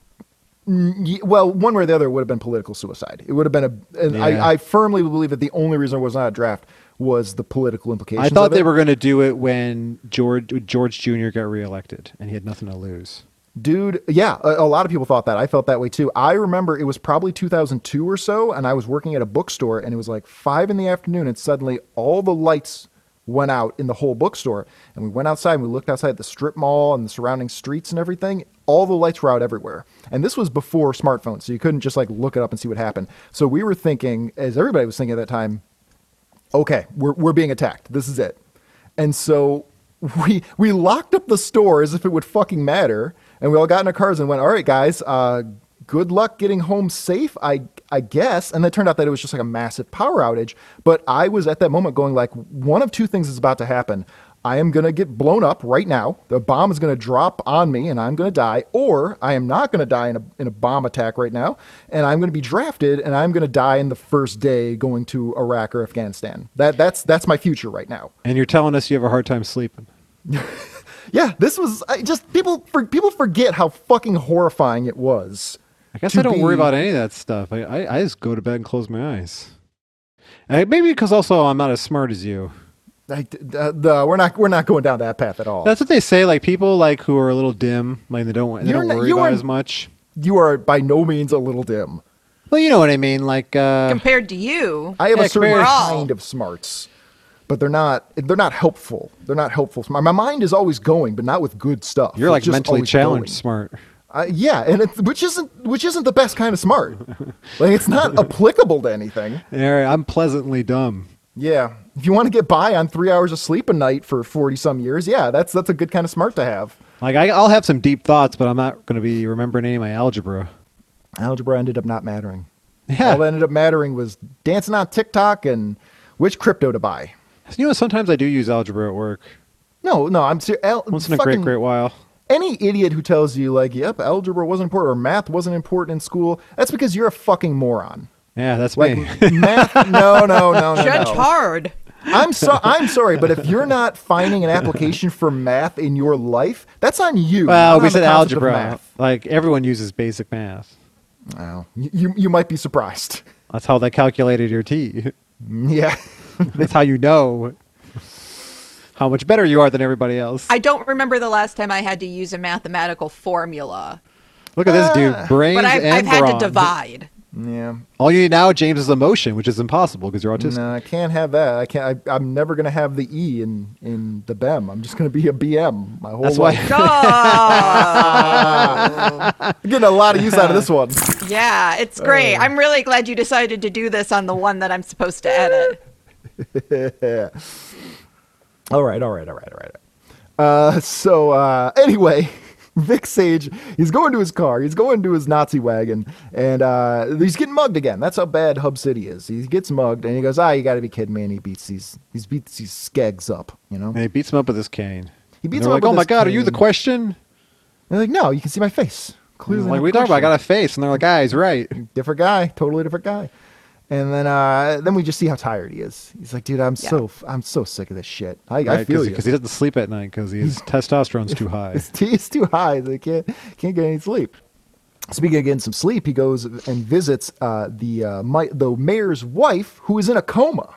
D: Mm, ye- Well, one way or the other, it would have been political suicide. It would have been a. And
C: Yeah.
D: I, I firmly believe that the only reason it was not a draft was the political implications.
C: I thought
D: of it.
C: they were going to do it when George George Jr. got reelected and he had nothing to lose.
D: Dude, yeah, a, a lot of people thought that. I felt that way too. I remember it was probably 2002 or so, and I was working at a bookstore, and it was like five in the afternoon, and suddenly all the lights went out in the whole bookstore. And we went outside and we looked outside the strip mall and the surrounding streets and everything. All the lights were out everywhere. And this was before smartphones, so you couldn't just like look it up and see what happened. So we were thinking, as everybody was thinking at that time, okay, we're, we're being attacked. This is it. And so we, we locked up the store as if it would fucking matter. And we all got in our cars and went, all right, guys, uh, good luck getting home safe, I, I guess. And it turned out that it was just like a massive power outage. But I was at that moment going like, one of two things is about to happen. I am going to get blown up right now. The bomb is going to drop on me and I'm going to die, or I am not going to die in a, in a bomb attack right now. And I'm going to be drafted and I'm going to die in the first day going to Iraq or Afghanistan. That, that's, that's my future right now.
C: And you're telling us you have a hard time sleeping.
D: Yeah, this was I just people, for, people forget how fucking horrifying it was.
C: I guess
D: to
C: I don't worry
D: be-
C: about any of that stuff. I, I, I just go to bed and close my eyes. And maybe because also I'm not as smart as you.
D: Like, th- th- the- we're not we're not going down that path at all.
C: That's what they say. Like people like who are a little dim, like they don't they
D: You're
C: don't
D: not-
C: worry
D: you
C: about
D: are-
C: as much.
D: you are by no means a little dim.
C: Well, you know what I mean. Like uh,
E: Compared to you,
D: I have
C: Yeah,
D: a certain
C: compared-
D: kind of smarts, but they're not they're not helpful. They're not helpful. My, my mind is always going, but not with good stuff.
C: you're
D: It's
C: like
D: just
C: mentally
D: always
C: challenged,
D: going.
C: smart.
D: Uh, yeah, and it's, which isn't which isn't the best kind of smart. like it's not applicable to anything.
C: Yeah, I'm pleasantly dumb.
D: Yeah, if you want to get by on three hours of sleep a night for forty some years, yeah, that's that's a good kind of smart to have.
C: Like I, I'll have some deep thoughts, but I'm not going to be remembering any of my algebra.
D: Algebra ended up not mattering.
C: Yeah.
D: All that ended up mattering was dancing on TikTok and which crypto to buy.
C: You know, sometimes I do use algebra at work.
D: No, no, I'm serious.
C: Once in a great, great while.
D: any idiot who tells you like, "Yep, algebra wasn't important or math wasn't important in school," that's because you're a fucking moron.
C: Yeah, that's
D: Like
C: me.
D: math? No, no, no, no.
E: judge
D: no.
E: hard.
D: I'm so I'm sorry, but if you're not finding an application for math in your life, that's on you. not
C: Well,
D: on
C: we
D: the
C: said
D: concept of
C: algebra.
D: math.
C: Like everyone uses basic math.
D: Oh, you you might be surprised.
C: That's how they calculated your t.
D: Yeah.
C: That's how you know how much better you are than everybody else.
E: I don't remember the last time I had to use a mathematical formula,
C: Look at this
D: Ah.
C: dude, brains
E: but I've,
C: and
E: I've had to
C: brawn.
E: divide.
D: Yeah.
C: All you need now, James, is emotion, which is impossible because you're autistic.
D: No, I can't have that. I can't. I, I'm never gonna have the E in in the BEM. I'm just gonna be a BM my whole
C: That's why.
D: life.
E: Oh,
D: Getting a lot of use out of this one.
E: yeah,
C: Uh.
E: it's great. I'm really glad you decided to do this on the one that I'm supposed to edit.
D: All right, all right, all right, all right. Uh, so uh, anyway, Vic Sage, he's going to his car. He's going to his Nazi wagon, and uh, he's getting mugged again. That's how bad Hub City is. He gets mugged, and he goes, "Ah, you got to be kidding me!" And he beats these, he beats these skegs up. You know,
C: And he beats him up with his cane.
D: He beats
C: And they're
D: him
C: like,
D: up with
C: "Oh my
D: his
C: god, are you the
D: cane."
C: question?"
D: they're like, "No, you can see my face." Clearly,
C: like
D: no
C: we talk about, I
D: question."
C: got a face, and they're like, "Ah, he's right."
D: different guy, totally different guy. And then, uh, then we just see how tired he is. He's like, "Dude, I'm
E: Yeah.
D: so, I'm so sick of this shit. I, I
C: Right,
D: feel you."
C: because he doesn't sleep at night because his testosterone's too high.
D: It's too, it's too high. They can't can't get any sleep. Speaking of getting some sleep, he goes and visits uh, the uh, my, the mayor's wife, who is in a coma.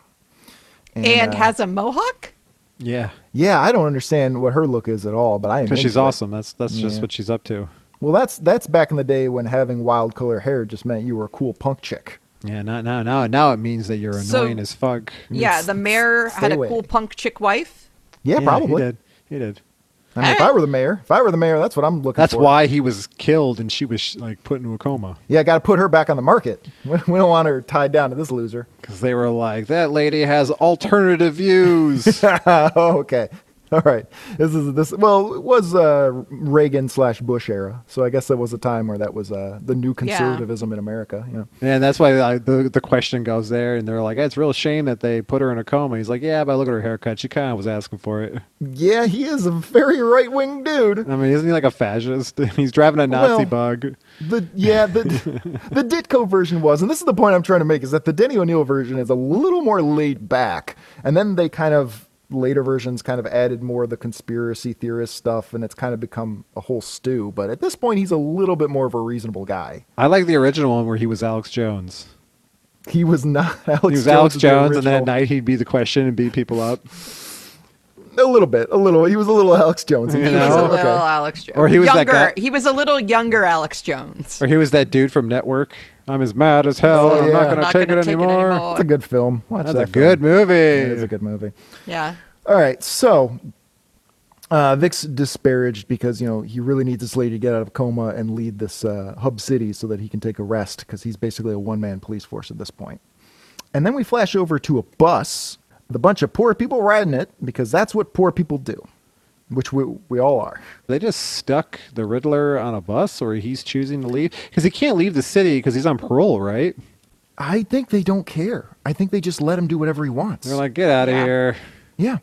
E: And
D: uh,
E: has a mohawk?
C: Yeah,
D: yeah, I don't understand what her look is at all, but I am
C: because she's
D: into it.
C: awesome. That's that's just
D: Yeah.
C: what she's up to.
D: Well, that's that's back in the day when having wild color hair just meant you were a cool punk chick.
C: Yeah, now now now now it means that you're
E: So-
C: annoying as fuck.
E: Yeah, the mayor
D: stay
E: had a
D: away.
E: cool punk chick wife.
D: Yeah, probably.
C: He did. He did.
D: I mean, if I were the mayor, if I were the mayor, that's what I'm looking
C: That's
D: for.
C: why he was killed, and she was like put into a coma
D: Yeah, got to put her back on the market. We we don't want her tied down to this loser.
C: because they were like, "That lady has alternative views."
D: oh, okay. All right. This is this. Well, it was uh, Reagan slash Bush era, so I guess that was a time where that was uh, the new conservatism in America. Yeah.
C: and that's why I, the the question goes there, and they're like, "It's a real shame that they put her in a coma." He's like, "Yeah, but look at her haircut. She kind of was asking for it."
D: Yeah, he is a very right wing dude.
C: I mean, isn't he like a fascist? He's driving a Nazi
D: Well-
C: bug.
D: The yeah the the Ditko version was, and this is the point I'm trying to make is that the Denny O'Neill version is a little more laid back, and then they kind of later versions kind of added more of the conspiracy theorist stuff, and it's kind of become a whole stew. But at this point, he's a little bit more of a reasonable guy.
C: I like the original one where he was Alex Jones.
D: He was not Alex.
C: he was
D: Jones
C: Alex
D: in the
C: Jones, and then at
D: original.
C: night he'd be the question and beat people up.
D: a little bit, a little. He was a little Alex Jones.
C: You
E: He was
C: know?
E: a little
D: okay.
E: Alex Jones.
C: Or he was that
E: younger.
C: guy-
E: He was a little younger Alex Jones.
C: Or he was that dude from Network. I'm as mad as hell.
D: Oh,
C: and I'm
D: yeah.
C: not going to
E: Not
C: take,
E: gonna
C: it anymore.
D: It's a good film. Watch
C: That's
D: that
C: a good
D: film.
C: movie.
D: It is a good movie.
E: Yeah.
D: All right, so uh, Vic's disparaged because you know he really needs this lady to get out of a coma and lead this uh, hub city so that he can take a rest because he's basically a one-man police force at this point. And then we flash over to a bus, with a bunch of poor people riding it because that's what poor people do, which we we all are.
C: They just stuck the Riddler on a bus, or he's choosing to leave because he can't leave the city because he's on parole, right?
D: I think they don't care. I think they just let him do whatever he wants.
C: They're like, get out of
E: Yeah.
C: here.
D: Yeah.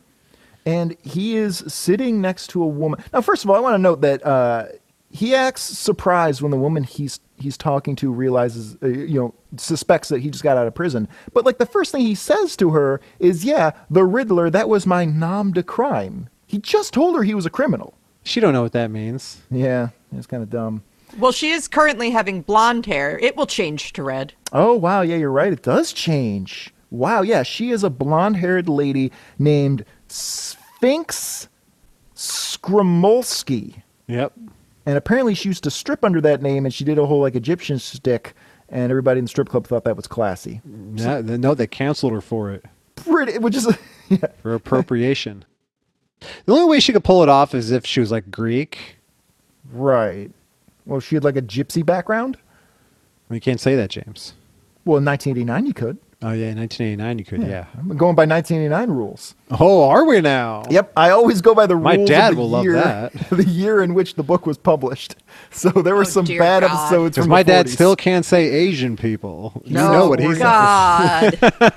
D: And he is sitting next to a woman. Now, first of all, I want to note that uh, he acts surprised when the woman he's he's talking to realizes, uh, you know, suspects that he just got out of prison. But like the first thing he says to her is, "Yeah, the Riddler. That was my nom de crime." He just told her he was a criminal.
C: She don't know what that means.
D: Yeah, it's kind of dumb.
E: Well, she is currently having blonde hair. It will change to red.
D: Oh, wow. Yeah, you're right. It does change. Wow. Yeah, she is a blonde haired lady named Sphinx Skrimolsky.
C: Yep.
D: And apparently she used to strip under that name and she did a whole like Egyptian stick. And everybody in the strip club thought that was classy.
C: No, th- no, they canceled her for it
D: Pretty, which is, yeah.
C: for appropriation. the only way she could pull it off is if she was like Greek.
D: Right. Well, she had like a gypsy background.
C: You can't say that, James.
D: Well, in 1989, you could.
C: Oh yeah, in 1989 you could. Yeah.
D: I'm going by 1989 rules.
C: Oh, are we now?
D: Yep, I always go by the
C: My
D: rules. of
C: dad
D: the
C: will love
D: year-
C: that.
D: The year in which the book was published. So there were
E: Oh,
D: some
E: dear
D: bad
E: God.
D: episodes.
C: Because
D: From
C: my
D: the
C: dad
D: 40s.
C: still can't say Asian people. You
E: No,
C: know what he says.
E: Oh,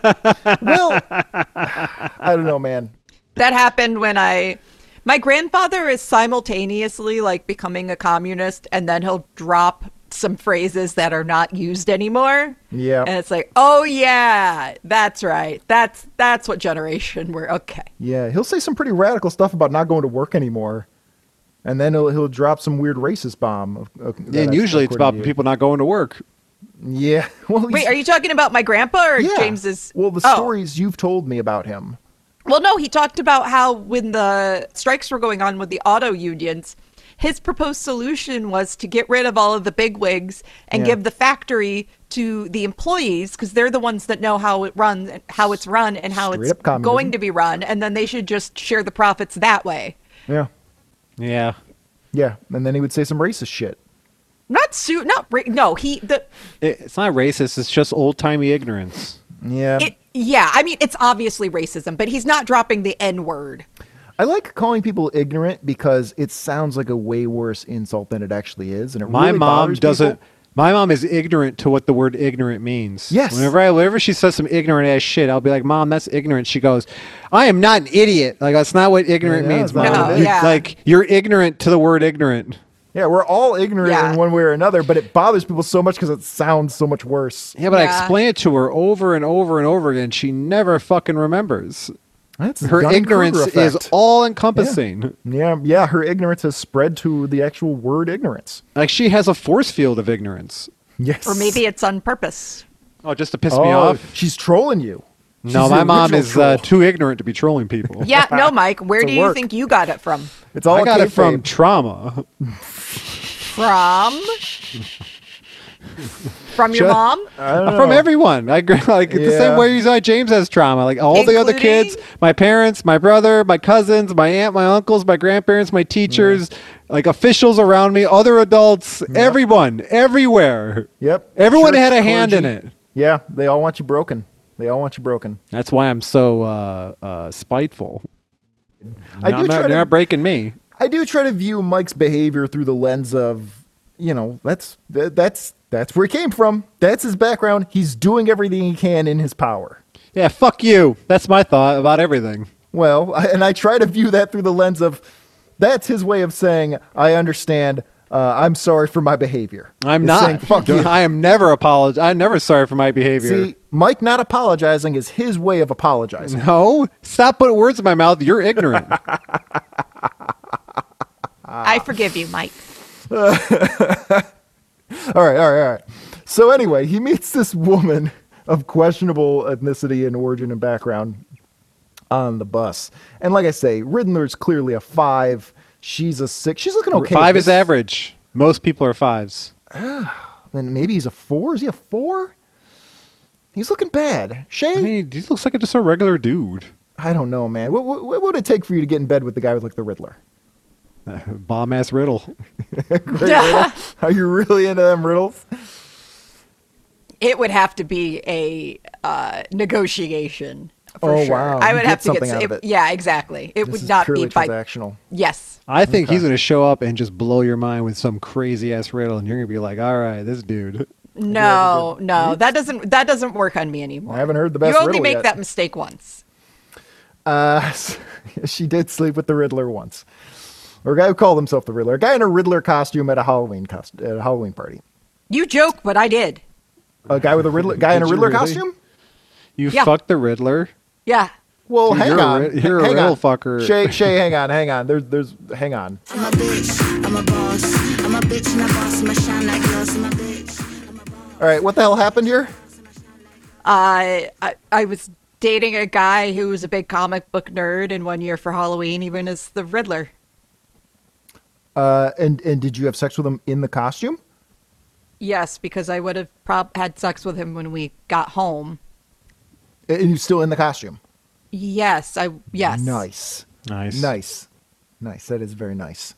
E: God.
D: Well, I don't know, man.
E: that happened when I my grandfather is simultaneously like becoming a communist and then he'll drop some phrases that are not used anymore.
D: Yeah.
E: And it's like, "Oh yeah, that's right. That's that's what generation we're okay."
D: Yeah, he'll say some pretty radical stuff about not going to work anymore, and then he'll he'll drop some weird racist bomb. Of, of, that
C: And
D: I-
C: usually it's about
D: according to you.
C: people not going to work.
D: Yeah. Well,
E: Wait,
D: he's-
E: are you talking about my grandpa or
D: yeah.
E: James's
D: Well, the
E: Oh.
D: stories you've told me about him.
E: Well, no, he talked about how when the strikes were going on with the auto unions, his proposed solution was to get rid of all of the big wigs and
D: Yeah.
E: give the factory to the employees because they're the ones that know how it runs, how it's run, and how
D: Straight
E: it's
D: up communism.
E: going to be run, and then they should just share the profits that way.
D: Yeah.
C: Yeah.
D: Yeah, and then he would say some racist shit.
E: Not suit, not ra- no. He the
C: It- It's not racist. It's just old timey ignorance.
D: Yeah.
E: it yeah. I mean, it's obviously racism, but he's not dropping the N word.
D: I like calling people ignorant because it sounds like a way worse insult than it actually is, and it
C: My
D: really
C: mom
D: bothers people.
C: doesn't. My mom is ignorant to what the word ignorant means.
D: Yes.
C: Whenever I, whenever she says some ignorant ass shit, I'll be like, "Mom, that's ignorant." She goes, "I am not an idiot. Like that's not what ignorant
D: Yeah,
C: means,
D: that's
C: mom.
D: not
E: what it
C: You-
E: is. Yeah.
C: Like you're ignorant to the word ignorant."
D: Yeah, we're all ignorant
E: Yeah.
D: in one way or another, but it bothers people so much because it sounds so much worse.
C: Yeah, but I
E: Yeah.
C: explain it to her over and over and over again. She never fucking remembers.
D: That's
C: Her
D: Dunning-Kruger
C: ignorance is
D: effect.
C: all encompassing.
D: Yeah, yeah, her ignorance has spread to the actual word ignorance.
C: Like she has a force field of ignorance.
D: Yes.
E: Or maybe it's on purpose.
C: Oh, just to piss
D: oh,
C: me off.
D: She's trolling you.
C: No,
D: She's
C: my
D: the
C: mom
D: original
C: is uh,
D: troll.
C: too ignorant to be trolling people.
E: Yeah, no, Mike. Where
D: It's a
E: do you
D: work.
E: think you got it from?
D: It's all
C: I got it
D: kayfabe.
C: from trauma.
E: From? From your
C: Shut-
E: mom?
D: I don't
C: from
D: know.
C: everyone. I gr- like the
D: Yeah.
C: same way you saw James has trauma. Like all the other
E: Including-
C: kids, my parents, my brother, my cousins, my aunt, my uncles, my grandparents, my teachers, like officials around me, other adults, everyone, everywhere.
D: Yep.
C: Everyone
D: Church,
C: had a hand in
D: clergy.
C: it.
D: Yeah, they all want you broken. They all want you broken.
C: That's why I'm so uh, uh, spiteful. No,
D: I do
C: I'm not-
D: try to-
C: they're not breaking me.
D: I do try to view Mike's behavior through the lens of, you know, that's that, that's that's where he came from. That's his background. He's doing everything he can in his power.
C: Yeah, fuck you. That's my thought about everything.
D: Well, I, and I try to view that through the lens of that's his way of saying I understand. Uh, I'm sorry for my behavior.
C: I'm
D: It's
C: not.
D: saying, fuck you.
C: I am never apologize. I'm never sorry for my behavior.
D: See, Mike not apologizing is his way of apologizing.
C: no, stop putting words in my mouth. You're ignorant.
D: Ah.
E: I forgive you, Mike.
D: All right, all right, all right. So anyway, he meets this woman, a of questionable ethnicity and origin and background on the bus. And like I say, Riddler's clearly a five. She's a six. She's looking okay.
C: Five is
D: This-
C: average. Most people are fives.
D: Then maybe he's a four. Is he a four? He's looking bad. Shane,
C: I mean, he looks like a, just a regular dude.
D: I don't know, man. What, what, what would it take for you to get in bed with the guy with like the Riddler?
C: Bomb ass riddle.
D: Are you really into them riddles?
E: it would have to be a uh, negotiation. For
D: Oh,
E: sure.
D: wow.
E: I
D: You
E: would
D: get
E: have to
D: something
E: get
D: out of it.
E: Yeah, exactly. It
D: This
E: would
D: is
E: not
D: purely
E: be by.
D: transactional.
E: Yes.
C: I think he's going to show up and just blow your mind with some crazy ass riddle, and you're going to be like, all right, this dude.
E: No, no, that doesn't that doesn't work on me anymore.
D: Hmm? I haven't heard the best
E: You only
D: riddle
E: make
D: yet.
E: that mistake once.
D: Uh, she did sleep with the Riddler once, or a guy who called himself the Riddler, a guy in a Riddler costume at a Halloween cost- at a Halloween party.
E: You joke, but I did.
D: A guy with a Riddler, guy in a
C: Did you
D: Riddler
C: really?
D: costume.
C: You
E: Yeah.
C: fucked the Riddler.
E: Yeah.
D: Well,
C: Dude,
D: hang
C: you're a
D: on,
C: ri- you're a
D: hang
C: riddle
D: on.
C: fucker.
D: Shay, Shay, hang on, hang on. There's, there's, hang on.
B: I'm a bitch, I'm a boss. I'm a bitch and a boss, I'm a shine like glass, I'm a bitch. I'm a boss.
D: All right, what the hell happened here?
E: I I, I was dating a guy who was a big comic book nerd, and one year for Halloween, even as the Riddler.
D: Uh, and and did you have sex with him in the costume?
E: Yes, because I would have prob- had sex with him when we got home.
D: And you still in the costume?
E: Yes, I yes.
D: Nice.
C: Nice.
D: Nice. Nice. That is very nice.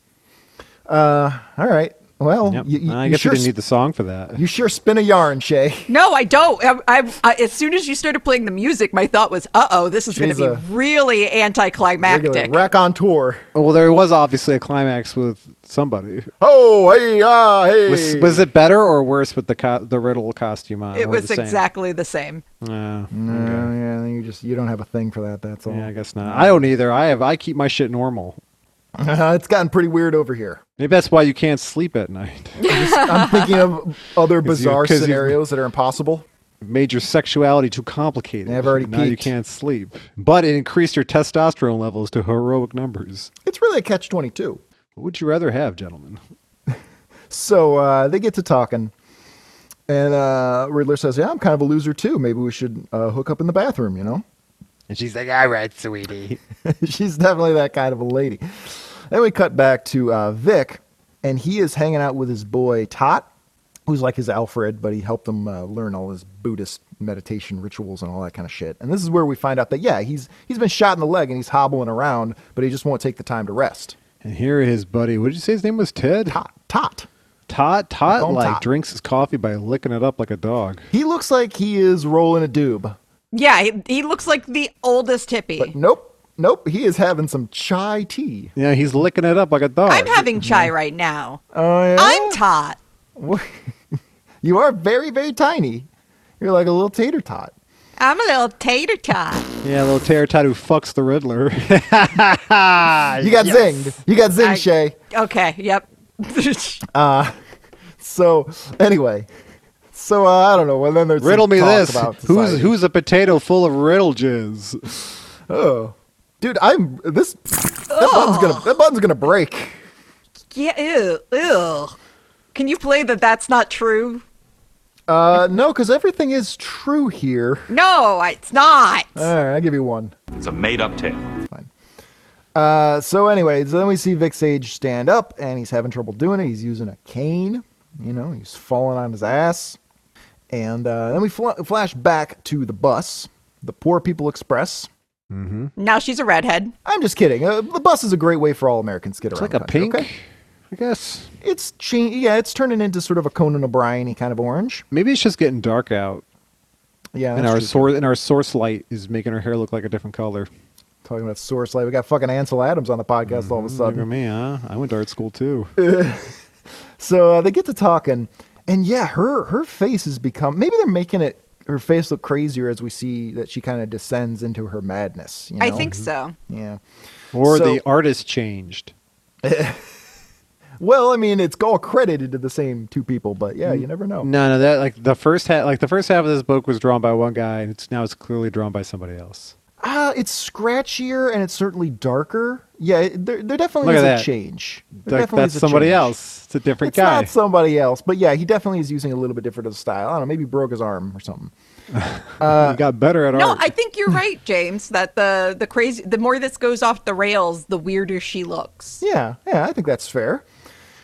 D: Uh, all right. Well,
C: Yep.
D: you, you,
C: I
D: you
C: guess
D: sure
C: we didn't
D: sp-
C: need the song for that.
D: you sure spin a yarn, Shay.
E: No, I don't. I, I, I, as soon as you started playing the music, my thought was, "Uh oh, this is going
D: She's
E: to
D: a
E: be really
D: Regular
E: anticlimactic."
D: rack on tour.
C: well, there was obviously a climax with somebody.
D: Oh, hey, ah, hey.
C: Was, was it better or worse with the co- the riddle costume on?
E: it
C: or
E: was
C: the same?
E: exactly the same.
C: Yeah.
D: No, Uh, yeah, then you just you don't have a thing for that. That's all.
C: yeah, I guess not. I don't either. I have. I keep my shit normal.
D: it's gotten pretty weird over here.
C: Maybe that's why you can't sleep at night.
D: I'm thinking of other
C: 'Cause you-
D: bizarre
C: 'cause you-
D: scenarios that are impossible.
C: You've made your sexuality too complicated.
D: I've already
C: now you
D: peaked.
C: can't sleep. But it increased your testosterone levels to heroic numbers.
D: It's really a catch twenty two.
C: What would you rather have, gentlemen?
D: So uh, they get to talking, and uh, Riddler says, "Yeah, I'm kind of a loser too. Maybe we should uh, hook up in the bathroom, you know."
C: And she's like, "All right, sweetie."
D: She's definitely that kind of a lady. Then we cut back to uh, Vic, and he is hanging out with his boy Tot, who's like his Alfred, but he helped him uh, learn all his Buddhist meditation rituals and all that kind of shit. And this is where we find out that yeah, he's he's been shot in the leg and he's hobbling around, but he just won't take the time to rest.
C: And here his buddy. What did you say his name was? Ted.
D: Tot, Tot.
C: Tot. Tot
D: call him
C: like
D: Tot.
C: drinks his coffee by licking it up like a dog.
D: He looks like he is rolling a doob,
E: Yeah, he, he looks like the oldest hippie.
D: but nope, nope, he is having some chai tea.
C: Yeah, he's licking it up like a dog.
E: I'm having chai right now.
D: Oh yeah,
E: I'm Tot.
D: you are very very tiny. You're like a little tater tot.
E: I'm a little tater tot.
C: yeah, little terror tot who fucks the Riddler.
D: You got zinged. You got zinged,
E: I-
D: Shay.
E: Okay, yep.
D: So anyway, so uh, I don't know. Well, then there's some
C: Riddle me
D: talk
C: this:
D: about
C: Who's
D: society.
C: who's a potato full of riddle jizz?
D: Oh, dude, I'm this. That button's gonna. That button's gonna break.
E: yeah, ew, ew. Can you play that? That's not true.
D: Uh, no, because everything is true here.
E: No, it's not.
D: All right, I'll give you one.
F: It's a made up tale.
D: Uh, so anyway, so then we see Vic Sage stand up, and he's having trouble doing it. He's using a cane. You know, he's falling on his ass. And uh, then we fl- flash back to the bus, the Poor People Express.
E: now she's a redhead.
D: I'm just kidding. Uh, the bus is a great way for all Americans to get
C: It's
D: around.
C: like a
D: the country,
C: pink,
D: okay?
C: I guess.
D: It's cha- yeah, it's turning into sort of a Conan O'Brien kind of orange.
C: Maybe it's just getting dark out,
D: Yeah,
C: and
D: that's
C: our
D: true.
C: source and our source light is making her hair look like a different color.
D: talking about source light. We got fucking Ansel Adams on the podcast all of a
C: Look at
D: sudden.
C: me, huh? I went to art school too.
D: So uh, they get to talking, and yeah, her her face has become. Maybe they're making it her face look crazier as we see that she kind of descends into her madness. You know? mm-hmm.
E: I think so.
D: Yeah.
C: Or
D: So-
C: the artist changed.
D: Well, I mean, it's all credited to the same two people, but yeah,
C: Mm-hmm.
D: you never know.
C: No, no, that like the first half, like the first half of this book was drawn by one guy, and it's now it's clearly drawn by somebody else.
D: Uh, it's scratchier and it's certainly darker. Yeah, it, there, there definitely
C: Look
D: is
C: at
D: a
C: that.
D: change. There
C: Like,
D: definitely
C: that's
D: is a
C: somebody
D: change.
C: else. It's a different
D: It's
C: guy.
D: not somebody else, but yeah, he definitely is using a little bit different of a style. I don't know, maybe broke his arm or something.
C: you got better at
E: No,
C: art.
E: I think you're right, James. That the the crazy, the more this goes off the rails, the weirder she looks.
D: Yeah, yeah, I think that's fair.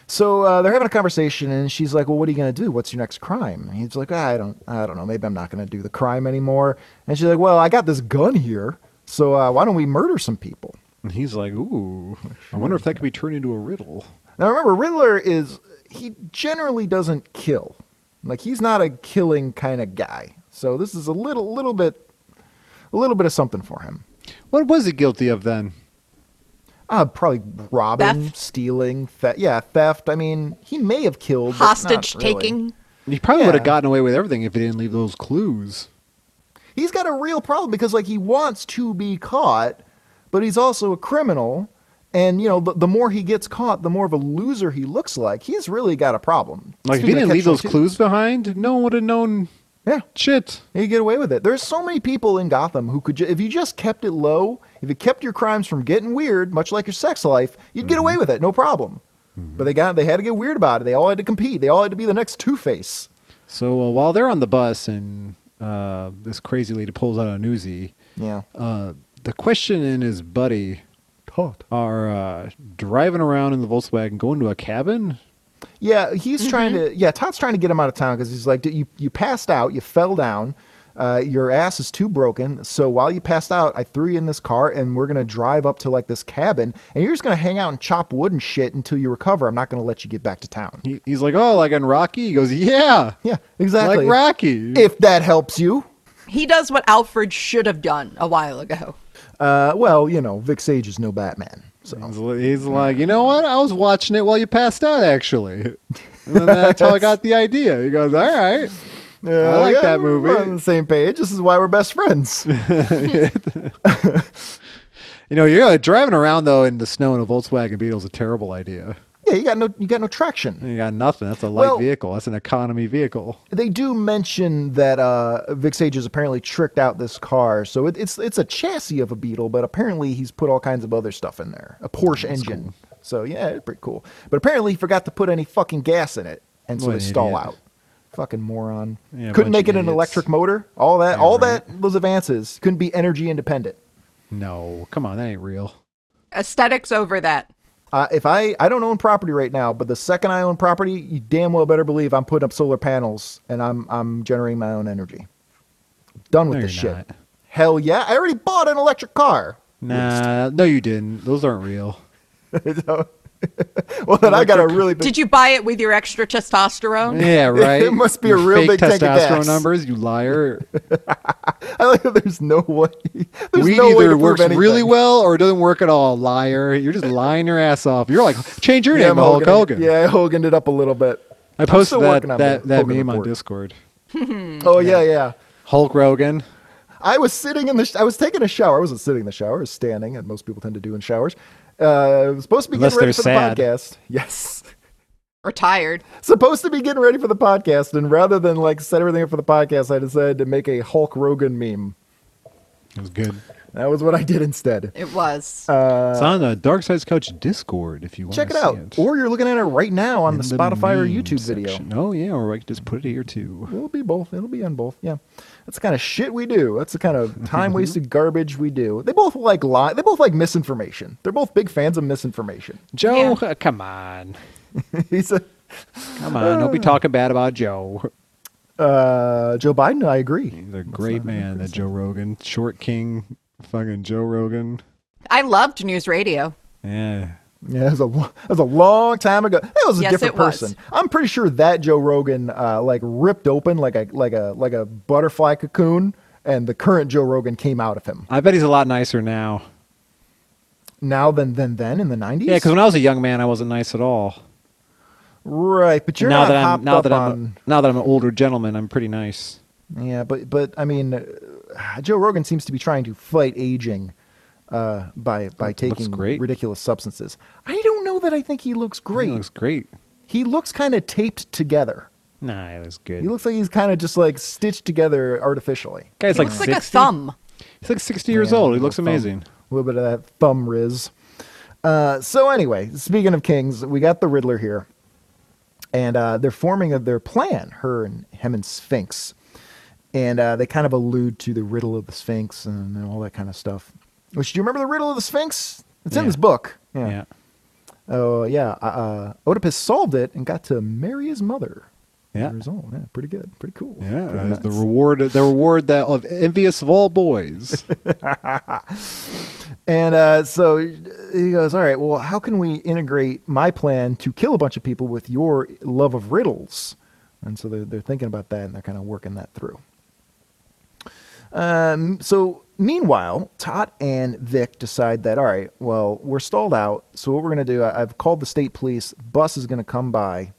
D: So uh, they're having a conversation, and she's like, "Well, what are you gonna do? What's your next crime?" And he's like, "I don't, I don't know. Maybe I'm not gonna do the crime anymore." And she's like, "Well, I got this gun here, so uh, why don't we murder some people?"
C: and he's like, ooh, I wonder if that could be turned into a riddle.
D: Now remember, Riddler is he generally doesn't kill, like he's not a killing kind of guy. So this is a little, little bit, a little bit of something for him.
C: What was he guilty of then?
D: Uh, probably robbing,
E: Theft?
D: stealing, theft. Yeah, theft. I mean, he may have killed but not
E: Hostage
D: really.
E: taking.
C: He probably would
D: Yeah.
C: have gotten away with everything if he didn't leave those clues.
D: he's got a real problem because like he wants to be caught, but he's also a criminal. And you know, the, the more he gets caught, the more of a loser he looks like. He's really got a problem.
C: Like, if he
D: Speaking
C: didn't
D: of
C: leave
D: catch
C: those
D: 22
C: clues behind, no one would have known
D: yeah,
C: shit.
D: you get away with it. There's so many people in Gotham who could, ju- if you just kept it low, if you kept your crimes from getting weird, much like your sex life, you'd get away with it, no problem. But they got, they had to get weird about it. They all had to compete. They all had to be the next Two Face.
C: So uh, while they're on the bus and uh, this crazy lady pulls out a newsie,
D: Yeah.
C: uh, the question and his buddy
D: Todd.
C: are uh, driving around in the Volkswagen going to a cabin.
D: Yeah, he's trying to. Yeah, Todd's trying to get him out of town because he's like, "Dude, you you passed out, you fell down, uh, your ass is too broken. So while you passed out, I threw you in this car, and we're gonna drive up to like this cabin, and you're just gonna hang out and chop wood and shit until you recover. I'm not gonna let you get back to town.
C: He, he's like, oh, like in Rocky? He goes, yeah,
D: Yeah, exactly.
C: like Rocky.
D: If that helps you.
E: He does what Alfred should have done a while ago.
D: Uh, well, you know, Vic Sage is no Batman. So
C: He's, li- he's like, you know what? I was watching it while you passed out, actually. And then that's how I got the idea. He goes, all right. I like
D: yeah,
C: that
D: we're
C: movie.
D: on the same page. This is why we're best friends.
C: You know, you're uh, driving around though in the snow in a Volkswagen Beetle is a terrible idea.
D: yeah, you got no you got no traction.
C: You got nothing. That's a light
D: Well-
C: vehicle. That's an economy vehicle.
D: they do mention that uh, Vic Sage has apparently tricked out this car, so it, it's it's a chassis of a Beetle, but apparently he's put all kinds of other stuff in there, a Porsche engine. So yeah, it's pretty cool. But apparently he forgot to put any fucking gas in it, and so
C: What
D: they
C: an
D: stall
C: idiot.
D: out. Fucking moron!
C: Yeah,
D: couldn't
C: bunch
D: make
C: of
D: it an
C: idiots.
D: electric motor. All that,
C: Yeah,
D: all
C: right.
D: that, those advances couldn't be energy independent.
C: No, come on, that ain't real.
E: Aesthetics over that.
D: Uh, if I I don't own property right now, but the second I own property, you damn well better believe I'm putting up solar panels and I'm I'm generating my own energy. Done with
C: No,
D: this
C: you're
D: shit.
C: not.
D: Hell yeah! I already bought an electric car.
C: Nah, no, you didn't. Those aren't real.
D: Well, then I got a really big.
E: Did you buy it with your extra testosterone?
C: Yeah, right.
D: It must be a real
C: fake
D: big tank of
C: testosterone
D: gas.
C: numbers. You liar.
D: I like that. There's no way. There's
C: Weed
D: no way
C: either
D: to
C: works
D: prove
C: really
D: anything.
C: well or it doesn't work at all. Liar. You're just lying your ass off. You're like, change your
D: Yeah,
C: name
D: I'm
C: to Hulk
D: Hoganing-
C: Hogan.
D: Yeah, I Hoganed it up a little bit.
C: I posted
D: still
C: that
D: working on
C: that,
D: the
C: that
D: Hogan
C: meme on
D: report.
C: Discord. Mm.
D: Oh yeah, yeah.
C: Hulk Rogan.
D: I was sitting in the. Sh- I was taking a shower. I wasn't sitting in the shower. I was standing, and most people tend to do in showers. Uh, I was supposed to be
C: Unless
D: getting ready
C: they're
D: for
C: sad.
D: the podcast. Yes.
E: Or tired?
D: supposed to be getting ready for the podcast, and rather than like set everything up for the podcast, I decided to make a Hulk Rogan meme.
C: It was good.
D: That was what I did instead.
E: It was.
D: Uh,
C: it's on the Dark Side's Couch Discord if you want
D: Check
C: to
D: it out, or you're looking at it right now on
C: In
D: the Spotify or
C: meme
D: YouTube
C: section.
D: video.
C: Oh yeah, or I could just put it here too.
D: It'll be both. It'll be on both. Yeah, that's the kind of shit we do. That's the kind of time wasted garbage we do. They both like lie. They both like misinformation. They're both big fans of misinformation.
C: Joe, uh, come on,
D: He's a
C: come on! Don't be
D: Oh.
C: talking bad about Joe.
D: uh, Joe Biden. I agree.
C: He's a great man, that Joe Rogan, short king, fucking Joe Rogan.
E: I loved news radio.
C: Yeah,
D: Yeah, that was a lo- that was a long time ago. That was a
E: Yes,
D: different
E: it was.
D: person. I'm pretty sure that Joe Rogan uh, like ripped open like a like a like a butterfly cocoon, and the current Joe Rogan came out of him.
C: I bet he's a lot nicer now.
D: Now than than then in the '90s.
C: Yeah, because when I was a young man, I wasn't nice at all.
D: right, but you're
C: now
D: not
C: that
D: hopped
C: I'm now
D: up
C: that I'm
D: on.
C: now that I'm an older gentleman, I'm pretty nice.
D: Yeah, but but I mean, uh, Joe Rogan seems to be trying to fight aging uh, by by taking
C: great.
D: ridiculous substances. I don't know that I think he looks great.
C: He looks great.
D: he looks kind of taped together.
C: Nah, he looks good.
D: He looks like he's kind of just like stitched together artificially.
C: Guy's
E: He
C: like
E: looks
C: 60.
E: like a thumb.
C: He's like 60 years
D: Yeah,
C: old. He
D: little
C: looks
D: thumb.
C: amazing.
D: A little bit of that thumb riz. Uh, so anyway, speaking of kings, we got the Riddler here, and uh, they're forming of their plan. Her and him and Sphinx, and uh, they kind of allude to the riddle of the Sphinx and, and all that kind of stuff. Which do you remember the riddle of the Sphinx? It's in
F: Yeah.
D: this book.
F: Yeah.
D: Oh yeah, uh, uh, Oedipus solved it and got to marry his mother.
F: Yeah.
D: As a result. yeah, pretty good, pretty cool.
F: Yeah,
D: Pretty
C: Uh,
D: nice.
C: The reward, the reward that of envious of all boys.
D: And uh, so he goes, All right, well, how can we integrate my plan to kill a bunch of people with your love of riddles? And so they're, they're thinking about that and they're kind of working that through. Um, so meanwhile, Tot and Vic decide that, All right, well, we're stalled out. So what we're going to do, I, I've called the state police, bus is going to come by.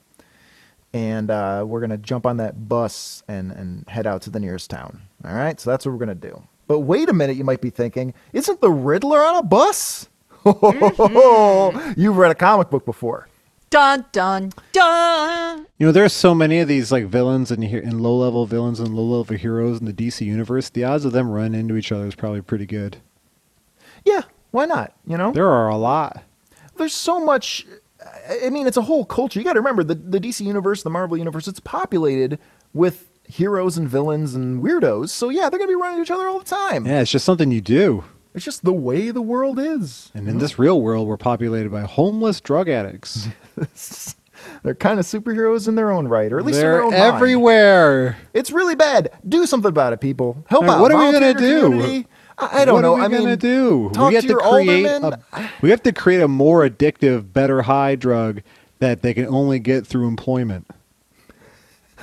D: And uh, we're going to jump on that bus and, and head out to the nearest town. All right, so that's what we're going to do. But wait a minute, you might be thinking, isn't the Riddler on a bus?
C: Mm-hmm.
D: You've read a comic book before.
E: Dun dun dun.
C: You know, there's so many of these like villains and he- and low level villains and low level heroes in the DC universe. The odds of them running into each other is probably pretty good.
D: Yeah, why not? You know,
C: There are a lot.
D: there's so much. I- I mean, it's a whole culture. You got to remember the, the DC universe, the Marvel universe, it's populated with heroes and villains and weirdos. So, yeah, they're going to be running to each other all the time.
C: Yeah, it's just something you do.
D: It's just the way the world is.
C: And in this real world, we're populated by homeless drug addicts.
D: They're kind of superheroes in their own right, or at least in their
C: They're
D: own mind.
C: everywhere.
D: It's really bad. Do something about it, people. Help
C: All right,
D: out.
C: what are we
D: Volunteer
C: gonna do?
D: community. I, I don't
C: what
D: know.
C: Are we
D: I
C: gonna
D: mean,
C: do
D: talk
C: we have
D: to
C: to
D: your
C: create
D: aldermen.
C: a, we have to create a more addictive, better high drug that they can only get through employment.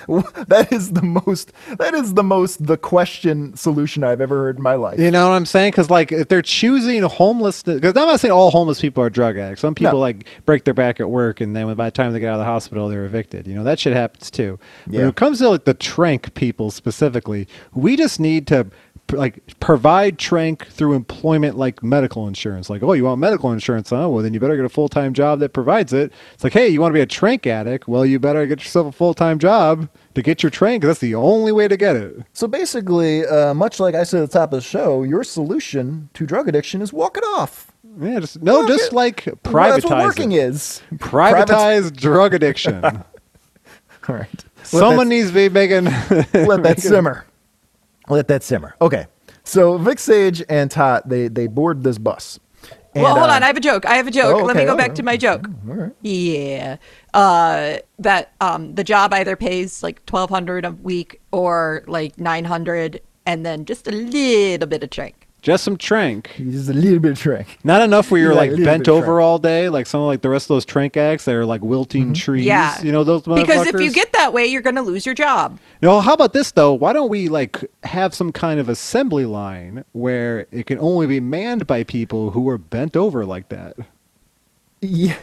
D: that is the most. That is the most. The question solution I've ever heard in my life.
C: You know what I'm saying? Because like if they're choosing homelessness, because I'm not saying all homeless people are drug addicts. Some people
D: No.
C: like break their back at work, and then by the time they get out of the hospital, they're evicted. You know that shit happens too. But
D: Yeah.
C: When it comes to like the trank people specifically, we just need to p- like provide trank through employment, like medical insurance. Like, oh, you want medical insurance? Huh? Well, then you better get a full time job that provides it. It's like, hey, you want to be a trank addict? Well, you better get yourself a full time job to get your trank. That's the only way to get it.
D: So basically, uh, much like I said at the top of the show, your solution to drug addiction is walk it off.
C: Yeah, just no,
D: Well,
C: just
D: yeah.
C: like privatize.
D: Well, that's what working
C: it.
D: is.
C: Privatize drug addiction.
D: All right.
C: Someone needs to be making.
D: let that simmer. Let that simmer. Okay. So Vic Sage and Tot they they board this bus. And,
E: well, hold on.
D: uh,
E: I have a joke. I have a joke.
D: oh,
E: Let me
D: okay.
E: go
D: Oh,
E: back to my joke. Yeah. Uh, that um, the job either pays like twelve hundred a week or like nine hundred, and then just a little bit of drink.
C: just some trank.
D: just a little bit of trick.
C: Not enough where you're
D: Yeah, a
C: like
D: little
C: bent
D: bit
C: over
D: trank. Mm-hmm.
C: all day, like some of like the rest of those trank acts that are like wilting trees.
E: Yeah.
C: You know those motherfuckers.
E: Because if you get that way, you're going to lose your job.
C: No, how about this though? Why don't we like have some kind of assembly line where it can only be manned by people who are bent over like that?
D: Yeah.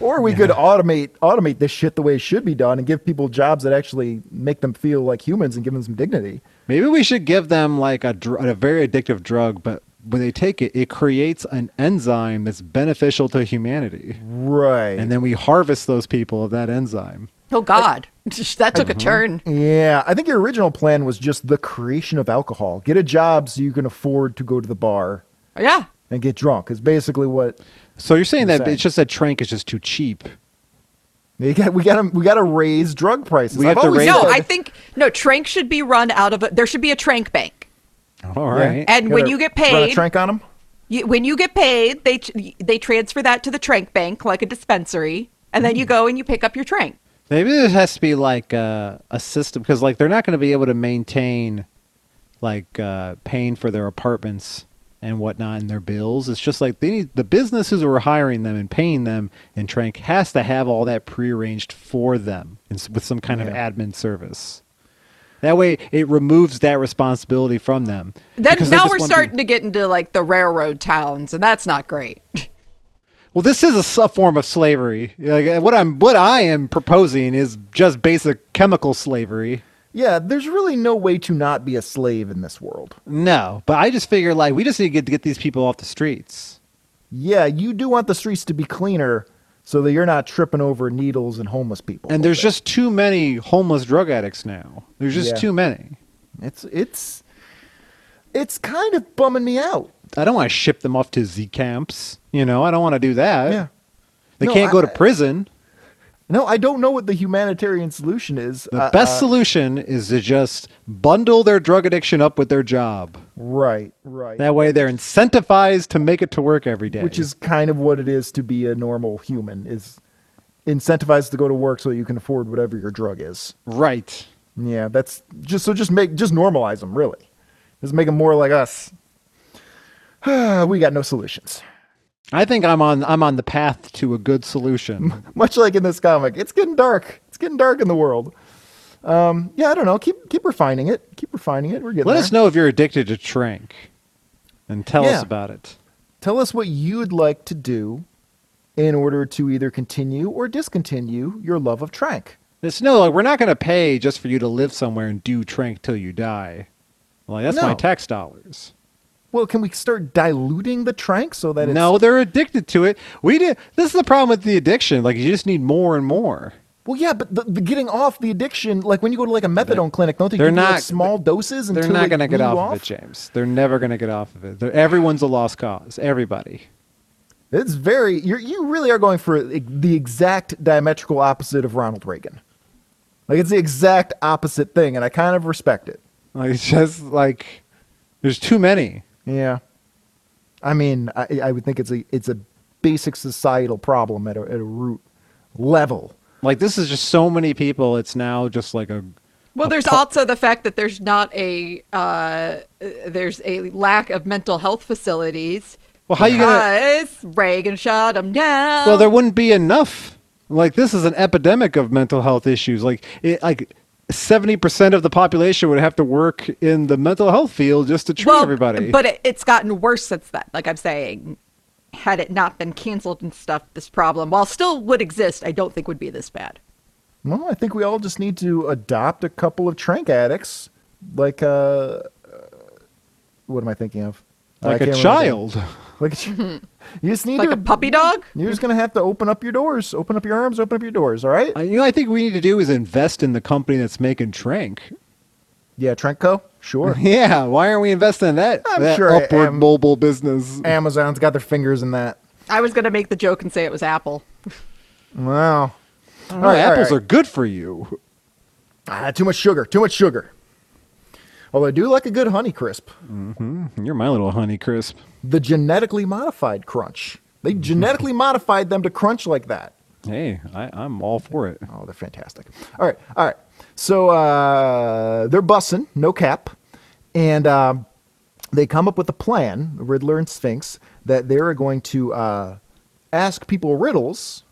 D: Or we could automate automate this shit the way it should be done and give people jobs that actually make them feel like humans and give them some dignity.
C: Maybe we should give them like a, dr- a very addictive drug, but when they take it, it creates an enzyme that's beneficial to humanity.
D: Right.
C: And then we harvest those people of that enzyme.
E: Oh God, Uh-huh. that took a turn.
D: yeah, I think your original plan was just the creation of alcohol. Get a job so you can afford to go to the bar
E: Yeah.
D: and get drunk. Is basically what
C: So you're saying that
D: Insane.
C: it's just that Trank is just too cheap.
D: they got, we got to we got to raise drug prices.
C: We
D: I've
C: have to
D: always
C: raise-
E: No,
D: said-
E: I think no. Trank should be run out of. A, there should be a trank bank.
C: All
D: Yeah.
C: right.
E: And when
D: Gotta
E: you get
D: run a
E: paid,
D: trank on them.
E: you, when you get paid, they tr- they transfer that to the trank bank like a dispensary, and then you go and you pick up your trank.
C: Maybe there has to be like uh, a system because like they're not going to be able to maintain like uh, paying for their apartments and whatnot and their bills. It's just like they need the businesses who are hiring them and paying them, and Trank has to have all that prearranged for them and s- with some kind
D: Yeah.
C: of admin service. That way, it removes that responsibility from them.
E: Then
C: because they
E: now
C: just
E: we're
C: wanna be-
E: starting to get into like the railroad towns, and that's not great.
C: Well, this is a su- form of slavery. Like, uh, what I'm what I am proposing is just basic chemical slavery.
D: Yeah, there's really no way to not be a slave in this world.
C: No, but I just figure like we just need to get, to get these people off the streets.
D: Yeah, you do want the streets to be cleaner so that you're not tripping over needles and homeless people.
C: And there's just too many homeless drug addicts now. There's just
D: Yeah.
C: too many.
D: it's it's it's kind of bumming me out.
C: I don't want to ship them off to Z camps. You know, I don't want to do that.
D: Yeah.
C: They
D: No,
C: can't go to
D: I-
C: prison.
D: No, I don't know what the humanitarian solution is.
C: The
D: Uh,
C: best
D: uh,
C: solution is to just bundle their drug addiction up with their job.
D: right, right.
C: That way they're incentivized to make it to work every day.
D: Which is kind of what it is to be a normal human is incentivized to go to work so that you can afford whatever your drug is.
C: right.
D: Yeah, that's just so just make just normalize them really. Just make them more like us. we got no solutions.
C: I think I'm on I'm on the path to a good solution.
D: Much like in this comic, it's getting dark. It's getting dark in the world. Um, yeah, I don't know. Keep keep refining it. Keep refining it. We're getting
C: Let
D: there.
C: us know if you're addicted to trank and tell
D: Yeah.
C: us about it.
D: Tell us what you'd like to do in order to either continue or discontinue your love of Trank.
C: It's no, like, we're not going to pay just for you to live somewhere and do trank till you die. Like that's my
D: No.
C: tax dollars.
D: Well, can we start diluting the Trank so that it's
C: No, they're addicted to it. We did. This is the problem with the addiction. Like you just need more and more.
D: Well, yeah, but the, the getting off the addiction, like when you go to like a methadone clinic, don't they
C: they're
D: give you, like,
C: not-
D: small doses until
C: They're not
D: they
C: going to get
D: wean
C: off,
D: you
C: of it, James. They're never going to get off of it. They're, everyone's a lost cause. Everybody.
D: It's very you you really are going for like, the exact diametrical opposite of Ronald Reagan. Like it's the exact opposite thing, and I kind of respect it.
C: Like it's just like there's too many.
D: Yeah, I mean, I, I would think it's a it's a basic societal problem at a, at a root level.
C: Like this is just so many people. It's now just like a
E: Well, there's also the fact that there's not a uh, there's a lack of mental health facilities.
C: Well, how you gonna-
E: Because Reagan shot him down.
C: well, there wouldn't be enough. Like this is an epidemic of mental health issues. Like it, like seventy percent of the population would have to work in the mental health field just to treat
E: Well,
C: everybody.
E: But it, it's gotten worse since then. Like I'm saying, had it not been canceled and stuff, this problem, while still would exist, I don't think would be this bad.
D: Well, I think we all just need to adopt a couple of trank addicts, like uh, uh, what am I thinking of? I
C: like
D: can't
C: a
D: remember the name.
C: child.
D: Like a ch- you just need
E: Like
D: to
E: a puppy dog.
D: You're just gonna have to open up your doors, open up your arms, open up your doors. All right?
C: I, you know, I think we need to do is invest in the company that's making Trank.
D: yeah, Trenko. Sure.
C: Yeah, why aren't we investing in that?
D: I'm
C: that
D: sure I
C: upward
D: am.
C: mobile business.
D: Amazon's got their fingers in that.
E: I was gonna make the joke and say it was Apple.
D: Wow. All
C: No, apples are good for you.
D: ah, too much sugar. Too much sugar. Although I do like a good Honey Crisp,
C: You're my little honey crisp.
D: the genetically modified crunch. They
C: Mm-hmm.
D: genetically modified them to crunch like that.
C: Hey, I, I'm all for it.
D: Oh, they're fantastic. All right, all right. So uh, they're bussing, no cap, and um they come up with a plan, Riddler and Sphinx, that they're going to uh, ask people riddles.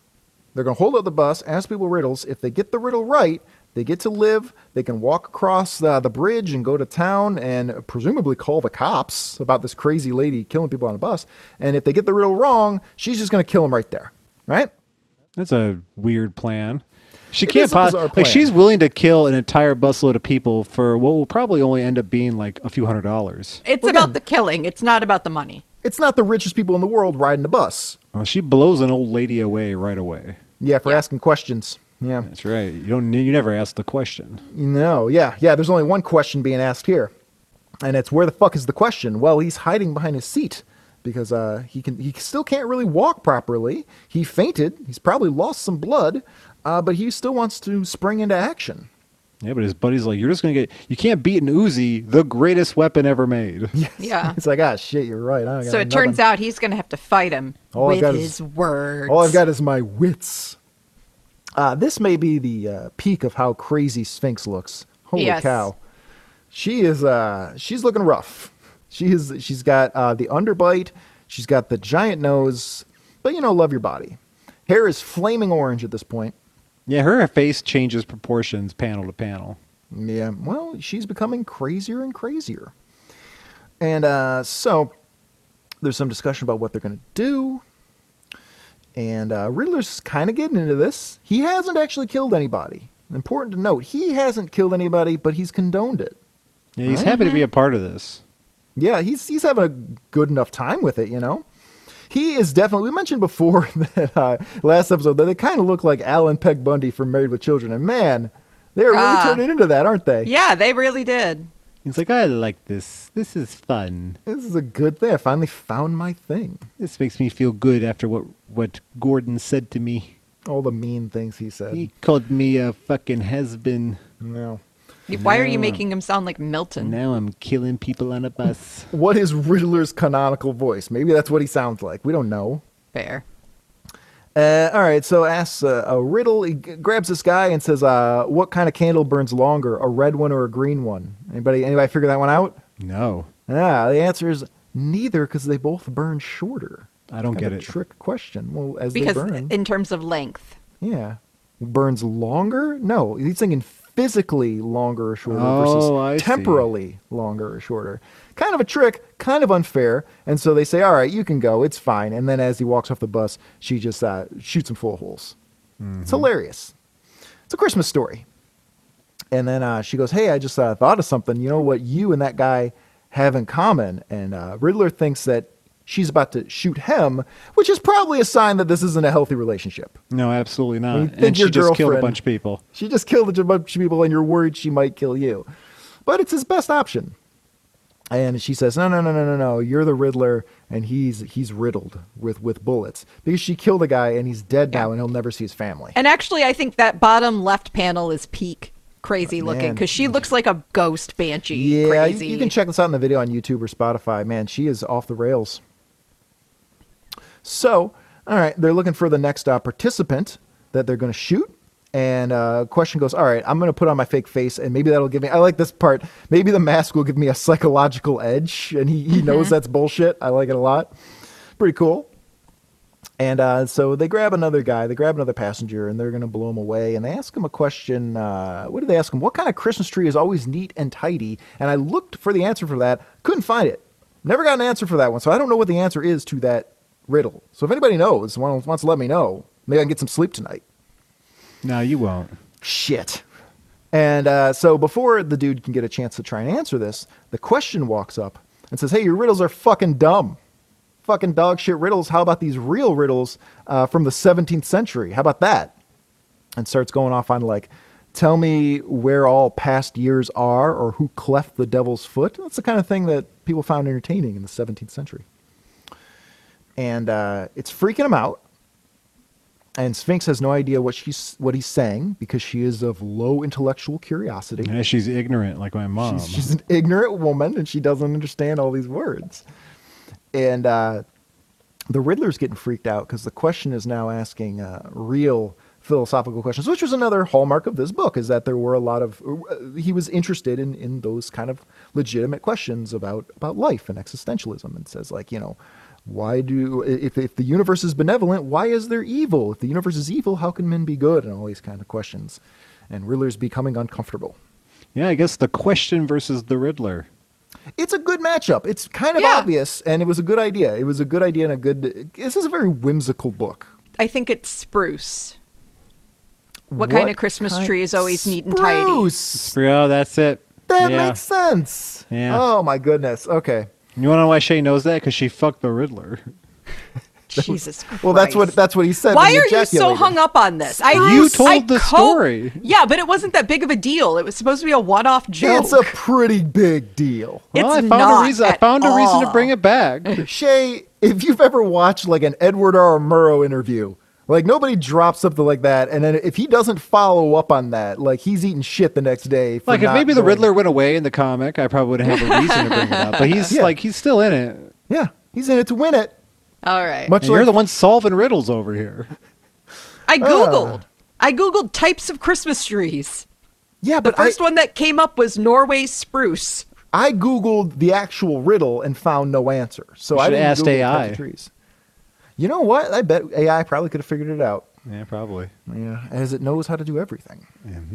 D: They're going to hold up the bus, ask people riddles. If they get the riddle right, they get to live. They can walk across uh, the bridge and go to town and presumably call the cops about this crazy lady killing people on a bus. And if they get the riddle wrong, she's just going to kill them right there, right?
C: That's a weird plan. She
D: It
C: can't
D: is a
C: pos-
D: bizarre
C: like
D: plan.
C: she's willing to kill an entire busload of people for what will probably only end up being like a few hundred dollars.
E: It's
D: Well,
E: about
D: good.
E: the killing. It's not about the money.
D: It's not the richest people in the world riding a bus.
C: Well, Uh, she blows an old lady away right away.
D: Yeah, for asking questions. Yeah.
C: That's right. You don't. You never ask the question.
D: No, yeah, yeah. There's only one question being asked here, and it's where the fuck is the question? Well, he's hiding behind his seat because uh, he can he still can't really walk properly. He fainted. He's probably lost some blood, uh, but he still wants to spring into action.
C: Yeah, but his buddy's like, you're just gonna get. You can't beat an Uzi, the greatest weapon ever made.
E: Yeah.
D: It's like ah shit, you're right. I
E: so it turns out he's gonna have to fight him
D: All I've
E: with
D: got is-
E: his words.
D: All I've got is my wits. Uh, this may be the uh, peak of how crazy Sphinx looks. Holy
E: Yes.
D: cow! She is. Uh, she's looking rough. She is. She's got uh, the underbite. She's got the giant nose. But you know, love your body. Hair is flaming orange at this point.
C: Yeah, her face changes proportions panel to panel.
D: Yeah. Well, she's becoming crazier and crazier. And uh, so there's some discussion about what they're going to do. And uh, Riddler's kind of getting into this. He hasn't actually killed anybody. Important to note, he hasn't killed anybody, but he's condoned it.
C: Yeah, he's happy to be a
D: Uh-huh.
C: part of this.
D: Yeah, he's he's having a good enough time with it, you know. He is definitely. We mentioned before that uh, last episode that they kind of look like Alan Peck Bundy from Married with Children, and man, they're really
E: Ah.
D: turning into that, aren't they?
E: Yeah, they really did.
C: He's like, I like this. This is fun.
D: This is a good thing. I finally found my thing.
C: This makes me feel good after what what Gordon said to me.
D: All the mean things he said.
C: He called me a fucking husband.
D: no.
E: Why are you making him sound like Milton?
C: Now I'm killing people on a bus.
D: What is Riddler's canonical voice? Maybe that's what he sounds like. We don't know.
E: Fair.
D: Uh, all right, so asks uh, a riddle. He g- grabs this guy and says, uh, "What kind of candle burns longer, a red one or a green one?" anybody anybody figure that one out?
C: No,
D: Ah, the answer is neither, because they both burn shorter.
C: I don't
D: Kind of
C: get it.
D: Trick question. Well, as
E: Because
D: they burn,
E: in terms of length,
D: yeah, burns longer. No, he's thinking physically longer or shorter
C: Oh, I
D: versus
C: see.
D: temporally longer or shorter. Kind of a trick, kind of unfair. And so they say, "All right, you can go. It's fine." And then as he walks off the bus, she just uh, shoots him full of holes.
C: Mm-hmm.
D: It's hilarious. It's a Christmas story. And then uh, she goes, Hey, I just uh, thought of something. You know what you and that guy have in common? And uh, Riddler thinks that she's about to shoot him, which is probably a sign that this isn't a healthy relationship.
C: no, absolutely
D: you
C: not.
D: think
C: And she
D: your
C: just killed a
D: girlfriend-
C: bunch of people.
D: She just killed a bunch of people, and you're worried she might kill you. But it's his best option. And she says, "No, no, no, no, no, no. You're the Riddler, and he's he's riddled with with bullets because she killed a guy, and he's dead now, and he'll never see his family."
E: and actually, I think that bottom left panel is peak crazy looking
D: Oh, man.
E: because she looks like a ghost banshee.
D: Yeah, you-
E: crazy.
D: You, can check this out in the video on YouTube or Spotify. Man, she is off the rails. So, all right, they're looking for the next uh, participant that they're going to shoot. And uh, question goes, all right, I'm going to put on my fake face, and maybe that'll give me. I like this part. Maybe the mask will give me a psychological edge, and he, he knows that's bullshit. I like it a lot. Pretty cool. And uh, so they grab another guy, they grab another passenger, and they're going to blow him away. And they ask him a question. Uh, what do they ask him? What kind of Christmas tree is always neat and tidy? And I looked for the answer for that, couldn't find it. Never got an answer for that one. So I don't know what the answer is to that riddle. So if anybody knows, wants wants to let me know, maybe I can get some sleep tonight.
C: No, you won't.
D: Shit. And uh, so before the dude can get a chance to try and answer this, the question walks up and says, Hey, your riddles are fucking dumb. Fucking dog shit riddles. How about these real riddles uh, from the 17th century? How about that? And starts going off on like, Tell me where all past years are or who cleft the devil's foot. That's the kind of thing that people found entertaining in the 17th century. And uh, it's freaking him out and Sphinx has no idea what she's what he's saying because she is of low intellectual curiosity.
C: Yeah, she's ignorant like my mom.
D: She's, she's an ignorant woman and she doesn't understand all these words. And uh, the Riddler's getting freaked out because the question is now asking uh, real philosophical questions, which was another hallmark of this book, is that there were a lot of, uh, he was interested in, in those kind of legitimate questions about, about life and existentialism and says, like, you know, why do, if, if the universe is benevolent, why is there evil? If the universe is evil, how can men be good? And all these kind of questions. And Riddler's becoming uncomfortable.
C: yeah, I guess the question versus the Riddler.
D: it's a good matchup. It's kind of
E: Yeah.
D: obvious, and it was a good idea. It was a good idea and a good. This is a very whimsical book.
E: I think it's spruce. What, kind of Christmas
D: kind-
E: tree is always neat and tidy?
D: Spruce.
C: Yeah, that's it.
D: That
C: yeah.
D: makes sense.
C: Yeah.
D: Oh my goodness. Okay.
C: You want to know why Shay knows that? Because she fucked the Riddler.
E: Jesus Christ.
D: Well, that's what that's what he said.
E: Why are you so hung up on this? I,
C: You
E: I
C: told the story.
E: Yeah, but it wasn't that big of a deal. It was supposed to be a one-off joke.
D: It's a pretty big deal.
C: well,
E: It's
C: I found
E: not
C: a reason. I
E: at
C: found a reason to
E: all.
C: bring it back.
D: Shay, if you've ever watched like an Edward R. Murrow interview, like nobody drops something like that, and then if he doesn't follow up on that, like he's eating shit the next day. For
C: Like if
D: not
C: maybe the
D: going-
C: Riddler went away in the comic, I probably would have a reason to bring it up. But he's
D: Yeah.
C: like he's still in it.
D: Yeah, he's in it to win it.
E: All right.
D: Much
C: And
D: like
C: you're the one solving riddles over here.
D: uh,
E: I googled. I googled types of Christmas trees.
D: yeah,
E: The
D: but I,
E: first one that came up was Norway spruce.
D: I googled the actual riddle and found no answer. So
C: You
D: I
C: should
D: didn't
C: ask
D: Google
C: AI.
D: types of trees. You know what? I bet AI probably could have figured it out.
C: Yeah, probably.
D: Yeah, as it knows how to do everything.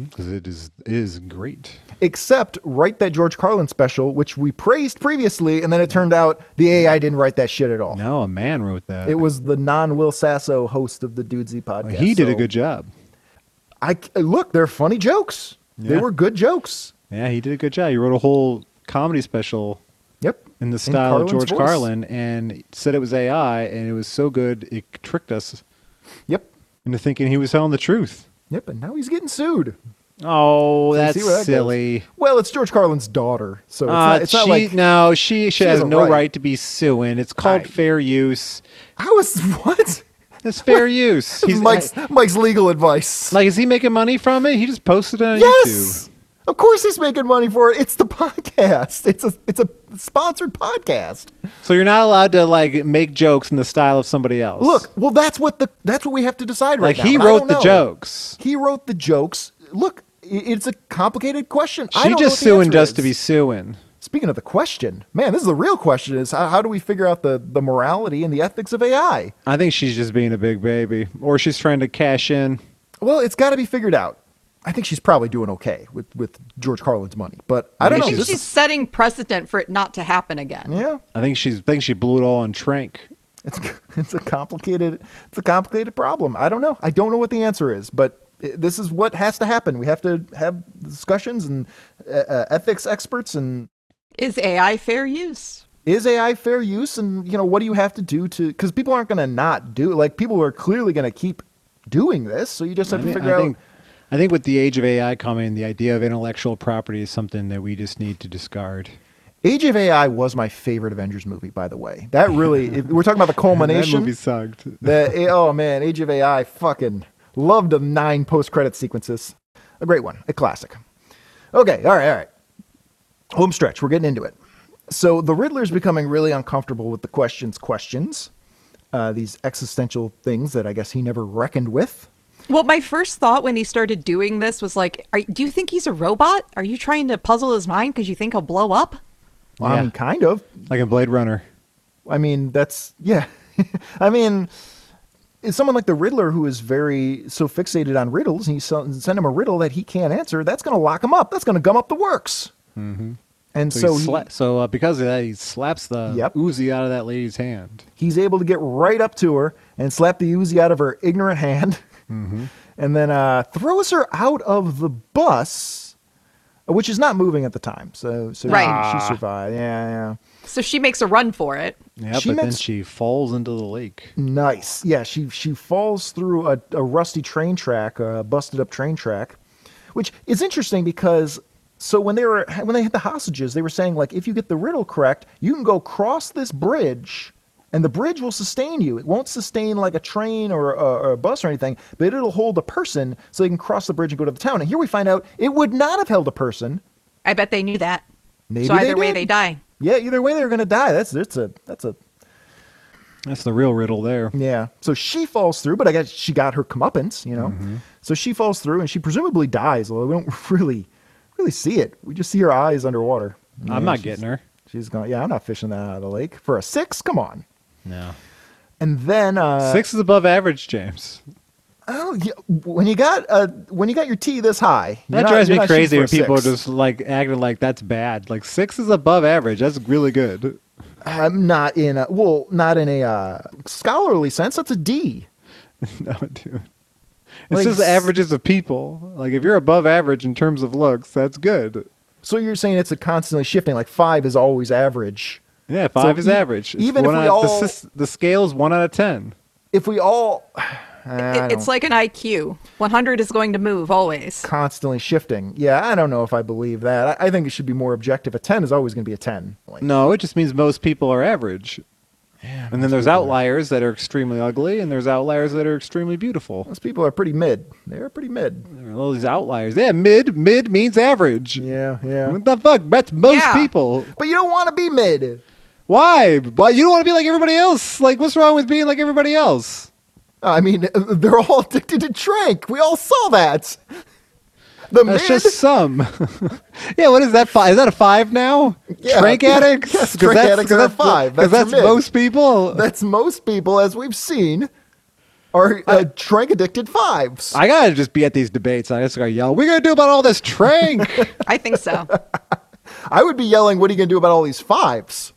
C: Because Mm-hmm. it is it is great.
D: Except write that George Carlin special, which we praised previously, and then it turned out the AI didn't write that shit at all.
C: No, a man wrote that.
D: It was the non-Will Sasso host of the Dudesy
C: Well,
D: podcast.
C: he did a
D: so
C: good job.
D: I look, they're funny jokes. They
C: Yeah.
D: were good jokes.
C: Yeah, he did a good job. He wrote a whole comedy special
D: Yep.
C: in the style of
D: Carlin's
C: George
D: voice.
C: Carlin, and said it was AI, and it was so good it tricked us
D: Yep.
C: into thinking he was telling the truth.
D: Yep. And now he's getting sued.
C: Oh,
D: So you
C: that's
D: see where that
C: silly.
D: goes. Well, it's George Carlin's daughter, so it's
C: Uh,
D: not, it's not
C: she,
D: like
C: no, she, she has
D: has a
C: no
D: right.
C: right to be suing. It's called
D: I-
C: fair use.
D: I was what?
C: That's fair use. He's
D: Mike's Mike's legal advice.
C: like, is he making money from it? He just posted it on
D: yes, of course he's making money for it. It's the podcast. It's a it's a sponsored podcast.
C: YouTube. So you're not allowed to like make jokes in the style of somebody else.
D: Look, well that's what the that's what we have to decide right
C: like
D: now.
C: he
D: and I
C: wrote
D: don't
C: the
D: know.
C: jokes.
D: He wrote the jokes. Look, i- it's a complicated question. I
C: She
D: don't know
C: just
D: what the
C: suing
D: answer
C: just
D: is.
C: to be suing.
D: Speaking of the question, man, this is the real question: is how, how do we figure out the the morality and the ethics of AI?
C: I think she's just being a big baby, or she's trying to cash in.
D: Well, it's got to be figured out. I think she's probably doing okay with with George Carlin's money, but I don't
C: Maybe
D: know.
C: she's
D: This
E: She's
D: is, Mm.
E: setting precedent for it not to happen again.
D: yeah,
C: I think she's think she blew it all on Trank.
D: it's it's a complicated it's a complicated problem. I don't know. I don't know what the answer is, but i- this is what has to happen. We have to have discussions and uh, uh, ethics experts and
E: Is AI fair use?
D: is AI fair use? And you know, what do you have to do to? Because people aren't going to not do like people are clearly going to keep doing this. So you just have
C: I
D: to
C: think,
D: figure
C: I
D: out.
C: think, I think with the age of AI coming, the idea of intellectual property is something that we just need to discard.
D: Age of AI was my favorite Avengers movie, by the way. That really, if we're talking about the
C: That
D: culmination.
C: movie sucked.
D: the, oh man, Age of AI, fucking loved the nine post-credit sequences. A great one, a classic. Okay, all right, all right. Home stretch, we're getting into it. So the Riddler's becoming really uncomfortable with the questions, questions, uh, these existential things that I guess he never reckoned with.
E: Well, my first thought when he started doing this was like, are, do you think he's a robot? Are you trying to puzzle his mind because you think he'll blow up?
D: Well, I
C: Yeah.
D: mean, kind of.
C: Like in Blade Runner.
D: I mean, that's yeah. I mean, it's someone like the Riddler who is very so fixated on riddles, and you sell- send him a riddle that he can't answer. That's going to lock him up. That's going to gum up the works. Mm-hmm. And
C: So,
D: so,
C: he
D: he-
C: sla- so uh, because of that, he slaps the
D: Yep.
C: Uzi out of that lady's hand.
D: he's able to get right up to her and slap the Uzi out of her ignorant hand, and then uh, throws her out of the bus, which is not moving at the time. So, so
E: Right.
D: she, she survived. Yeah, yeah.
E: So she makes a run for it.
C: Yeah,
D: She
C: but then
D: makes-
C: she falls into the lake.
D: Nice. Yeah, she she falls through a, a rusty train track, a busted up train track, which is interesting because so when they were when they had the hostages, they were saying like if you get the riddle correct, you can go cross this bridge and the bridge will sustain you. It won't sustain like a train or a, or a bus or anything, but it'll hold a person so they can cross the bridge and go to the town. And here we find out it would not have held a person.
E: I bet they knew that.
D: Maybe
E: so
D: they
E: either way,
D: did.
E: they die.
D: Yeah, either way they were going to die. That's that's a that's a
C: That's the real riddle there.
D: Yeah. So she falls through, but I guess she got her comeuppance, you know.
C: Mm-hmm.
D: So she falls through, and she presumably dies. Although we don't really, really see it. We just see her eyes underwater. Yeah,
C: I'm not
D: she's-
C: getting her.
D: She's gone. Yeah, I'm not fishing that out of the lake for a six. Come on.
C: No.
D: And then uh,
C: Six is above average, James.
D: Oh, yeah, when you got uh, when you got your T this high, you're
C: That
D: not-
C: drives
D: you're
C: me
D: not shooting
C: crazy
D: for
C: when
D: a
C: people are
D: six.
C: just like acting like that's bad. Like six is above average. That's really good.
D: I'm not in a well, not in a uh, scholarly sense. That's a D.
C: No, dude. It's
D: Like,
C: just
D: s-
C: averages of people. Like if you're above average in terms of looks, that's good.
D: So you're saying it's a constantly shifting. Like five is always average.
C: Yeah, five is
D: e-
C: average. It's
D: even if
C: one
D: we
C: out, the
D: all-
C: sys- the scale's one out of ten.
D: If we all,
E: It-
D: I
E: it's
D: don't-
E: like an IQ. 100 is going to move always.
D: constantly shifting. Yeah, I don't know if I believe that. I, I think it should be more objective. A 10 is always going to be a 10. Like,
C: No, it just means most people are average. and then there's outliers that are extremely ugly, and there's outliers that are extremely beautiful.
D: Those people are pretty mid. They're pretty mid.
C: There are all these outliers. Yeah, mid mid means average.
D: Yeah, yeah.
C: What the fuck? That's most
E: Yeah.
C: people.
D: But you don't want to be mid.
C: Why? Why you don't want to be like everybody else? Like, what's wrong with being like everybody else?
D: I mean, they're all addicted to drink. We all saw that. The
C: That's
D: mid.
C: just some. yeah, what is that? Five? Is that a five now?
D: Yeah.
C: Drink addicts?
D: Yes,
C: 'Cause
D: drink
C: that's-
D: addicts are
C: 'cause that's-
D: five.
C: 'cause
D: That's
C: That's,
D: your mid.
C: most people.
D: that's most people, as we've seen, are uh, drink addicted fives.
C: I gotta just be at these debates. I just gotta yell, "We're gonna do about all this trank."
E: I think so.
D: I would be yelling, What are you going to do about all these fives?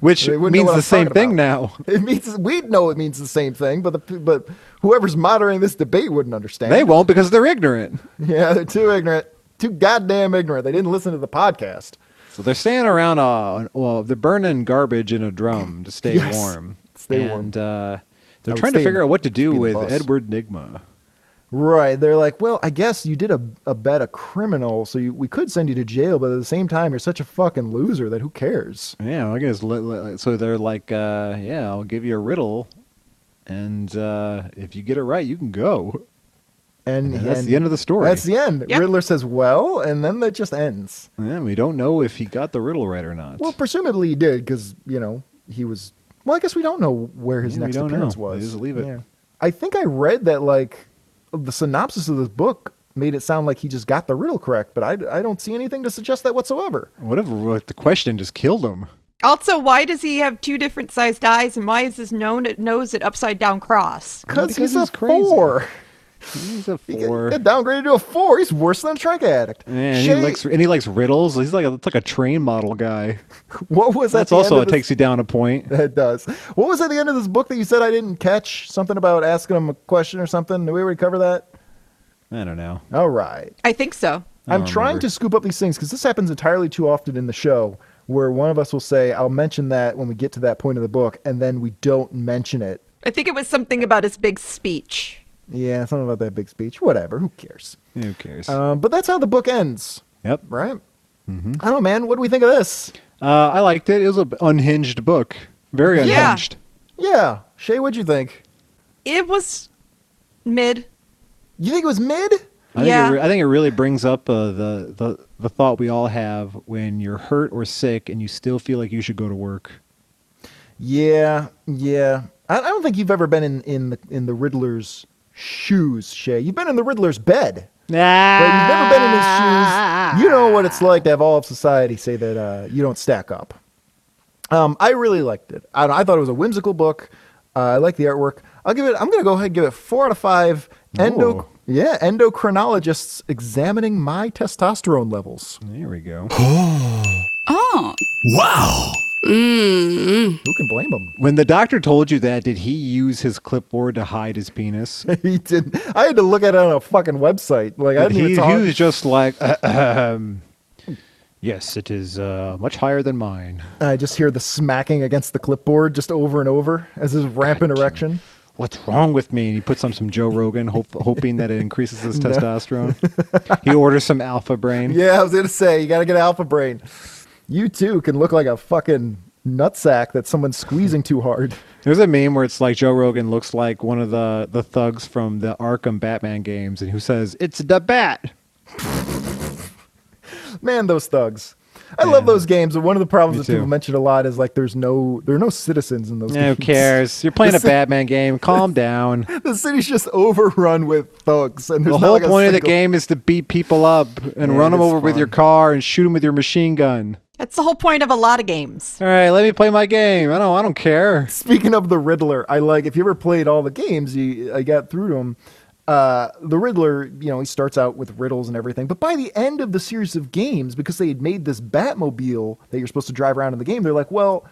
C: Which
D: They wouldn't know
C: means
D: what
C: the
D: I'm
C: same
D: talking
C: thing now.
D: It means we know it means the same thing, but the, but whoever's moderating this debate wouldn't understand.
C: They won't because they're ignorant.
D: Yeah, they're too ignorant. Too goddamn ignorant. They didn't listen to the podcast.
C: So they're staying around. Uh, well, they're burning garbage in a drum to stay
D: Yes.
C: warm.
D: Stay warm.
C: and, Uh,
D: I
C: they're
D: would
C: trying to
D: stay
C: figure out what to do
D: in the
C: with
D: bus.
C: Edward Nigma.
D: Right. They're like, well, I guess you did a, a bet a criminal, so you, we could send you to jail, but at the same time, you're such a fucking loser that who cares?
C: Yeah, I guess. Li- li- so they're like, uh, yeah, I'll give you a riddle, And uh, if you get it right, you can go.
D: And,
C: And that's
D: and
C: the end of the story.
D: That's the end.
E: Yep.
D: Riddler says, "Well," and then that just ends.
C: And we don't know if he got the riddle right or not.
D: Well, presumably he did because you know he was. Well, I guess we don't know where his
C: Yeah, we
D: next
C: don't
D: appearance
C: know.
D: was.
C: They just leave it.
D: I think I read that like the synopsis of this book made it sound like he just got the riddle correct, but I, I don't see anything to suggest that whatsoever.
C: what if like, the question just killed him?
E: Also, why does he have two different sized eyes, and why is his known nose an upside down cross?
D: Because
C: because
D: he's, a
C: he's crazy.
D: four.
C: He's a
D: He got-
C: four.
D: got downgraded to a four. He's worse than a drug addict.
C: And he
D: Shay,
C: likes and he likes riddles. He's like a, it's like a train model guy.
D: what was
C: That's
D: at the end
C: also
D: of
C: it
D: this-
C: takes you down a point.
D: That does. What was at the end of this book that you said I didn't catch? Something about asking him a question or something. Did we already cover that?
C: I don't know.
D: All right.
E: I think so.
C: I
D: I'm
C: don't
D: trying
C: remember.
D: to scoop up these things because this happens entirely too often in the show where one of us will say, I'll mention that when we get to that point of the book, and then we don't mention it.
E: I think it was something about his big speech.
D: Yeah, something about that big speech. Whatever. Who cares?
C: Who cares?
D: Um, but that's how the book ends,
C: yep.
D: right?
C: Mm-hmm.
D: I don't know, man. What do we think of this?
C: Uh, I liked it. It was an unhinged book. Very
E: Yeah.
C: unhinged.
D: Yeah. Shay, what'd you think?
E: It was mid.
D: You think it was mid?
C: I think,
E: Yeah.
C: it re- I think it really brings up uh, the, the the thought we all have when you're hurt or sick and you still feel like you should go to work.
D: Yeah. Yeah. I, I don't think you've ever been in, in, the, in the Riddler's shoes, Shay. You've been in the Riddler's bed. But you've never been in his shoes. You know what it's like to have all of society say that uh, you don't stack up. Um, I really liked it. I, I thought it was a whimsical book. Uh, I like the artwork. I'll give it. I'm gonna go ahead and give it four out of five. Endo,
C: Ooh.
D: yeah, endocrinologists examining my testosterone levels.
C: There we go.
E: Oh.
D: Who can blame them?
C: When the doctor told you that, did he use his clipboard to hide his penis?
D: he didn't. I had to look at it on a fucking website. Like I didn't
C: he,
D: even
C: he
D: talk.
C: was just like, yes, it is uh, much higher than mine.
D: I just hear the smacking against the clipboard just over and over as his rampant erection.
C: What's wrong with me? And he puts on some Joe Rogan, hope, hoping that it increases his testosterone. he orders some Alpha Brain.
D: Yeah, I was gonna say you gotta get alpha brain. You too can look like a fucking nutsack that someone's squeezing too hard.
C: There's a meme where it's like Joe Rogan looks like one of the, the thugs from the Arkham Batman games and who says, It's the bat.
D: Man, those thugs. I love
C: Yeah.
D: those games, but one of the problems
C: Me
D: that people
C: too.
D: mention a lot is like there's no there are no citizens in those
C: Who
D: games.
C: cares? You're playing a Batman game. Calm down.
D: The city's just overrun with thugs and there's
C: The
D: not,
C: whole
D: like, a
C: point of the
D: single-
C: game is to beat people up and
D: Yeah,
C: run them
D: it's
C: over with
D: fun.
C: your car and shoot them with your machine gun.
E: That's the whole point of a lot of games.
C: All right, let me play my game. I don't. I don't care.
D: Speaking of the Riddler, I like if you ever played all the games, you I got through to him. Uh, the Riddler, you know, he starts out with riddles and everything, but by the end of the series of games, because they had made this Batmobile that you're supposed to drive around in the game, they're like, well,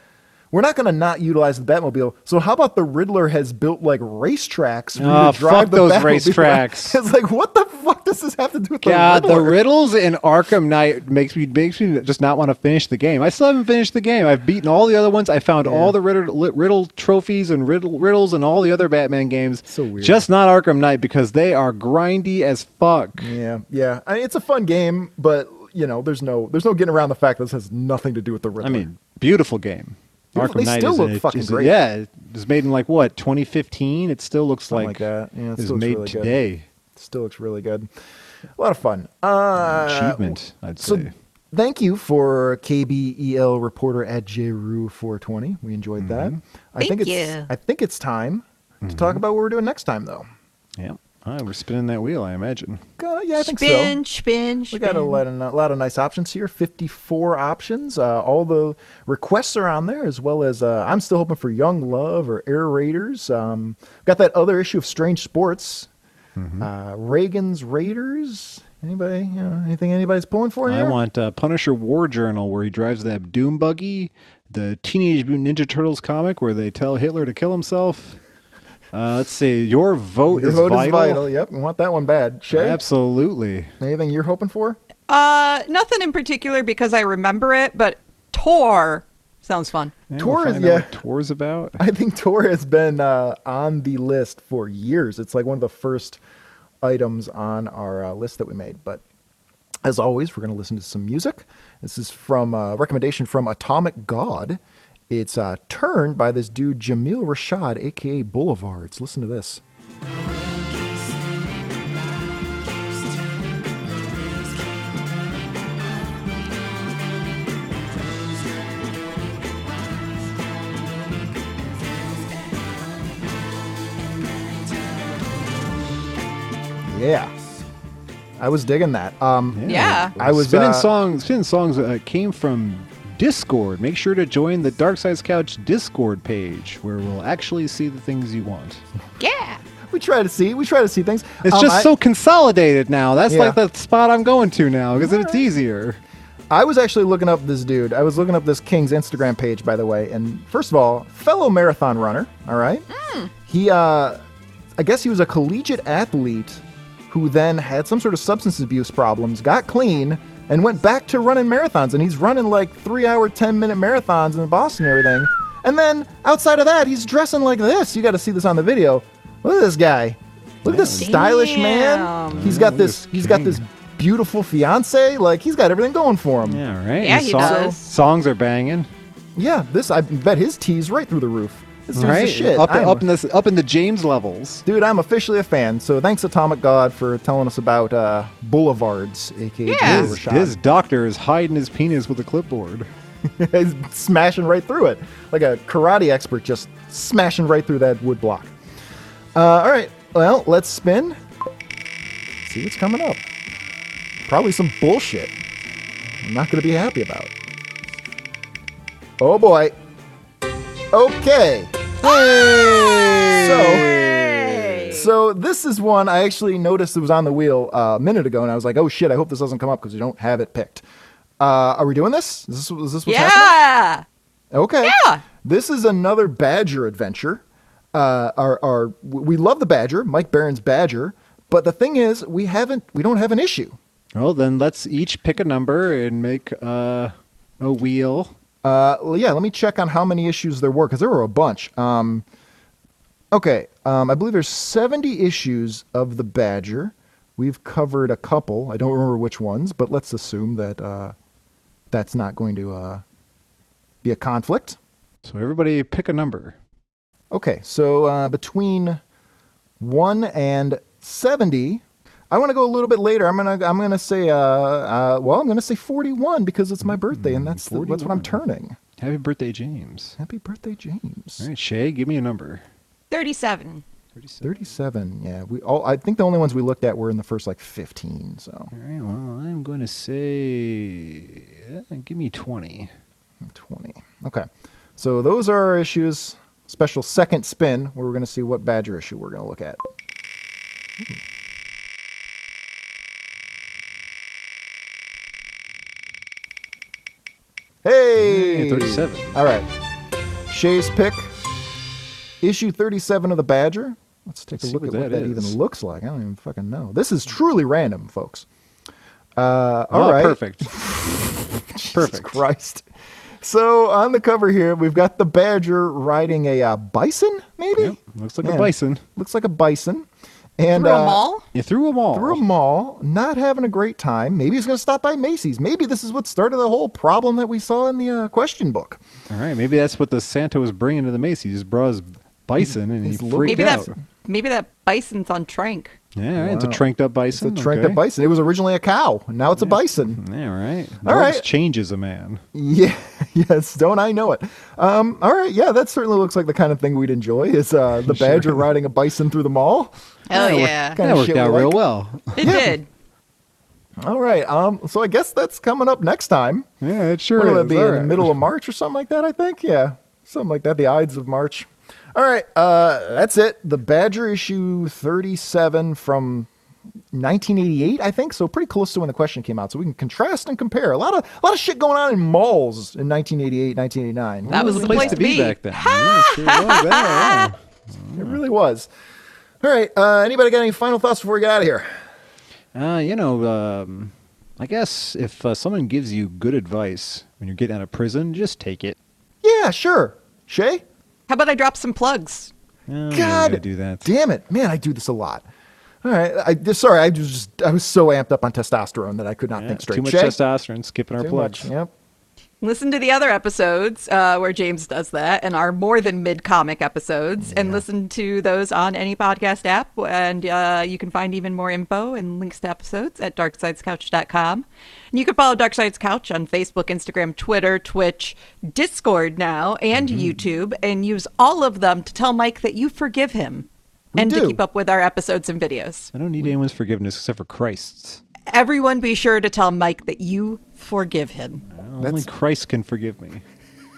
D: we're not going to not utilize the Batmobile. So how about the Riddler has built like racetracks for you
C: Ah,
D: to drive
C: fuck
D: the
C: those
D: Batmobile around?"
C: racetracks.
D: it's like, what the fuck does this have to do with
C: God,
D: the
C: the
D: Riddler?
C: riddles in Arkham Knight makes me makes me just not want to finish the game. I still haven't finished the game. I've beaten all the other ones. I found all the riddle, li- riddle trophies and riddle riddles and all the other Batman games.
D: So weird.
C: Just not Arkham Knight because they are grindy as fuck.
D: yeah, yeah. I mean, it's a fun game, but you know, there's no there's no getting around the fact that this has nothing to do with the Riddler.
C: I mean, beautiful game.
D: Beautiful. They still
C: is
D: look
C: a-
D: fucking
C: is a-
D: great.
C: Yeah, it was made in like what 2015. It still looks
D: Something
C: like,
D: like that.
C: it
D: Yeah, it still
C: was
D: looks
C: made
D: really good.
C: today.
D: Still looks really good. A lot of fun. Uh,
C: Achievement, I'd
D: So,
C: say.
D: thank you for KBEL reporter at JRU420. We enjoyed
C: Mm-hmm.
D: that. I think
E: Thank
D: it's
E: you.
D: I think it's time to talk about what we're doing next time, though.
C: Yeah, Ah, we're spinning that wheel. I imagine.
D: Uh, yeah, I think so.
E: spin, spin,
D: We
E: spin.
D: got a lot, of, a lot of nice options here. 54 options. Uh, all the requests are on there, as well as uh, I'm still hoping for Young Love or Air Raiders. Um, got that other issue of Strange Sports.
C: Mm-hmm.
D: Uh, Reagan's Raiders. Anybody? You know, anything anybody's pulling for
C: I
D: here?
C: want uh, Punisher War Journal, where he drives that Doom buggy, the Teenage Mutant Ninja Turtles comic, where they tell Hitler to kill himself. Uh, let's see. Your vote,
D: Your
C: is,
D: vote
C: vital.
D: is vital. Yep, we want that one bad. Shay,
C: Absolutely.
D: anything you're hoping for?
E: Uh, nothing in particular because I remember it, but Tor sounds fun.
C: Yeah,
D: Tor is-
C: find out
D: yeah.
C: what Tor's about.
D: I think Tor has been uh, on the list for years. It's like one of the first items on our uh, list that we made. But as uh, always, we're going to listen to some music. This is from a recommendation from Atomic God, It's uh, turned by this dude, Jamil Rashad, aka Boulevards. Listen to this. Yeah. I was digging that. Um,
E: Yeah.
D: I was,
C: spinning
D: uh,
C: songs. Spinning songs uh, came from Discord. Make sure to join the Dark Side's Couch Discord page, where we'll actually see the things you want.
E: Yeah.
D: We try to see. We try to see things.
C: It's
D: Um,
C: just
D: I-
C: so consolidated now. That's
D: Yeah.
C: like the spot I'm going to now because it's easier.
D: I was actually looking up this dude. I was looking up this King's Instagram page, by the way. And first of all, fellow marathon runner. All right. He, uh, I guess he was a collegiate athlete who then had some sort of substance abuse problems, got clean, and went back to running marathons. And he's running like three hour, 10 minute marathons in Boston and everything. And then outside of that, he's dressing like this. You got to see this on the video. Look at this guy. Look at this stylish man.
E: Damn.
D: He's got
C: Look at
D: this.
C: this
D: He's got
C: king.
D: this beautiful fiance. Like he's got everything going for him.
C: Yeah, right.
E: Yeah,
C: The
E: he
C: song-
E: does.
C: Songs are banging.
D: Yeah, this I bet his tees right through the roof. This dude's the
C: Right,
D: shit.
C: up,
D: I'm-
C: up in this, up in the James levels.
D: dude, I'm officially a fan. So thanks, Atomic God, for telling us about uh, boulevards, aka
E: Yeah.
D: Jamil
C: His,
D: Rashad.
C: his doctor is hiding his penis with a clipboard.
D: He's smashing right through it like a karate expert, just smashing right through that wood block. Uh, all right, well, let's spin. See what's coming up. Probably some bullshit. I'm not going to be happy about. Oh boy. Okay. So. So this is one I actually noticed it was on the wheel uh, a minute ago, and I was like, "Oh shit! I hope this doesn't come up because we don't have it picked." Uh, are we doing this? Is this, is this what's happening?
E: Yeah.
D: Okay.
E: Yeah.
D: This is another Badger adventure. Uh, our, our, we love the Badger, Mike Barron's Badger, but the thing is, we haven't, we don't have an issue.
C: Well, then let's each pick a number and make uh, a wheel.
D: Uh, well, yeah, let me check on how many issues there were because there were a bunch. Um, okay, um, I believe there's 70 issues of the Badger. We've covered a couple. I don't remember which ones, but let's assume that uh, that's not going to uh, be a conflict.
C: So everybody pick a number.
D: Okay, so uh, between one and seventy, I want to go a little bit later. I'm gonna I'm gonna say uh, uh well I'm gonna say forty one because it's my birthday and that's the, that's what I'm
C: 41.
D: turning.
C: Happy birthday, James.
D: Happy birthday, James.
C: All right, Shay, give me a number.
E: 37.
C: 37.
D: Thirty seven. Yeah, we all I think the only ones we looked at were in the first like fifteen. So
C: All right, well, I'm going to say, uh, give me 20.
D: twenty. Okay, so those are our issues. Special second spin where we're gonna see what Badger issue we're gonna look at. Hmm. Hey,
C: Hey, 37.
D: All right. Shay's pick. Issue 37 of The Badger. Let's take a
C: See
D: look
C: what
D: at what
C: that
D: that even
C: is.
D: looks like. I don't even fucking know. This is truly random, folks. Uh, all
C: Oh,
D: right.
C: Perfect.
D: Jesus
C: perfect.
D: Christ. So on the cover here, we've got the Badger riding a uh, bison, maybe?
C: Yep, looks like a
D: Man,
C: bison.
D: Looks like a bison. And
E: Through a
D: uh,
E: mall?
C: You threw them all.
D: through a mall, not having a great time. Maybe he's going to stop by Macy's. Maybe this is what started the whole problem that we saw in the uh, question book.
C: All right, maybe that's what the Santa was bringing to the Macy's. He just brought his bison and he
D: His little-
C: freaked
E: Maybe
C: out.
E: that, maybe that bison's on trank.
C: Yeah, all right, it's a
D: Wow.
C: tranked up bison.
D: It's a tranked
C: okay.
D: up bison. It was originally a cow. and Now it's a bison.
C: Yeah, right.
D: All
C: All right.
D: right.
C: changes a man.
D: Yeah. Yes. Don't I know it? Um, all right. Yeah. That certainly looks like the kind of thing we'd enjoy. Is uh, the badger riding a bison through the mall?
E: Oh,
D: we're
E: yeah.
D: kinda
C: that worked
D: shit we
C: out real
D: like.
C: well.
E: It did.
D: All right. Um, so I guess that's coming up next time.
C: Yeah, it sure
D: What will
C: is.
D: it be
C: All
D: in the
C: right.
D: middle of March or something like that? I think. Yeah. Something like that. The Ides of March. All right. Uh, that's it. The Badger issue 37 from 1988, I think. So pretty close to when the question came out. So we can contrast and compare. A lot of a lot of shit going on in malls in 1988, 1989.
E: That was
C: It
E: the place to be.
C: back then. Yeah, it sure was. Yeah, yeah.
D: It really was. All right. Uh, anybody got any final thoughts before we get out of here?
C: Uh, you know, um, I guess if uh, someone gives you good advice when you're getting out of prison, just take it.
D: Yeah, sure. Shay?
E: How about I drop some plugs?
C: No, you
D: God
C: gotta Oh, do that.
D: Damn it, man! I do this a lot. All right, I just sorry. I was just I was so amped up on testosterone that I could not
C: Yeah,
D: think straight.
C: too much
D: Shay?
C: testosterone, skipping our
D: Too
C: plugs.
D: much, Yep.
E: Listen to the other episodes uh, where James does that and our more than mid comic episodes, and listen to those on any podcast app. And uh, you can find even more info and links to episodes at darksidescouch.com. And you can follow Dark Sides Couch on Facebook, Instagram, Twitter, Twitch, Discord now, and
D: Mm-hmm.
E: YouTube, and use all of them to tell Mike that you forgive him
D: We
E: and to
D: do.
E: keep up with our episodes and videos.
C: I don't need anyone's forgiveness except for Christ's.
E: Everyone, be sure to tell Mike that you forgive him.
C: Only Christ can forgive me,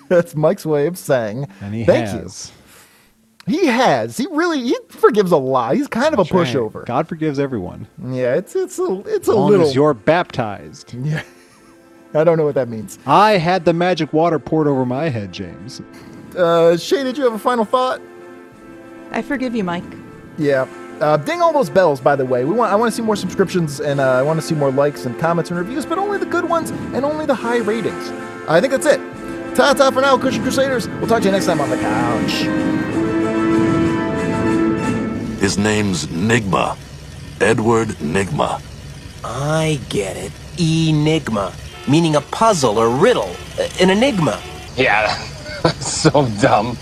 D: That's Mike's way of saying
C: and he
D: thank
C: has.
D: you. He has. He really he forgives a lot. He's kind of a
C: That's right.
D: pushover.
C: God forgives everyone.
D: Yeah, it's it's a it's a
C: As long
D: little.
C: as you're baptized.
D: yeah, I don't know what that means.
C: I had the magic water poured over my head, James.
D: Uh, Shay, did you have a final thought?
E: I forgive you, Mike.
D: Yeah. Uh, ding all those bells, by the way. We want I want to see more subscriptions and uh, I want to see more likes and comments and reviews, but only the good ones and only the high ratings. I think that's it. Ta ta for now, Christian Crusaders. We'll talk to you next time on the couch.
A: His name's Nigma. Edward Nigma.
G: I get it. Enigma, uh, meaning a puzzle or riddle, an enigma.
H: Yeah, so dumb.